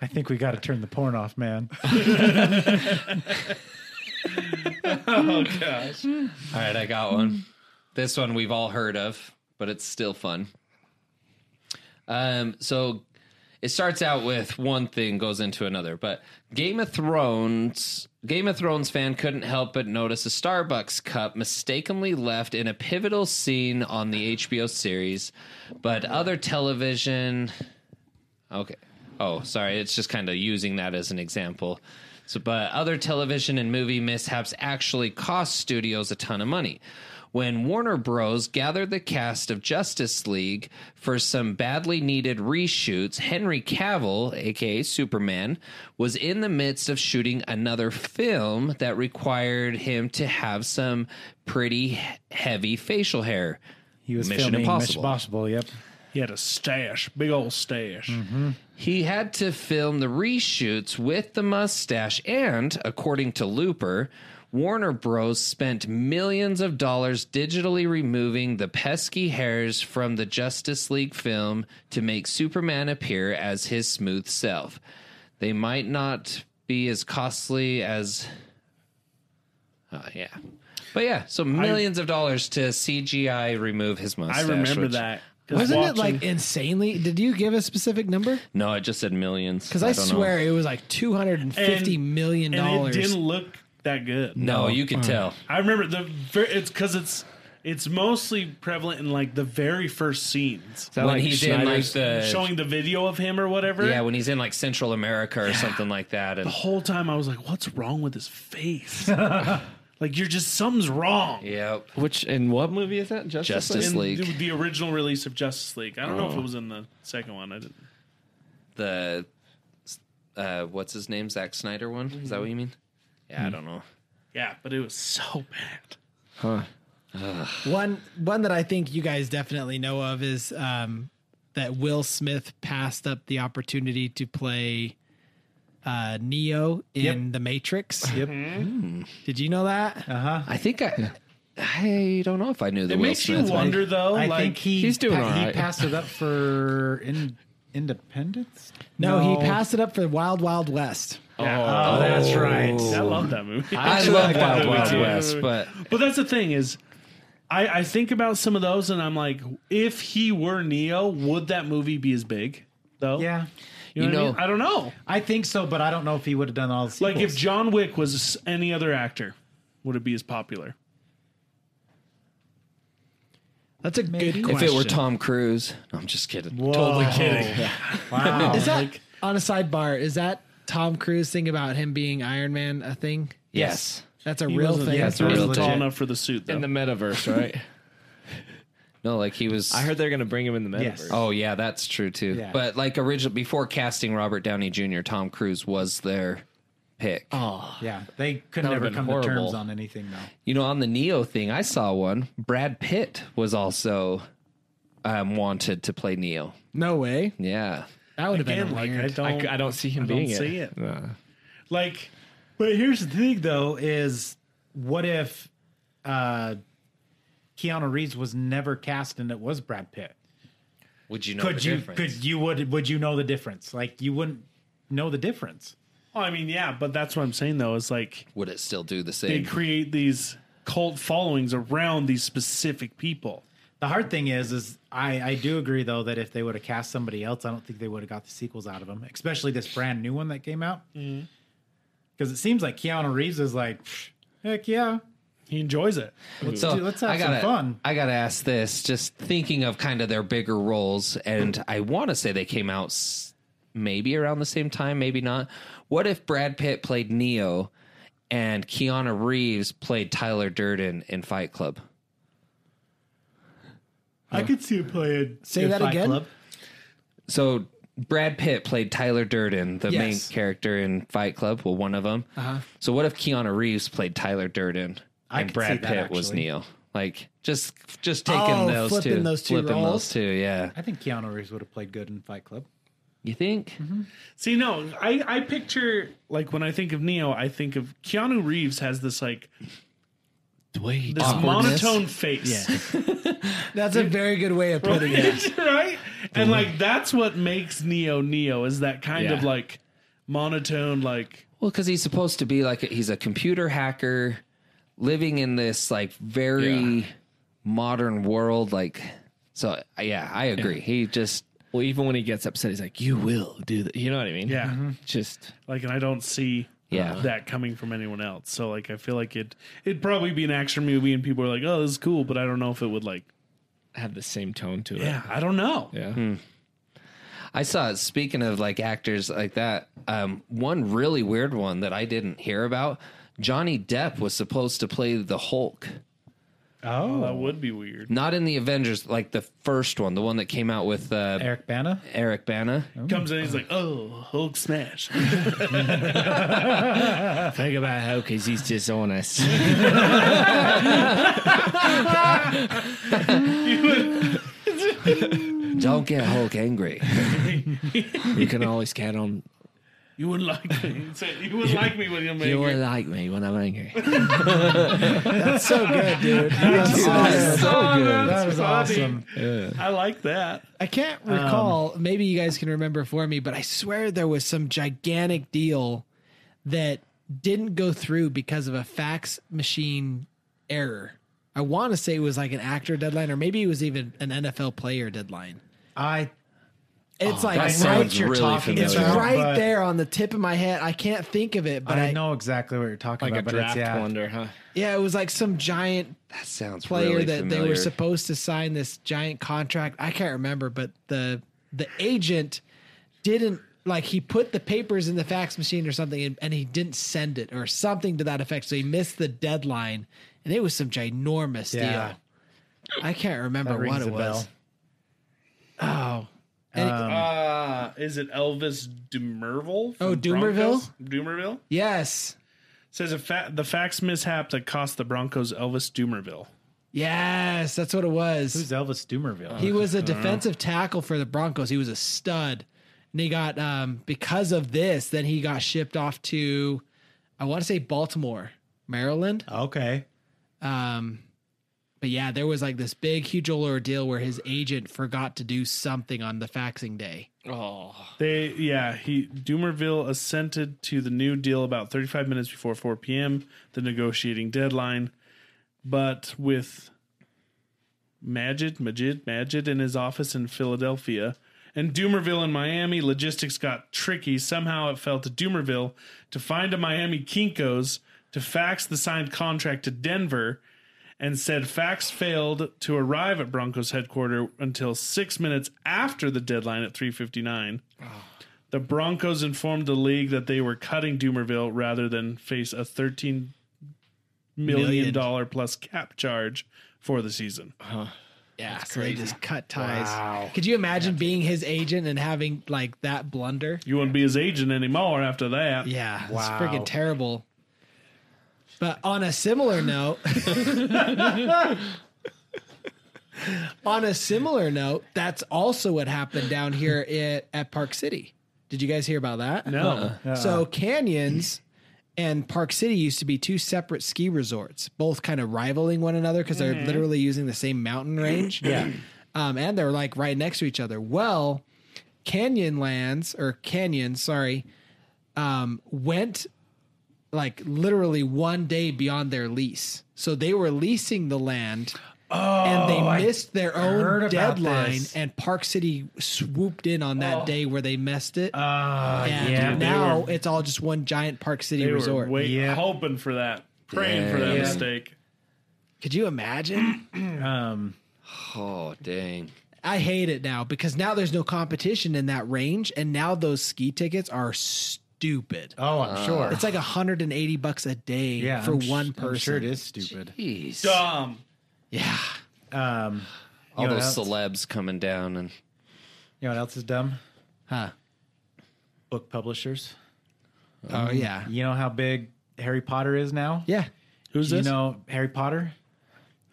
Speaker 5: I think we got to turn the porn off, man.
Speaker 2: All right, I got one. This one we've all heard of, but it's still fun. Um, so it starts out with one thing goes into another, but Game of Thrones Game of Thrones fan couldn't help but notice a Starbucks cup mistakenly left in a pivotal scene on the HBO series, but other television Okay. Oh, sorry. It's just kind of using that as an example. So, but other television and movie mishaps actually cost studios a ton of money. when Warner Bros. gathered the cast of Justice League for some badly needed reshoots, Henry Cavill, aka Superman, was in the midst of shooting another film that required him to have some pretty he- heavy facial hair.
Speaker 5: He was
Speaker 2: Mission
Speaker 5: filming
Speaker 2: Impossible.
Speaker 5: Mission Impossible. Yep.
Speaker 3: He had a stash, big old stash.
Speaker 2: He had to film the reshoots with the mustache, and according to Looper, Warner Bros. spent millions of dollars digitally removing the pesky hairs from the Justice League film to make Superman appear as his smooth self. They might not be as costly as. Uh, yeah. But yeah, so millions of dollars to CGI remove his
Speaker 3: I
Speaker 2: mustache.
Speaker 3: remember
Speaker 2: which-
Speaker 3: that. 'cause
Speaker 1: Wasn't it
Speaker 3: watching-
Speaker 1: like insanely? Did you give a specific number?
Speaker 2: No, it just said millions.
Speaker 1: Because I,
Speaker 2: don't know.
Speaker 1: swear it was like two hundred and fifty million
Speaker 3: and it
Speaker 1: dollars.
Speaker 3: didn't look that good.
Speaker 2: No, you can tell.
Speaker 3: I remember the ver- it's because it's it's mostly prevalent in like the very first scenes,
Speaker 4: that
Speaker 2: when
Speaker 4: like
Speaker 2: he's in like
Speaker 4: Schneider's-
Speaker 2: the
Speaker 3: showing the video of him or whatever.
Speaker 2: yeah when he's in like Central America or something like that, and
Speaker 3: the whole time I was like, "What's wrong with his face?" like you're just something's wrong.
Speaker 2: yep,
Speaker 4: Which in what movie is that? Justice,
Speaker 2: Justice
Speaker 3: In
Speaker 2: League. Oh.
Speaker 3: the- the original release of Justice League. I don't know if it was in the second one. I didn't.
Speaker 2: the uh, what's his name, Zack Snyder one? Is that what you mean? Yeah, I don't know.
Speaker 3: Yeah, but it was so bad.
Speaker 1: One one that I think you guys definitely know of is um, that Will Smith passed up the opportunity to play uh, Neo in The Matrix. Yep.
Speaker 2: Mm-hmm.
Speaker 1: Did you know that?
Speaker 2: I think I, I don't know if I knew the
Speaker 3: It
Speaker 2: Will
Speaker 3: makes
Speaker 2: Smith
Speaker 3: you
Speaker 2: one.
Speaker 3: wonder though.
Speaker 5: I
Speaker 3: like
Speaker 5: think he
Speaker 4: he's doing all
Speaker 5: He
Speaker 4: right.
Speaker 5: passed it up for in, Independence.
Speaker 1: no, he passed it up for Wild Wild West.
Speaker 5: Oh, that's right.
Speaker 3: I love that movie.
Speaker 2: I love
Speaker 3: that
Speaker 2: Wild
Speaker 3: movie
Speaker 2: Wild
Speaker 3: too.
Speaker 2: West, but
Speaker 3: But that's the thing is, I, I think about some of those and I'm like, if he were Neo, would that movie be as big? Though,
Speaker 5: Yeah,
Speaker 3: you know,
Speaker 2: You
Speaker 3: what I, mean?
Speaker 2: know-
Speaker 3: I don't know.
Speaker 5: I think so, but I don't know if he would have done all the
Speaker 3: Like if
Speaker 5: sequels.
Speaker 3: John Wick was any other actor, would it be as popular?
Speaker 1: That's a good
Speaker 2: if
Speaker 1: question.
Speaker 2: it were Tom Cruise, no, I'm just kidding.
Speaker 3: Oh.
Speaker 5: totally kidding. Wow.
Speaker 1: is that on a sidebar? Is that Tom Cruise thing about him being Iron Man a thing?
Speaker 2: Yes.
Speaker 1: That's a
Speaker 5: He
Speaker 1: real
Speaker 5: wasn't-
Speaker 1: thing.
Speaker 5: yeah,
Speaker 1: Yeah,
Speaker 5: it's a real
Speaker 2: Real
Speaker 5: legit.
Speaker 3: Tall enough for the suit, though.
Speaker 4: in the metaverse, right?
Speaker 2: no, like he was.
Speaker 4: I heard they're gonna bring him in the metaverse.
Speaker 5: Yes.
Speaker 2: Oh yeah, that's true too.
Speaker 5: Yeah.
Speaker 2: But like original before casting Robert Downey Jr., Tom Cruise was their pick.
Speaker 5: Yeah, they could
Speaker 4: would've
Speaker 5: never
Speaker 4: been
Speaker 5: come to
Speaker 4: horrible.
Speaker 5: terms on anything though.
Speaker 2: You know, on the Neo thing, I saw one. Brad Pitt was also um, wanted to play Neo.
Speaker 1: No way.
Speaker 2: Yeah.
Speaker 1: That would have been
Speaker 3: Again,
Speaker 1: a
Speaker 3: like I
Speaker 1: weird.
Speaker 3: don't,
Speaker 4: I, c- I don't see him
Speaker 3: I
Speaker 4: being
Speaker 3: don't
Speaker 4: it.
Speaker 3: see it.
Speaker 4: No.
Speaker 3: like
Speaker 5: But here's the thing though: is what if uh, Keanu Reeves was never cast and it was Brad Pitt?
Speaker 2: Would you know
Speaker 5: Could you could you would would you know the difference? Like you wouldn't know the difference.
Speaker 3: Oh, I mean, yeah, but that's what I'm saying though. Is like
Speaker 2: Would it still do the
Speaker 3: they
Speaker 2: same?
Speaker 3: create these cult followings around these specific people.
Speaker 5: The hard thing is, is I I do agree though that if they would have cast somebody else, I don't think they would have got the sequels out of them, especially this brand new one that came out. Because it seems like Keanu Reeves is like, "Psh, heck yeah,
Speaker 3: He enjoys it.
Speaker 2: so
Speaker 5: dude, let's have
Speaker 2: I
Speaker 5: some
Speaker 2: gotta,
Speaker 5: fun.
Speaker 2: I gotta ask this. Just thinking of kind of their bigger roles, and I want to say they came out s- maybe around the same time, maybe not. What if Brad Pitt played Neo, and Keanu Reeves played Tyler Durden in Fight Club?
Speaker 5: I could see him playing.
Speaker 1: Say that again?
Speaker 2: so Brad Pitt played Tyler Durden, the main
Speaker 1: Yes.
Speaker 2: character in Fight Club, well, one of them.
Speaker 4: Uh-huh.
Speaker 2: So what if Keanu Reeves played Tyler Durden
Speaker 5: I
Speaker 2: and
Speaker 5: could see
Speaker 2: Brad
Speaker 5: that,
Speaker 2: Pitt was
Speaker 5: actually.
Speaker 2: Neo? Like just just taking
Speaker 1: Oh,
Speaker 2: those,
Speaker 1: flipping
Speaker 2: two,
Speaker 1: those two
Speaker 2: flipping
Speaker 1: roles?
Speaker 2: those two. Yeah,
Speaker 5: I think Keanu Reeves would have played good in Fight Club.
Speaker 2: you think?
Speaker 4: Mm-hmm.
Speaker 3: See, no, I, I picture like when I think of Neo, I think of Keanu Reeves has this like
Speaker 2: Wait,
Speaker 3: this monotone face,
Speaker 1: That's a very good way of putting it.
Speaker 3: right? And like that's what makes Neo Neo is that kind of
Speaker 4: Yeah.
Speaker 3: like monotone, like
Speaker 2: Well, because he's supposed to be like a, he's a computer hacker, living in this like very
Speaker 4: Yeah.
Speaker 2: modern world. Like, so yeah, I agree. He just
Speaker 4: Well, even when he gets upset, he's like, "You will do that." You know what I mean?
Speaker 3: yeah,
Speaker 4: Just
Speaker 3: like, and I don't see.
Speaker 2: Yeah.
Speaker 3: that coming from anyone else. So like, I feel like it it'd probably be an action movie, and people are like, "Oh, this is cool," but I don't know if it would like.
Speaker 4: have the same tone to it.
Speaker 3: Yeah, I don't know.
Speaker 4: Yeah.
Speaker 2: I saw. Speaking of like actors like that, um, one really weird one that I didn't hear about. Johnny Depp was supposed to play the Hulk,
Speaker 5: Oh,
Speaker 3: That would be weird.
Speaker 2: Not in the Avengers, like the first one, the one that came out with uh, Eric.
Speaker 5: Eric Bana.
Speaker 2: Bana.
Speaker 3: Comes in, he's like, "Oh, Hulk smash!"
Speaker 4: Think about how because he's dishonest.
Speaker 2: Don't get Hulk angry.
Speaker 4: you can always count on.
Speaker 3: You wouldn't like me. He said, You wouldn't like me when you're
Speaker 4: You will
Speaker 3: making.
Speaker 4: like me when I'm angry.
Speaker 1: That's so good, dude.
Speaker 5: That's awesome. That
Speaker 3: Oh, That's
Speaker 5: is
Speaker 3: awesome.
Speaker 5: awesome.
Speaker 3: I like that.
Speaker 1: I can't recall. maybe you guys can remember for me, but I swear there was some gigantic deal that didn't go through because of a fax machine error. I want to say it was like an actor deadline, or maybe it was even an NFL player deadline.
Speaker 5: I
Speaker 1: It's like
Speaker 2: Oh, that
Speaker 1: right,
Speaker 2: sounds really familiar.
Speaker 1: it's
Speaker 5: about,
Speaker 1: right
Speaker 5: but
Speaker 1: there on the tip of my head. I can't think of it, but I,
Speaker 5: I know exactly what you're talking
Speaker 4: Like a
Speaker 5: about. but it's,
Speaker 4: draft
Speaker 5: yeah.
Speaker 4: wonder, huh?
Speaker 1: Yeah, it was like some giant
Speaker 2: That sounds
Speaker 1: player
Speaker 2: really
Speaker 1: that
Speaker 2: familiar.
Speaker 1: they were supposed to sign this giant contract. I can't remember, but the the agent didn't like he put the papers in the fax machine or something and, and he didn't send it or something to that effect. So he missed the deadline and it was some ginormous
Speaker 5: Yeah.
Speaker 1: deal. I can't
Speaker 5: That
Speaker 1: remember
Speaker 5: rings
Speaker 1: what it
Speaker 5: a bell.
Speaker 1: was. Oh. And it-
Speaker 5: Um,
Speaker 3: Uh, is it Elvis Dumervil? from
Speaker 1: Oh, Dumervil?
Speaker 3: Broncos? Dumervil
Speaker 1: yes.
Speaker 3: says a fa- the fax mishap that cost the Broncos Elvis Dumervil.
Speaker 1: Yes, that's what it was.
Speaker 5: Who's Elvis Dumervil?
Speaker 1: He was a defensive tackle for the Broncos. He was a stud. And he got um because of this, then he got shipped off to I want to say Baltimore, Maryland.
Speaker 5: okay.
Speaker 1: Um but yeah, there was like this big huge old ordeal where his agent forgot to do something on the faxing day.
Speaker 4: Oh,
Speaker 3: They yeah, he Doomerville assented to the new deal about 35 minutes before 4 p.m., the negotiating deadline, but with Majid, Majid, Majid in his office in Philadelphia and Doomerville in Miami, logistics got tricky. Somehow it fell to Doomerville to find a Miami Kinko's to fax the signed contract to Denver and said fax failed to arrive at Broncos headquarters until 6 minutes after the deadline at 359. The Broncos informed the league that they were cutting Doomerville rather than face a 13 million dollar plus cap charge for the season.
Speaker 1: Yeah, so they just cut ties. Could you imagine being his agent and having like that blunder?
Speaker 3: You wouldn't be his agent anymore after that.
Speaker 1: Yeah, it's
Speaker 5: Wow.
Speaker 1: freaking terrible. But on a similar note, on a similar note, that's also what happened down here at, at Park City. Did you guys hear about that?
Speaker 3: No.
Speaker 5: Uh-uh.
Speaker 1: So canyons and Park City used to be two separate ski resorts, both kind of rivaling one another because they're literally using the same mountain range. Yeah. Um, and they're like right next to each other. Well, Canyonlands or Canyon, sorry, um, went like literally one day beyond their lease. So they were leasing the land and they missed their
Speaker 5: Oh, heard
Speaker 1: own
Speaker 5: about
Speaker 1: deadline
Speaker 5: this. Oh.
Speaker 1: and Park City swooped in on that day where they messed it.
Speaker 5: Uh,
Speaker 1: And
Speaker 5: yeah.
Speaker 1: now it's all just one giant Park City
Speaker 3: They
Speaker 1: resort.
Speaker 3: were wait,
Speaker 5: Yeah.
Speaker 3: hoping for that, praying for that mistake.
Speaker 1: Could you imagine?
Speaker 5: Um,
Speaker 2: oh dang!
Speaker 1: I hate it now because now there's no competition in that range, and now those ski tickets are stupid.
Speaker 5: oh, I'm
Speaker 4: Uh,
Speaker 5: sure.
Speaker 1: It's like 180 bucks a day
Speaker 5: yeah,
Speaker 1: for
Speaker 5: I'm sh-
Speaker 1: one
Speaker 5: I'm
Speaker 1: person.
Speaker 5: sure it is stupid.
Speaker 2: Jeez.
Speaker 3: Dumb.
Speaker 1: Yeah.
Speaker 5: Um,
Speaker 2: All
Speaker 5: You know
Speaker 2: those
Speaker 5: what
Speaker 2: celebs coming down and
Speaker 5: you know what else is dumb?
Speaker 1: Huh.
Speaker 5: Book publishers. Mm.
Speaker 1: Oh yeah.
Speaker 5: You know how big Harry Potter is now?
Speaker 1: Yeah.
Speaker 3: Who's
Speaker 5: You
Speaker 3: this?
Speaker 5: know Harry Potter?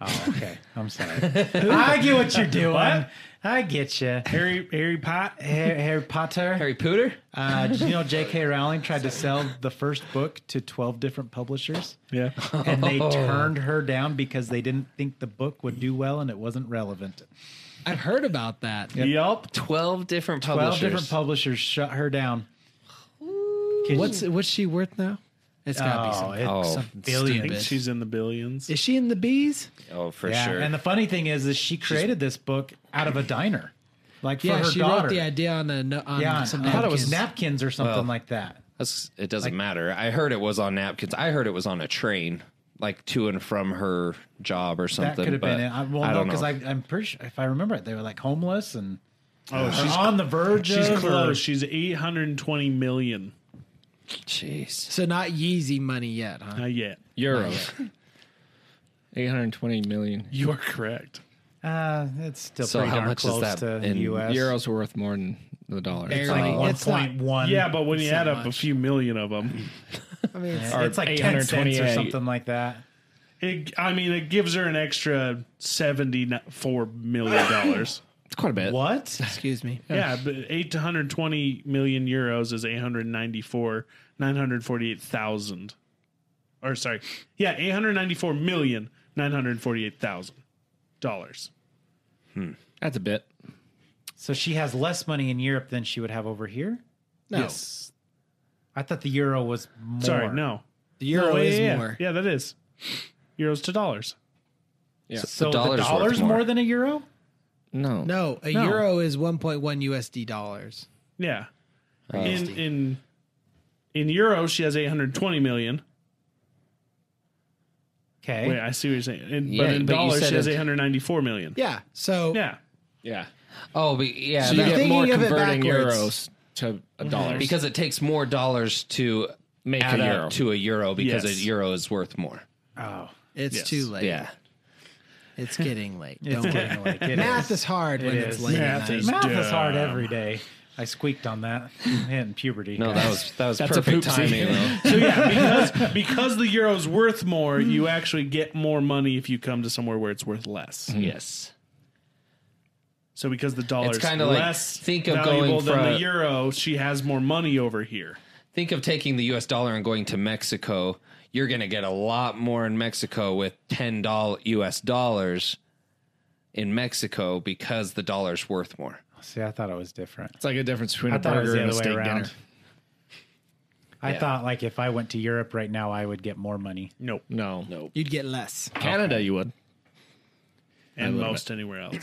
Speaker 5: Oh, okay. I'm sorry. I get what you're doing. I get you.
Speaker 3: Harry Harry Pot.
Speaker 5: Harry, Harry Potter.
Speaker 2: Harry Pooter.
Speaker 5: Uh, did you know J.K. Rowling tried to sell the first book to 12 different publishers?
Speaker 3: Yeah.
Speaker 5: And they
Speaker 1: Oh.
Speaker 5: turned her down because they didn't think the book would do well and it wasn't relevant.
Speaker 1: I've heard about that.
Speaker 3: Yup.
Speaker 2: Twelve different
Speaker 5: 12
Speaker 2: publishers.
Speaker 5: different publishers shut her down.
Speaker 1: What's what's she worth now? It's gotta be
Speaker 5: Oh,
Speaker 1: something.
Speaker 5: it's
Speaker 2: Oh,
Speaker 5: something
Speaker 3: I
Speaker 5: billion.
Speaker 3: think she's in the billions.
Speaker 1: Is she in the bees?
Speaker 2: oh, for
Speaker 5: Yeah.
Speaker 2: sure.
Speaker 5: And the funny thing is, is she created this book out of a diner, like for
Speaker 1: Yeah,
Speaker 5: her
Speaker 1: she
Speaker 5: daughter.
Speaker 1: wrote the idea on a no- on
Speaker 5: yeah,
Speaker 1: some
Speaker 5: I thought it was
Speaker 1: napkins.
Speaker 5: napkins or something
Speaker 2: Well,
Speaker 5: like that.
Speaker 2: That's, it doesn't matter. I heard it was on napkins. I heard it was on a train, like to and from her job or something.
Speaker 5: That could have
Speaker 2: but
Speaker 5: been it. I, well,
Speaker 2: I
Speaker 5: no,
Speaker 2: don't
Speaker 5: because
Speaker 2: know.
Speaker 5: I'm pretty sure if I remember it, they were like homeless and
Speaker 3: Oh,
Speaker 5: or
Speaker 3: she's
Speaker 5: on the verge.
Speaker 3: she's
Speaker 5: of, uh,
Speaker 3: close. She's 820 million.
Speaker 2: Jeez.
Speaker 1: So not Yeezy money yet, huh?
Speaker 3: Not yet.
Speaker 4: euros. 820 million
Speaker 3: You are correct.
Speaker 5: Uh, it's still
Speaker 2: So
Speaker 5: pretty
Speaker 2: how
Speaker 5: darn
Speaker 2: much is
Speaker 5: close
Speaker 2: that
Speaker 5: to
Speaker 2: in
Speaker 5: U.S.
Speaker 4: euros are worth more than the dollar.
Speaker 1: Barely.
Speaker 4: It's
Speaker 5: Like
Speaker 1: Oh. It's not-
Speaker 5: 1.1.
Speaker 3: Yeah, but when you
Speaker 1: not
Speaker 3: add up a
Speaker 1: much.
Speaker 3: few million of them,
Speaker 1: I mean, it's,
Speaker 5: it's like 10 cents or
Speaker 4: 828.
Speaker 5: something like that.
Speaker 3: it, I mean, it gives her an extra seventy-four million dollars.
Speaker 4: it's quite a bit.
Speaker 5: What?
Speaker 1: excuse me.
Speaker 3: yeah, but eight to hundred twenty million euros is eight hundred ninety-four nine hundred forty-eight thousand. Or sorry, yeah, eight hundred ninety-four million nine hundred forty-eight thousand dollars.
Speaker 4: That's a bit.
Speaker 5: So she has less money in Europe than she would have over here? Oh,
Speaker 1: No,
Speaker 3: Yes.
Speaker 5: I thought the euro was more.
Speaker 3: Sorry, no.
Speaker 1: the euro
Speaker 3: Oh, yeah,
Speaker 1: is
Speaker 3: yeah.
Speaker 1: more.
Speaker 3: Yeah, that is euros to dollars.
Speaker 5: So the
Speaker 2: dollar's
Speaker 5: dollar's,
Speaker 2: worth
Speaker 5: more.
Speaker 2: more.
Speaker 5: than a euro?
Speaker 4: No.
Speaker 1: No, a
Speaker 3: No.
Speaker 1: euro is 1.1 USD dollars.
Speaker 3: Yeah. in in in euro, she has eight hundred twenty million.
Speaker 5: Okay.
Speaker 3: Wait, I see what you're saying. In,
Speaker 2: Yeah,
Speaker 3: but in
Speaker 2: but you
Speaker 3: dollars,
Speaker 2: said
Speaker 3: she has
Speaker 2: it-
Speaker 3: eight hundred ninety-four million.
Speaker 1: Yeah. So
Speaker 3: Yeah.
Speaker 4: Yeah.
Speaker 2: Oh, but yeah,
Speaker 4: So you
Speaker 2: that-
Speaker 1: You're
Speaker 4: get more
Speaker 1: thinking of it
Speaker 4: converting
Speaker 1: backwards.
Speaker 4: euros to a dollar.
Speaker 2: because it takes more dollars to
Speaker 4: Make
Speaker 2: add
Speaker 4: a
Speaker 2: up
Speaker 4: euro.
Speaker 2: to a euro because
Speaker 3: Yes.
Speaker 2: a euro is worth more.
Speaker 5: oh.
Speaker 1: it's
Speaker 3: Yes.
Speaker 1: too late.
Speaker 2: Yeah.
Speaker 1: It's getting late.
Speaker 5: It's
Speaker 1: Don't worry.
Speaker 5: getting like it
Speaker 1: Math
Speaker 5: is.
Speaker 1: is hard when
Speaker 5: It
Speaker 1: it's
Speaker 5: is.
Speaker 1: late. at
Speaker 3: Math
Speaker 1: night.
Speaker 3: is-
Speaker 5: Math is hard
Speaker 3: dumb.
Speaker 5: every day. I squeaked on that in puberty.
Speaker 2: No, that was that was
Speaker 4: That's a
Speaker 2: perfect
Speaker 4: poopsie.
Speaker 2: timing though.
Speaker 3: So yeah, because because the euro's worth more, you actually get more money if you come to somewhere where it's worth less.
Speaker 2: yes.
Speaker 3: So because the dollar's
Speaker 2: kinda like,
Speaker 3: less
Speaker 2: think of
Speaker 3: valuable
Speaker 2: going
Speaker 3: than
Speaker 2: from-
Speaker 3: the euro, she has more money over here.
Speaker 2: Think of taking the US dollar and going to Mexico. You're going to get a lot more in Mexico with 10 doll- US dollars in Mexico because the dollar's worth more.
Speaker 5: See, I thought it was different.
Speaker 4: it's like a difference between
Speaker 5: I
Speaker 4: a
Speaker 5: thought it was
Speaker 4: burger
Speaker 5: the
Speaker 4: and a
Speaker 5: other way
Speaker 4: steak
Speaker 5: around.
Speaker 4: dinner.
Speaker 5: I thought like if I went to Europe right now, I would get more money.
Speaker 3: Nope.
Speaker 4: No. No.
Speaker 1: You'd get less.
Speaker 4: Canada, you would.
Speaker 3: And most anywhere else.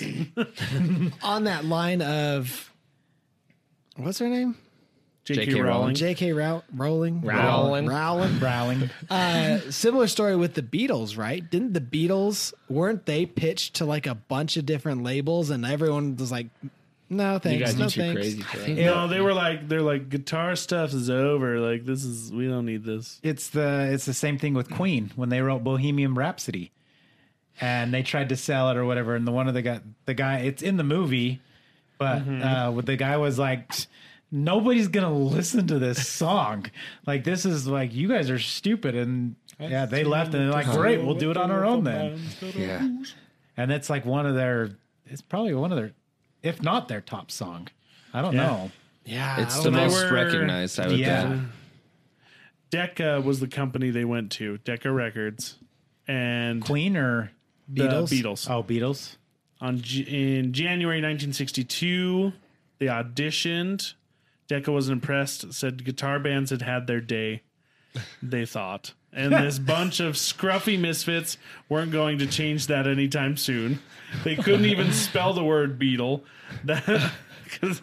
Speaker 1: On that line of what's her name?
Speaker 3: JK,
Speaker 2: Rowling.
Speaker 3: Rowling.
Speaker 1: J.K. Row- Rowling.
Speaker 4: Rowling.
Speaker 1: Rowling.
Speaker 5: Browling.
Speaker 1: Uh, similar story with the Beatles, right? Didn't the Beatles weren't they pitched to like a bunch of different labels and everyone was like, "No
Speaker 4: You
Speaker 1: thanks,
Speaker 4: guys
Speaker 1: no
Speaker 4: are too
Speaker 1: thanks."
Speaker 4: crazy for that.
Speaker 3: No, they were like they're like guitar stuff is over. Like this is we don't need this.
Speaker 5: it's the it's the same thing with Queen when they wrote Bohemian Rhapsody, and they tried to sell it or whatever. And the one of the guy, the guy, it's in the movie, but uh, what the guy was like, nobody's gonna listen to this song. like this is like you guys are stupid. And yeah, they left and they're like, great, we'll do it on our own then.
Speaker 2: Yeah.
Speaker 5: And it's like one of their, it's probably one of their, if not their top song. I don't know.
Speaker 1: Yeah,
Speaker 2: It's
Speaker 1: I
Speaker 2: the
Speaker 1: don't know.
Speaker 2: most
Speaker 3: were-
Speaker 2: recognized, I would
Speaker 5: Yeah.
Speaker 2: think.
Speaker 3: Decca was the company they went to, Decca Records, and
Speaker 5: Queen or
Speaker 3: the
Speaker 1: Beatles?
Speaker 3: Beatles.
Speaker 5: oh Beatles.
Speaker 3: On J- in January 1962, they auditioned. Decca wasn't impressed. Said guitar bands had had their day. They thought, and this bunch of scruffy misfits weren't going to change that anytime soon. They couldn't even spell the word beetle. That, 'cause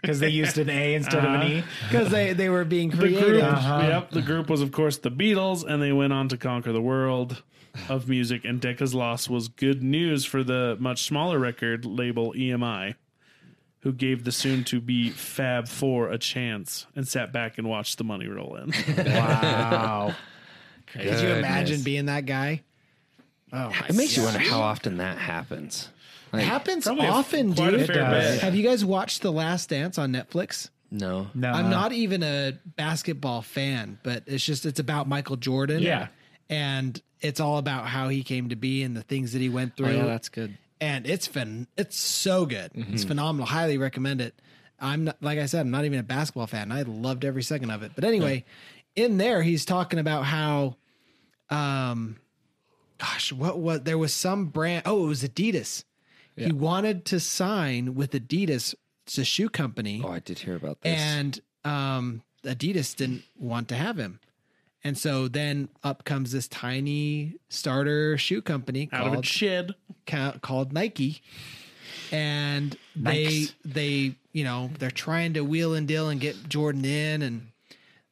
Speaker 5: Because they used an A instead of an E.
Speaker 1: because they they were being
Speaker 3: the group,
Speaker 1: creative.
Speaker 3: yep, the group was of course the Beatles, and they went on to conquer the world of music. And Decca's loss was good news for the much smaller record label EMI, who gave the soon-to-be Fab Four a chance and sat back and watched the money roll in.
Speaker 5: Wow.
Speaker 1: Could you imagine being that guy?
Speaker 2: It makes you wonder how often that happens.
Speaker 1: It happens
Speaker 3: Probably a-
Speaker 1: often,
Speaker 3: quite a
Speaker 1: dude.
Speaker 3: fair It
Speaker 5: does. bit.
Speaker 1: Have you guys watched The Last Dance on Netflix?
Speaker 2: No.
Speaker 5: no,
Speaker 1: I'm not even a basketball fan, but it's just it's about Michael Jordan.
Speaker 5: Yeah.
Speaker 1: And it's all about how he came to be and the things that he went through.
Speaker 4: yeah, that's good.
Speaker 1: and it's been it's so good.
Speaker 3: Mm-hmm.
Speaker 1: It's phenomenal. Highly recommend it. I'm not like I said, I'm not even a basketball fan. I loved every second of it. But anyway, in there he's talking about how um gosh, what was there was some brand oh, it was Adidas. He wanted to sign with Adidas, it's a shoe company
Speaker 2: Oh, I did hear about this.
Speaker 1: and um, Adidas didn't want to have him. And so then up comes this tiny starter shoe company
Speaker 3: Out of
Speaker 1: called
Speaker 3: a shed.
Speaker 1: ca- called Nike, and they
Speaker 5: Nikes.
Speaker 1: they you know they're trying to wheel and deal and get Jordan in, and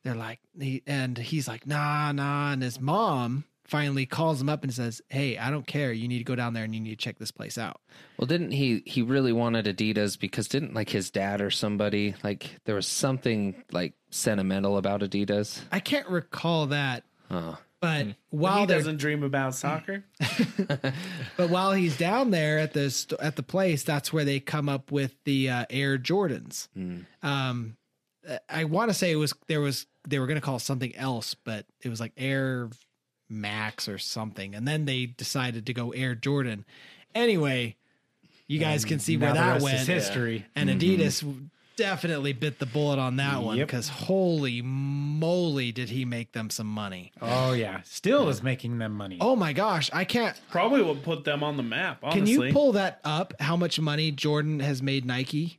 Speaker 1: they're like he and he's like nah nah, and his mom finally calls him up and says, hey, I don't care, you need to go down there and you need to check this place out.
Speaker 2: Well, didn't he? He really wanted Adidas because didn't like his dad or somebody like there was something like sentimental about Adidas.
Speaker 1: I can't recall that. But while
Speaker 3: Hmm. He
Speaker 1: they're
Speaker 3: doesn't dream about soccer.
Speaker 1: But while he's down there at the st- at the place, that's where they come up with the uh, Air Jordans.
Speaker 5: Mm.
Speaker 1: Um, uh, I want to say it was there was they were going to call it something else, but it was like Air Max or something, and then they decided to go Air Jordan. Anyway, you guys can see where
Speaker 5: now the
Speaker 1: that
Speaker 5: rest
Speaker 1: went.
Speaker 5: is history. Mm-hmm.
Speaker 1: and Adidas definitely bit the bullet on that one
Speaker 5: Yep.
Speaker 1: because holy moly, did he make them some money!
Speaker 5: Oh yeah, still is making them money.
Speaker 1: Oh my gosh, I can't.
Speaker 3: Probably would put them on the map.
Speaker 1: Can
Speaker 3: Honestly,
Speaker 1: you pull that up? How much money Jordan has made Nike?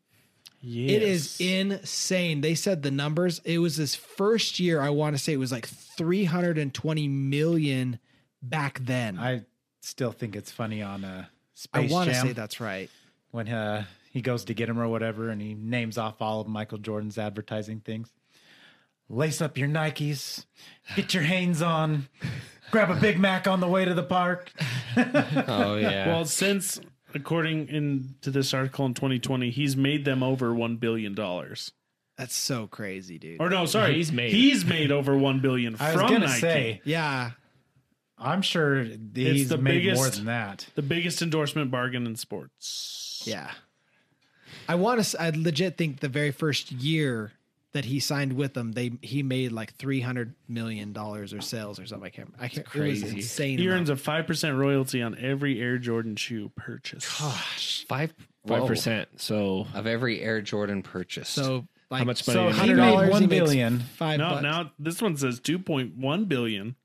Speaker 1: It is insane. They said the numbers. It was his first year. I want to say it was like 320 million back then. I,
Speaker 5: I still think it's funny on uh, Space
Speaker 1: want to
Speaker 5: Jam
Speaker 1: say that's right.
Speaker 5: when uh, he goes to get him or whatever, and he names off all of Michael Jordan's advertising things. Lace up your Nikes, get your Hanes on, grab a Big Mac on the way to the park.
Speaker 2: Oh yeah.
Speaker 3: Well, since according in to this article in 2020, he's made them over one billion dollars.
Speaker 1: That's so crazy, dude.
Speaker 3: Or no, sorry,
Speaker 4: He's made.
Speaker 3: he's made over one billion
Speaker 5: I was
Speaker 3: from
Speaker 5: gonna
Speaker 3: Nike.
Speaker 5: say,
Speaker 1: Yeah.
Speaker 5: I'm sure he's
Speaker 3: the
Speaker 5: made more
Speaker 3: biggest-
Speaker 5: than that.
Speaker 3: The biggest endorsement bargain in sports.
Speaker 1: Yeah. I want to I legit think the very first year that he signed with them, they he made like 300 million dollars or sales or something. I can't. I can't. Crazy. It was
Speaker 2: crazy.
Speaker 1: insane.
Speaker 3: He
Speaker 1: amount.
Speaker 3: earns a five percent royalty on every Air Jordan shoe purchase.
Speaker 2: five
Speaker 4: Five percent. So
Speaker 2: of every Air Jordan purchased.
Speaker 1: so like,
Speaker 4: how much money?
Speaker 5: So
Speaker 4: did he
Speaker 1: he
Speaker 5: hundred
Speaker 4: make?
Speaker 1: made
Speaker 5: dollars,
Speaker 1: one
Speaker 5: one
Speaker 1: billion.
Speaker 5: billion.
Speaker 1: Five
Speaker 3: No,
Speaker 1: bucks.
Speaker 3: now this one says two point one billion.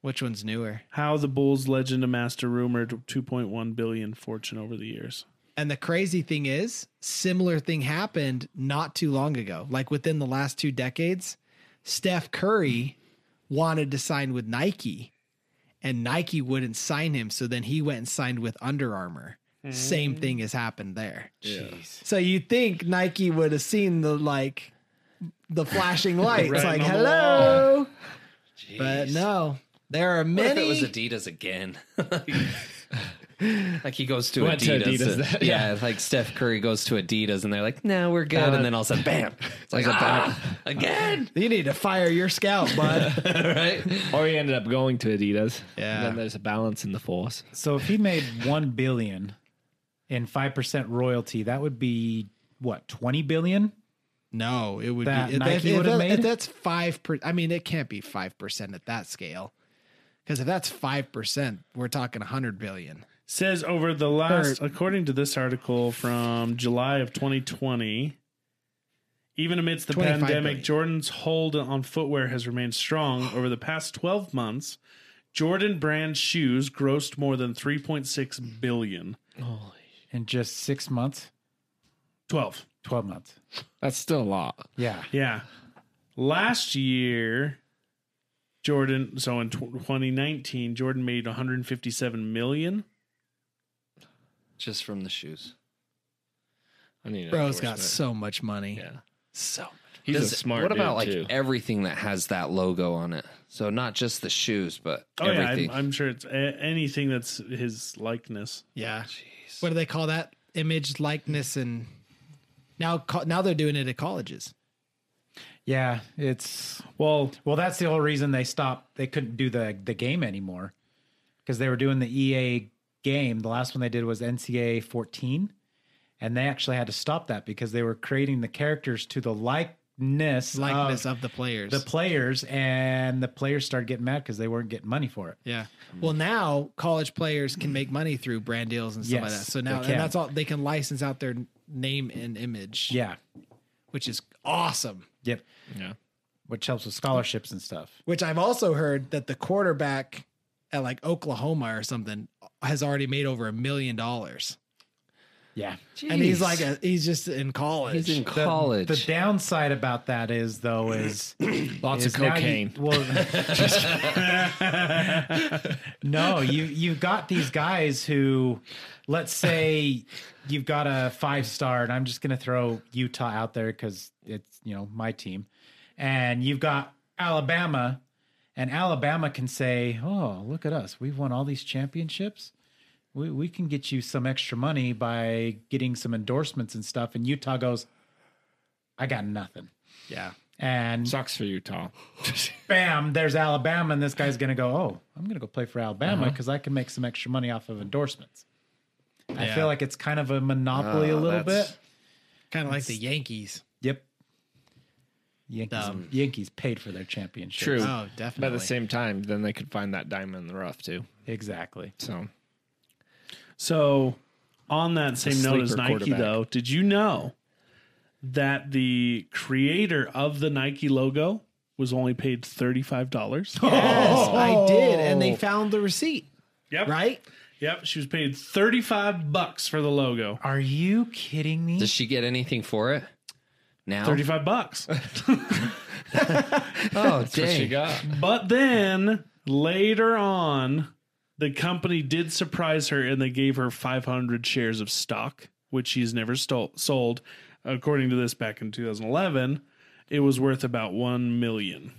Speaker 1: Which one's newer?
Speaker 3: How the Bulls legend amassed a rumored two point one billion fortune over the years.
Speaker 1: And the crazy thing is, similar thing happened not too long ago. Like within the last two decades, Steph Curry wanted to sign with Nike and Nike wouldn't sign him. So then he went and signed with Under Armour. Same
Speaker 3: Mm.
Speaker 1: thing has happened there. So you think Nike would have seen the like the flashing lights,
Speaker 3: Right
Speaker 1: like
Speaker 3: on the
Speaker 1: hello. But no. There are
Speaker 2: What if
Speaker 1: many
Speaker 2: it was Adidas again? like he goes to
Speaker 4: Went to
Speaker 2: Adidas.
Speaker 4: Adidas
Speaker 2: and-
Speaker 4: that-
Speaker 2: yeah. like Steph Curry goes to Adidas and they're like, no, we're good. and then all of a sudden, bam. It's like, ah, again.
Speaker 1: you need to fire your scout, bud.
Speaker 2: right?
Speaker 4: Or Oh, he ended up going to Adidas.
Speaker 1: Yeah.
Speaker 4: And then there's a balance in the force.
Speaker 5: So if he made one billion in five percent royalty, that would be what twenty billion?
Speaker 1: No, it would
Speaker 5: That
Speaker 1: be if
Speaker 5: Nike
Speaker 1: if- if
Speaker 5: would've
Speaker 1: that-
Speaker 5: made?
Speaker 1: if that's five per. I mean, it can't be five percent at that scale, because if that's five percent, we're talking hundred billion.
Speaker 3: Says over the last, according to this article from July of 2020, even amidst the
Speaker 1: 25
Speaker 3: pandemic,
Speaker 1: billion.
Speaker 3: Jordan's hold on footwear has remained strong. Over the past 12 months, Jordan brand shoes grossed more than 3.6 billion.
Speaker 5: in just six months,
Speaker 3: 12.
Speaker 5: 12 months.
Speaker 4: That's still a lot.
Speaker 5: Yeah.
Speaker 3: Yeah. Last year, Jordan, so in tw- 2019, Jordan made 157 million.
Speaker 2: Just from the shoes.
Speaker 4: I mean,
Speaker 1: Bro's got
Speaker 4: endorsement.
Speaker 1: so much money.
Speaker 4: Yeah.
Speaker 1: So
Speaker 4: He's
Speaker 2: Does-
Speaker 4: a smart
Speaker 2: What about
Speaker 4: dude,
Speaker 2: like
Speaker 4: too.
Speaker 2: everything that has that logo on it? So not just the shoes, but
Speaker 3: Oh,
Speaker 2: everything.
Speaker 3: yeah. I'm, I'm sure it's a- anything that's his likeness.
Speaker 1: yeah. What do they call that? Image likeness and now co- now they're doing it at colleges.
Speaker 5: Yeah. It's
Speaker 3: Well,
Speaker 5: well, that's the whole reason they stopped. They couldn't do the, the game anymore because they were doing the EA game. The last one they did was NCAA 14. And they actually had to stop that because they were creating the characters to the likeness,
Speaker 1: Likeness
Speaker 5: of
Speaker 1: of Oh. the players.
Speaker 5: the players. And the players started getting mad because they weren't getting money for it.
Speaker 1: yeah. Well, now college players can make money through brand deals and stuff like
Speaker 5: Yes,
Speaker 1: that. So
Speaker 5: they
Speaker 1: now and
Speaker 5: can.
Speaker 1: that's all they can license out their name and image,
Speaker 5: Yeah.
Speaker 1: which is awesome.
Speaker 5: Yep.
Speaker 4: Yeah.
Speaker 5: Which helps with scholarships and stuff.
Speaker 1: which I've also heard that the quarterback at like Oklahoma or something has already made over a million dollars.
Speaker 5: Yeah.
Speaker 1: And he's like, a, he's just in college.
Speaker 2: He's in
Speaker 5: The-
Speaker 2: college.
Speaker 5: The, downside about that is though is
Speaker 4: Lots of
Speaker 5: is now
Speaker 4: cocaine.
Speaker 5: You, well, no, you you got these guys who, let's say, you've got a five star, and I'm just gonna throw Utah out there because it's you know my team, and you've got Alabama, and Alabama can say, oh look at us, we've won all these championships. We, we can get you some extra money by getting some endorsements and stuff. And Utah goes, I got nothing.
Speaker 1: yeah.
Speaker 5: And
Speaker 4: Sucks for Utah.
Speaker 5: bam, there's Alabama, and this guy's going to go, oh, I'm going to go play for Alabama
Speaker 1: Uh-huh.
Speaker 5: because I can make some extra money off of endorsements. I feel like it's kind of a monopoly a little bit.
Speaker 1: Kind of like the Yankees.
Speaker 5: Yep. Yankees,
Speaker 1: Dumb.
Speaker 5: Yankees paid for their championship.
Speaker 4: True.
Speaker 1: Oh,
Speaker 4: But at
Speaker 1: definitely.
Speaker 4: the same time, then they could find that diamond in the rough too.
Speaker 5: Exactly.
Speaker 4: So
Speaker 3: So, on that same note as
Speaker 4: sleeper
Speaker 3: Nike,
Speaker 4: quarterback.
Speaker 3: though, did you know that the creator of the Nike logo was only paid $35?
Speaker 5: Oh.
Speaker 1: Yes, I did, and
Speaker 2: Oh.
Speaker 1: they found the receipt.
Speaker 3: yep.
Speaker 1: Right?
Speaker 3: Yep. She was paid 35 bucks for the logo.
Speaker 5: Are you kidding me?
Speaker 2: Does she get anything for it? Now,
Speaker 3: 35 bucks.
Speaker 2: oh dang!
Speaker 4: got
Speaker 3: But then later on, the company did surprise her and they gave her 500 shares of stock, which she's never stole, sold. According to this, back in 2011, it was worth about 1 million.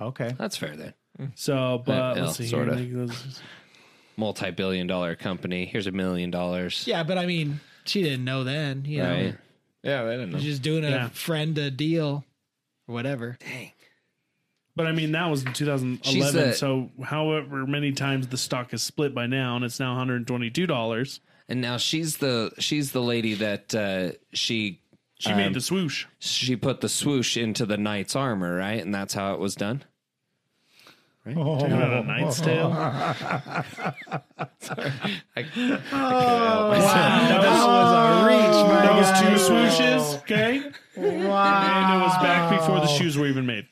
Speaker 5: okay.
Speaker 2: That's fair then.
Speaker 3: So, but
Speaker 2: yeah,
Speaker 3: let's see
Speaker 2: sorta.
Speaker 3: here. Let's-
Speaker 2: Multi-billion-dollar company. Here's a million dollars.
Speaker 1: Yeah, but I mean, she didn't know then. You know,
Speaker 2: Right.
Speaker 4: Yeah, they didn't know.
Speaker 1: she's just doing a
Speaker 3: Yeah.
Speaker 1: friend a deal or whatever.
Speaker 3: But I mean, that was in
Speaker 2: She's
Speaker 3: 2011.
Speaker 2: a-
Speaker 3: so, however many times the stock is split by now, and it's now 122 dollars.
Speaker 2: And now she's the she's the lady that uh, she
Speaker 3: She made the swoosh.
Speaker 2: she put the swoosh into the knight's armor, right? And that's how it was done.
Speaker 5: Oh.
Speaker 3: Talking about a knight's tale.
Speaker 5: That was a reach, my
Speaker 3: That was
Speaker 5: guy.
Speaker 3: two swooshes. Okay, and
Speaker 5: Wow.
Speaker 3: it was back before the shoes were even made.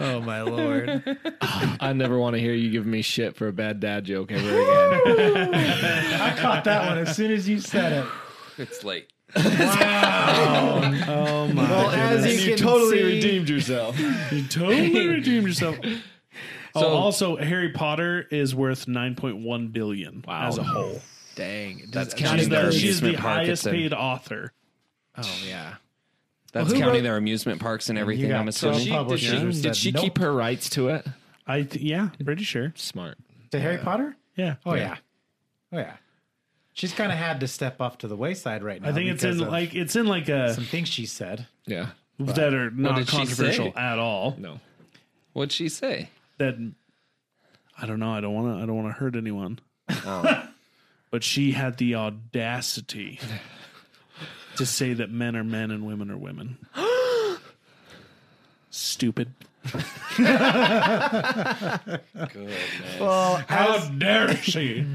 Speaker 1: Oh my lord!
Speaker 4: I never want to hear you give me shit for a bad dad joke ever again.
Speaker 5: I caught that one as soon as you said it.
Speaker 2: It's late.
Speaker 1: well, as you, can see,
Speaker 4: yourself.
Speaker 3: You totally redeemed yourself. Oh,
Speaker 2: So-
Speaker 3: also, Harry Potter is worth 9.1 billion as a whole.
Speaker 1: Dang, does-
Speaker 2: That's
Speaker 1: not
Speaker 2: counting
Speaker 1: even-
Speaker 2: their
Speaker 3: She's the
Speaker 2: amusement park. It's
Speaker 3: highest
Speaker 2: in-
Speaker 3: paid author.
Speaker 1: Oh yeah.
Speaker 2: That's
Speaker 1: who
Speaker 2: counting
Speaker 1: wrote-
Speaker 2: their amusement parks and everything.
Speaker 5: You got
Speaker 2: I'm
Speaker 5: some
Speaker 2: assuming.
Speaker 5: publishers
Speaker 1: she-
Speaker 5: that
Speaker 4: Did she
Speaker 5: nope.
Speaker 4: keep her rights to it?
Speaker 3: I th- yeah, pretty sure.
Speaker 4: Smart.
Speaker 5: to Harry Potter?
Speaker 3: Yeah.
Speaker 5: Oh yeah. Oh yeah. She's kind of had to step off to the wayside right now.
Speaker 3: I think it's
Speaker 5: because
Speaker 3: in
Speaker 5: of
Speaker 3: like it's in like a
Speaker 5: some things she said.
Speaker 4: Yeah.
Speaker 3: that are not
Speaker 2: did she
Speaker 3: controversial
Speaker 2: say?
Speaker 3: at all.
Speaker 4: No.
Speaker 2: What'd she say?
Speaker 3: That I don't know. I don't want to. I don't want to hurt anyone. but she had the audacity to say that men are men and women are women. Stupid.
Speaker 1: Well,
Speaker 3: How dare she?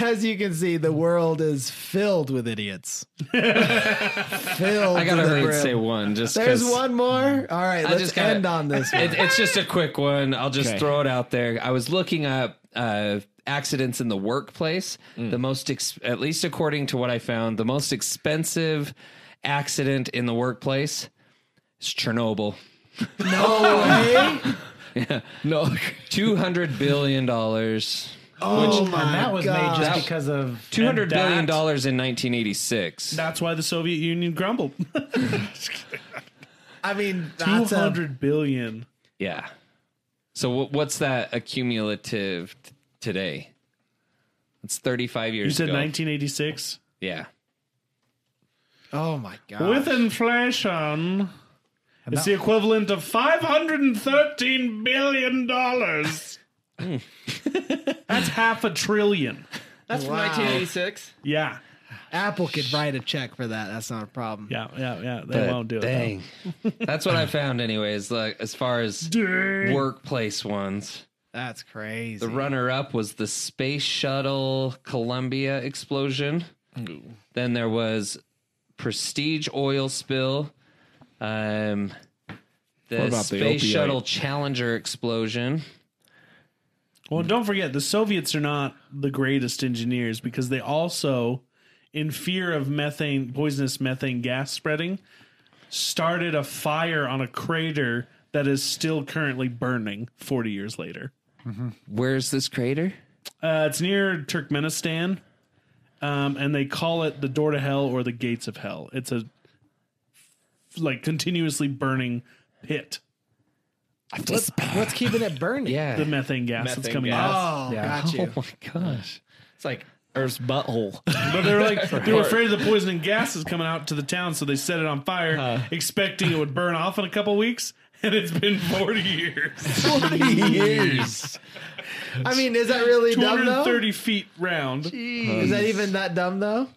Speaker 1: as you can see, the world is filled with idiots. filled.
Speaker 2: I gotta
Speaker 1: to the
Speaker 2: hurry and
Speaker 1: brim.
Speaker 2: say one. Just
Speaker 1: There's
Speaker 2: 'cause-
Speaker 1: one more. All right,
Speaker 2: I
Speaker 1: let's
Speaker 2: just gotta-
Speaker 1: end on this. One.
Speaker 2: It, it's just a quick one. I'll just
Speaker 4: Okay.
Speaker 2: throw it out there. I was looking up uh, accidents in the workplace. The most, ex- at least according to what I found, the most expensive accident in the workplace is Chernobyl.
Speaker 1: No way.
Speaker 2: No, two hundred billion dollars.
Speaker 1: Oh my
Speaker 5: and that was
Speaker 1: God.
Speaker 5: made just
Speaker 2: That-
Speaker 5: because of
Speaker 2: Two hundred
Speaker 3: that-
Speaker 2: billion dollars in nineteen eighty six.
Speaker 3: That's why the Soviet Union grumbled.
Speaker 1: I mean,
Speaker 3: Two
Speaker 1: that's a
Speaker 3: hundred billion.
Speaker 2: Yeah. So what, what's that accumulative t- today? It's thirty five years.
Speaker 3: You said
Speaker 2: ago.
Speaker 3: nineteen eighty six.
Speaker 2: Yeah.
Speaker 1: Oh my god.
Speaker 3: With inflation. It's the equivalent of five hundred and thirteen billion dollars. That's half a trillion.
Speaker 4: That's
Speaker 1: from Wow. 1986.
Speaker 3: Yeah,
Speaker 1: Apple could write a check for that. That's not a problem.
Speaker 3: yeah, yeah, yeah. They
Speaker 2: But
Speaker 3: won't do
Speaker 2: dang. That's what I found, anyways. Like as far as
Speaker 3: it. though.
Speaker 2: workplace ones,
Speaker 1: That's crazy.
Speaker 2: the runner up was the space shuttle Columbia explosion. Then there was Prestige oil spill. Um, the
Speaker 4: about the
Speaker 2: space
Speaker 4: opioid?
Speaker 2: shuttle Challenger explosion.
Speaker 3: Well, don't forget the Soviets are not the greatest engineers because they also, in fear of methane poisonous methane gas spreading, started a fire on a crater that is still currently burning forty years later.
Speaker 2: Where's this crater?
Speaker 3: Uh, it's near Turkmenistan, um, and they call it the door to hell or the gates of hell. It's a like continuously burning pit.
Speaker 1: What's keeping it burning?
Speaker 2: Yeah.
Speaker 3: The methane gas that's
Speaker 4: Methane
Speaker 3: coming
Speaker 4: gas.
Speaker 3: out.
Speaker 1: Oh, got you.
Speaker 2: my gosh.
Speaker 4: It's like Earth's butthole.
Speaker 3: But they were like they were afraid of the poisoning gases coming out to the town, so they set it on fire, expecting it would burn off in a couple weeks. And it's been forty years,
Speaker 1: years. I mean, is that really
Speaker 3: two
Speaker 1: dumb
Speaker 3: hundred
Speaker 1: though?
Speaker 3: and thirty feet round.
Speaker 1: Is that even that dumb though?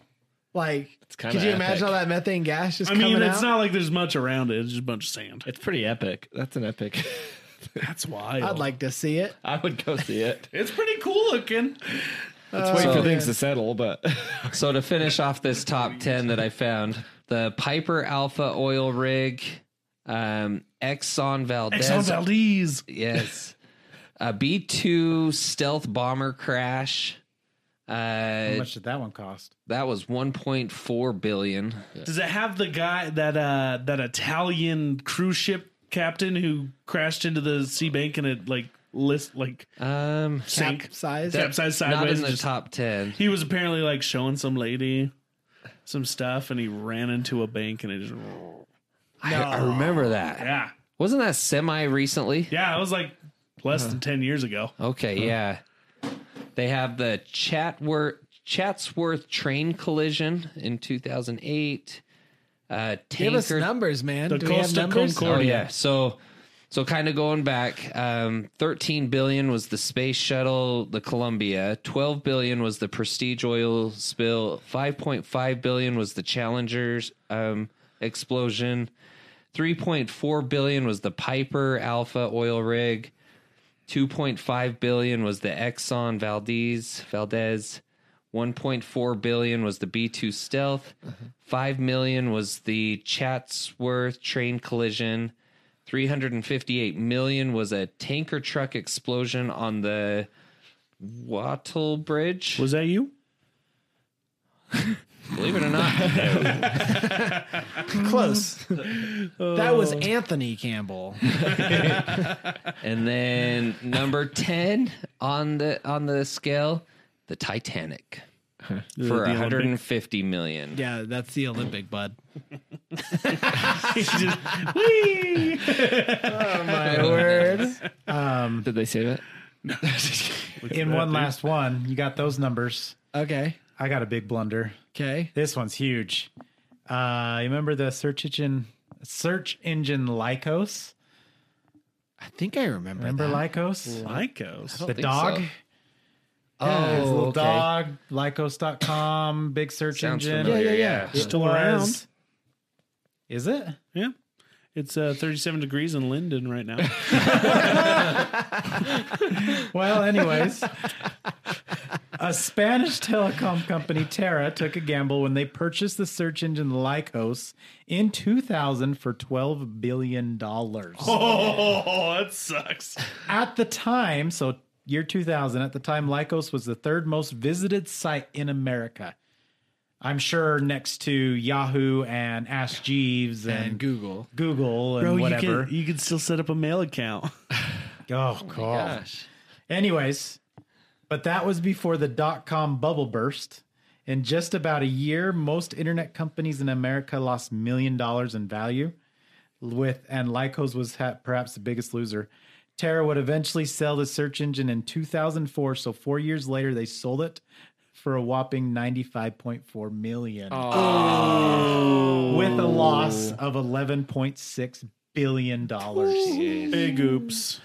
Speaker 1: Like,
Speaker 4: kinda
Speaker 1: could you imagine
Speaker 4: epic.
Speaker 1: all that methane gas just
Speaker 3: I mean,
Speaker 1: coming
Speaker 3: it's
Speaker 1: out?
Speaker 3: not like there's much around it; it's just a bunch of sand.
Speaker 4: It's pretty epic. That's an epic.
Speaker 3: That's wild.
Speaker 1: I'd like to see it.
Speaker 4: I would go see it.
Speaker 3: It's pretty cool looking.
Speaker 4: Let's wait
Speaker 1: Uh,
Speaker 4: for things to settle, but
Speaker 2: So to finish off this top ten that I found, the Piper Alpha oil rig, um, Exxon Valdez,
Speaker 3: Exxon Valdez.
Speaker 2: yes, a B two stealth bomber crash.
Speaker 5: How
Speaker 2: Uh,
Speaker 5: much did that one cost?
Speaker 2: that was one point four billion.
Speaker 3: Does it have the guy that uh that Italian cruise ship captain who crashed into the sea bank and it like list like
Speaker 2: Um,
Speaker 3: sank
Speaker 1: Size.
Speaker 3: capsized
Speaker 2: not
Speaker 3: sideways?
Speaker 2: in the
Speaker 3: Just-
Speaker 2: top ten.
Speaker 3: He was apparently like showing some lady some stuff and he ran into a bank and it just
Speaker 2: I, I remember that.
Speaker 3: yeah
Speaker 2: Wasn't that semi recently?
Speaker 3: yeah it was like less than ten years ago.
Speaker 2: Okay, yeah. They have the Chatworth Chatsworth train collision in 2008. Uh,
Speaker 1: Give us
Speaker 2: tanker.
Speaker 1: numbers, man.
Speaker 3: The
Speaker 1: Do we have
Speaker 3: Costa
Speaker 1: numbers?
Speaker 3: Concordia.
Speaker 2: oh yeah. So, so kind of going back. Um, 13 billion was the space shuttle, the Columbia. 12 billion was the Prestige oil spill. 5.5 billion was the Challenger's um, explosion. 3.4 billion was the Piper Alpha oil rig. 2.5 billion was the Exxon Valdez Valdez 1.4 billion was the B2 stealth 5 million was the Chatsworth train collision 358 million was a tanker truck explosion on the Wattle Bridge
Speaker 3: Was that you?
Speaker 2: believe it or not
Speaker 1: Close. that
Speaker 5: Oh.
Speaker 1: was Anthony Campbell.
Speaker 2: and then number 10 on the on the scale the Titanic for
Speaker 3: the Olympic.
Speaker 2: 150 million
Speaker 1: Yeah, that's the Olympic, bud.
Speaker 3: He just, "Whee!"
Speaker 1: Oh My word. Um,
Speaker 4: did they save it?
Speaker 5: In one last one, you got those numbers.
Speaker 1: Okay.
Speaker 5: I got a big blunder.
Speaker 1: Okay.
Speaker 5: This one's huge. Uh, you remember the search engine, search engine Lycos?
Speaker 1: I think I remember.
Speaker 5: Remember
Speaker 1: that.
Speaker 5: Lycos?
Speaker 3: Lycos.
Speaker 5: The
Speaker 2: think
Speaker 5: dog?
Speaker 2: so.
Speaker 5: Yeah, his
Speaker 2: Oh,
Speaker 5: little
Speaker 2: okay.
Speaker 5: dog, Lycos.com, big search
Speaker 2: Sounds
Speaker 5: engine.
Speaker 2: familiar,
Speaker 1: yeah,
Speaker 2: yeah.
Speaker 5: It
Speaker 3: Still
Speaker 5: was- Is it?
Speaker 3: Yeah. It's uh, 37 degrees in Linden right now.
Speaker 5: Well, anyways, a Spanish telecom company, Terra, took a gamble when they purchased the search engine Lycos in 2000 for 12 billion dollars.
Speaker 3: oh, that sucks.
Speaker 5: At the time, so year 2000, at the time Lycos was the third most visited site in America. I'm sure next to Yahoo and Ask Jeeves and,
Speaker 1: And Google.
Speaker 5: Google and
Speaker 3: Bro,
Speaker 5: whatever.
Speaker 3: you can you can still set up a mail account.
Speaker 5: Oh, gosh. Anyways, but that was before the dot com bubble burst. In just about a year, most internet companies in America lost million dollars in value. With and Lycos was ha- perhaps the biggest loser. Terra would eventually sell the search engine in 2004. So four years later, they sold it for a whopping 95.4 million, with a loss of 11.6 billion dollars.
Speaker 3: Big oops.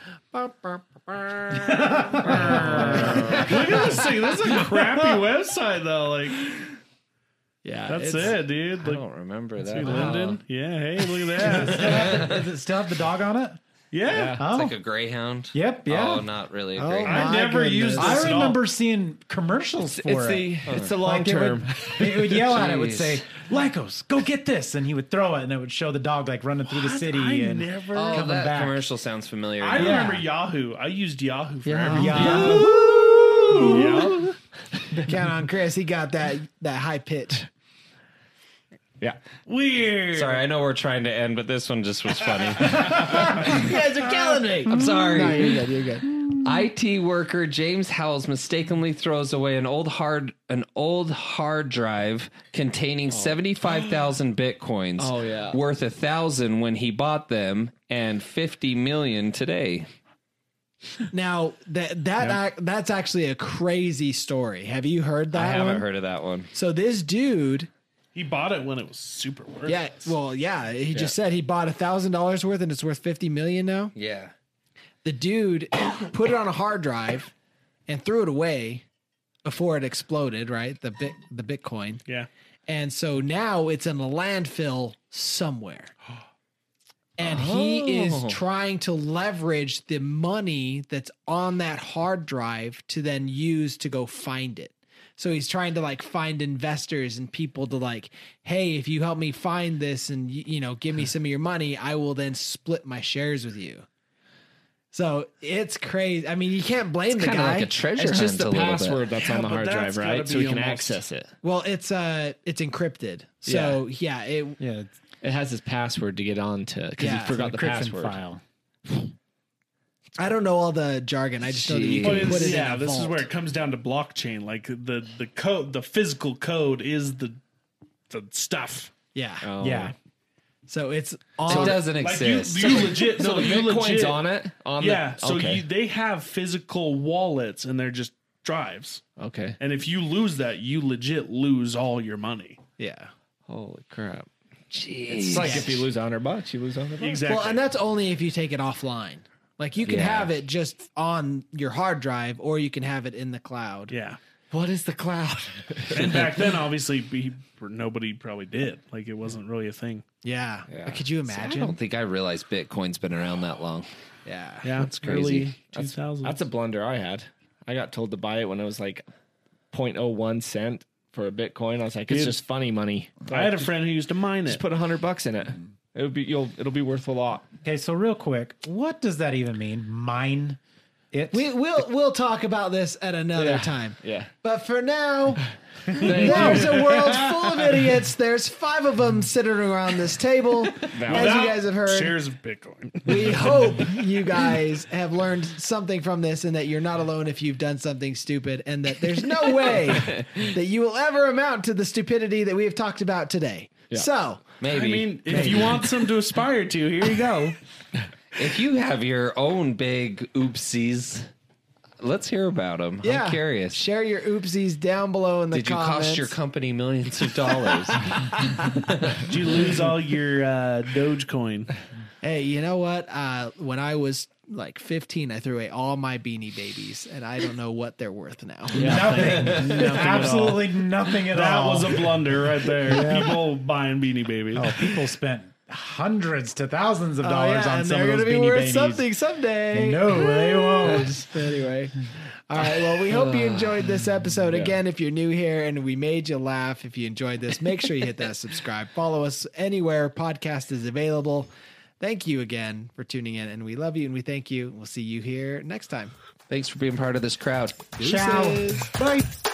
Speaker 3: Look at this thing. That's a crappy website though. Like
Speaker 4: Yeah,
Speaker 3: that's
Speaker 4: it's-
Speaker 3: it, dude.
Speaker 2: I
Speaker 3: Like
Speaker 2: don't remember
Speaker 3: see
Speaker 2: that
Speaker 3: Linden. Yeah. Hey, look at that.
Speaker 5: Does it still have the dog on it?
Speaker 3: yeah.
Speaker 5: Oh,
Speaker 2: It's like a greyhound.
Speaker 5: yep, yeah.
Speaker 2: Oh, not really a
Speaker 1: Oh,
Speaker 2: greyhound.
Speaker 3: I
Speaker 1: my
Speaker 3: never used
Speaker 1: goodness.
Speaker 5: I
Speaker 3: this at all.
Speaker 5: remember seeing commercials for
Speaker 4: It's
Speaker 5: it.
Speaker 4: the it's the long
Speaker 5: Like, it would-
Speaker 4: term.
Speaker 5: They would yell at it, would
Speaker 2: Jeez.
Speaker 5: say, "Lycos, go get this," and he would throw it, and it would show the dog like running through the city.
Speaker 3: I
Speaker 5: and
Speaker 3: never.
Speaker 2: Oh,
Speaker 5: coming
Speaker 2: that
Speaker 5: back.
Speaker 2: commercial sounds familiar.
Speaker 3: I
Speaker 2: now.
Speaker 3: remember Yahoo. I used Yahoo for everything.
Speaker 5: Yahoo!
Speaker 3: Yeah.
Speaker 1: Count on Chris. He got that that high pitch.
Speaker 4: yeah.
Speaker 3: Weird.
Speaker 2: Sorry, I know we're trying to end, but this one just was funny.
Speaker 1: You guys are killing me. No,
Speaker 2: I'm sorry.
Speaker 1: you're good. You're good.
Speaker 2: IT worker James Howells mistakenly throws away an old hard an old hard drive containing 75,000 bitcoins
Speaker 4: Oh, yeah.
Speaker 2: worth a 1,000 when he bought them and 50 million today.
Speaker 1: Now that that ac- that's actually a crazy story. Have you heard that?
Speaker 2: I haven't
Speaker 1: one?
Speaker 2: heard of that one.
Speaker 1: So this dude,
Speaker 3: He bought it when it was super worth.
Speaker 1: yeah, well, yeah, he just said he bought a thousand dollars worth and it's worth fifty million now.
Speaker 2: Yeah.
Speaker 1: The dude put it on a hard drive and threw it away before it exploded. Right, the bit the Bitcoin,
Speaker 3: yeah.
Speaker 1: and so now it's in a landfill somewhere. And he is
Speaker 2: Oh.
Speaker 1: trying to leverage the money that's on that hard drive to then use to go find it. So he's trying to like find investors and people to like, hey, if you help me find this and y- you know give me some of your money, I will then split my shares with you. So it's crazy. I mean, you can't blame the
Speaker 2: Kind
Speaker 1: guy.
Speaker 2: of like a treasure
Speaker 4: It's just
Speaker 2: hunt
Speaker 4: the
Speaker 2: a little bit.
Speaker 4: password that's
Speaker 3: Yeah,
Speaker 4: on the
Speaker 3: but
Speaker 4: hard
Speaker 3: that's
Speaker 4: drive, right?
Speaker 3: gotta
Speaker 4: So we
Speaker 3: be
Speaker 4: can
Speaker 3: almost-
Speaker 4: access it.
Speaker 1: well, it's uh, it's encrypted. So yeah, it
Speaker 5: Yeah, it's
Speaker 4: It has his password to get on to because
Speaker 1: Yeah,
Speaker 4: he forgot the
Speaker 5: encryption
Speaker 4: password.
Speaker 5: file.
Speaker 1: I don't know all the jargon. I just know that you
Speaker 3: Well,
Speaker 1: can
Speaker 3: it's-
Speaker 1: put it
Speaker 3: yeah,
Speaker 1: in a
Speaker 3: this
Speaker 1: vault.
Speaker 3: is where it comes down to blockchain. Like the the code, the physical code is the the stuff.
Speaker 1: Yeah.
Speaker 4: Oh.
Speaker 5: Yeah,
Speaker 1: So it's all
Speaker 2: It doesn't
Speaker 3: Like you,
Speaker 2: exist.
Speaker 3: you legit.
Speaker 4: So
Speaker 3: No,
Speaker 4: the
Speaker 3: you
Speaker 4: Bitcoin's
Speaker 3: legit.
Speaker 4: on it. On
Speaker 3: Yeah,
Speaker 4: The,
Speaker 3: so
Speaker 4: okay.
Speaker 3: you, they have physical wallets and they're just drives.
Speaker 4: okay.
Speaker 3: And if you lose that, you legit lose all your money.
Speaker 1: yeah.
Speaker 4: Holy crap!
Speaker 2: Jeez.
Speaker 4: It's like if you lose hundred bucks, you lose hundred bucks.
Speaker 3: Exactly.
Speaker 1: Well, and that's only if you take it offline. Like you can
Speaker 4: Yeah.
Speaker 1: have it just on your hard drive, or you can have it in the cloud.
Speaker 3: yeah.
Speaker 1: What is the cloud?
Speaker 3: And back then, obviously, we, nobody probably did. Like it wasn't really a thing.
Speaker 1: yeah. Could you
Speaker 2: I
Speaker 1: imagine?
Speaker 2: don't think I realized Bitcoin's been around that long.
Speaker 1: yeah.
Speaker 3: Yeah,
Speaker 2: That's crazy.
Speaker 3: Two thousand.
Speaker 4: That's a blunder I had. I got told to buy it when it was like 0.01 cent for a Bitcoin. I was like, it's
Speaker 3: Dude.
Speaker 4: just funny money.
Speaker 3: I had a friend who used to mine
Speaker 4: Just
Speaker 3: it.
Speaker 4: put hundred bucks in it. It would be you'll it'll be worth a lot.
Speaker 5: Okay, so real quick, what does that even mean? Mine it.
Speaker 1: We will we'll talk about this at another
Speaker 4: Yeah.
Speaker 1: time.
Speaker 4: Yeah.
Speaker 1: But for now,
Speaker 4: Thank
Speaker 1: there's a world full of idiots. There's five of them sitting around this table, as you guys have heard.
Speaker 3: shares of Bitcoin.
Speaker 1: We hope you guys have learned something from this and that you're not alone if you've done something stupid and that there's no way that you will ever amount to the stupidity that we have talked about today. So,
Speaker 2: Maybe.
Speaker 3: I mean, if you want some to aspire to, here you go.
Speaker 2: if you have your own big oopsies, let's hear about them.
Speaker 1: yeah.
Speaker 2: I'm curious.
Speaker 1: Share your oopsies down below in the
Speaker 2: Did you
Speaker 1: comments.
Speaker 2: cost your company millions of dollars?
Speaker 3: Did you lose all your uh, Dogecoin?
Speaker 1: hey, you know what? Uh, when I was like 15, I threw away all my beanie babies and I don't know what they're worth now.
Speaker 5: nothing. absolutely nothing at
Speaker 3: That
Speaker 5: all.
Speaker 3: was a blunder right there. People buying Beanie Babies.
Speaker 5: oh, people spent hundreds to thousands of
Speaker 1: Oh,
Speaker 5: dollars
Speaker 1: yeah,
Speaker 5: on
Speaker 1: and
Speaker 5: some
Speaker 1: they're
Speaker 5: of
Speaker 1: gonna
Speaker 5: those
Speaker 1: be
Speaker 5: beanie
Speaker 1: worth
Speaker 5: babies.
Speaker 1: something someday.
Speaker 5: No, they won't.
Speaker 1: anyway. All right. Well, we hope you enjoyed this episode. Again, if you're new here and we made you laugh, if you enjoyed this, make sure you hit that subscribe. Follow us anywhere podcast is available. Thank you again for tuning in, and we love you and we thank you. We'll see you here next time.
Speaker 2: Thanks for being part of this crowd.
Speaker 5: Ciao.
Speaker 1: Deuces.
Speaker 5: Bye.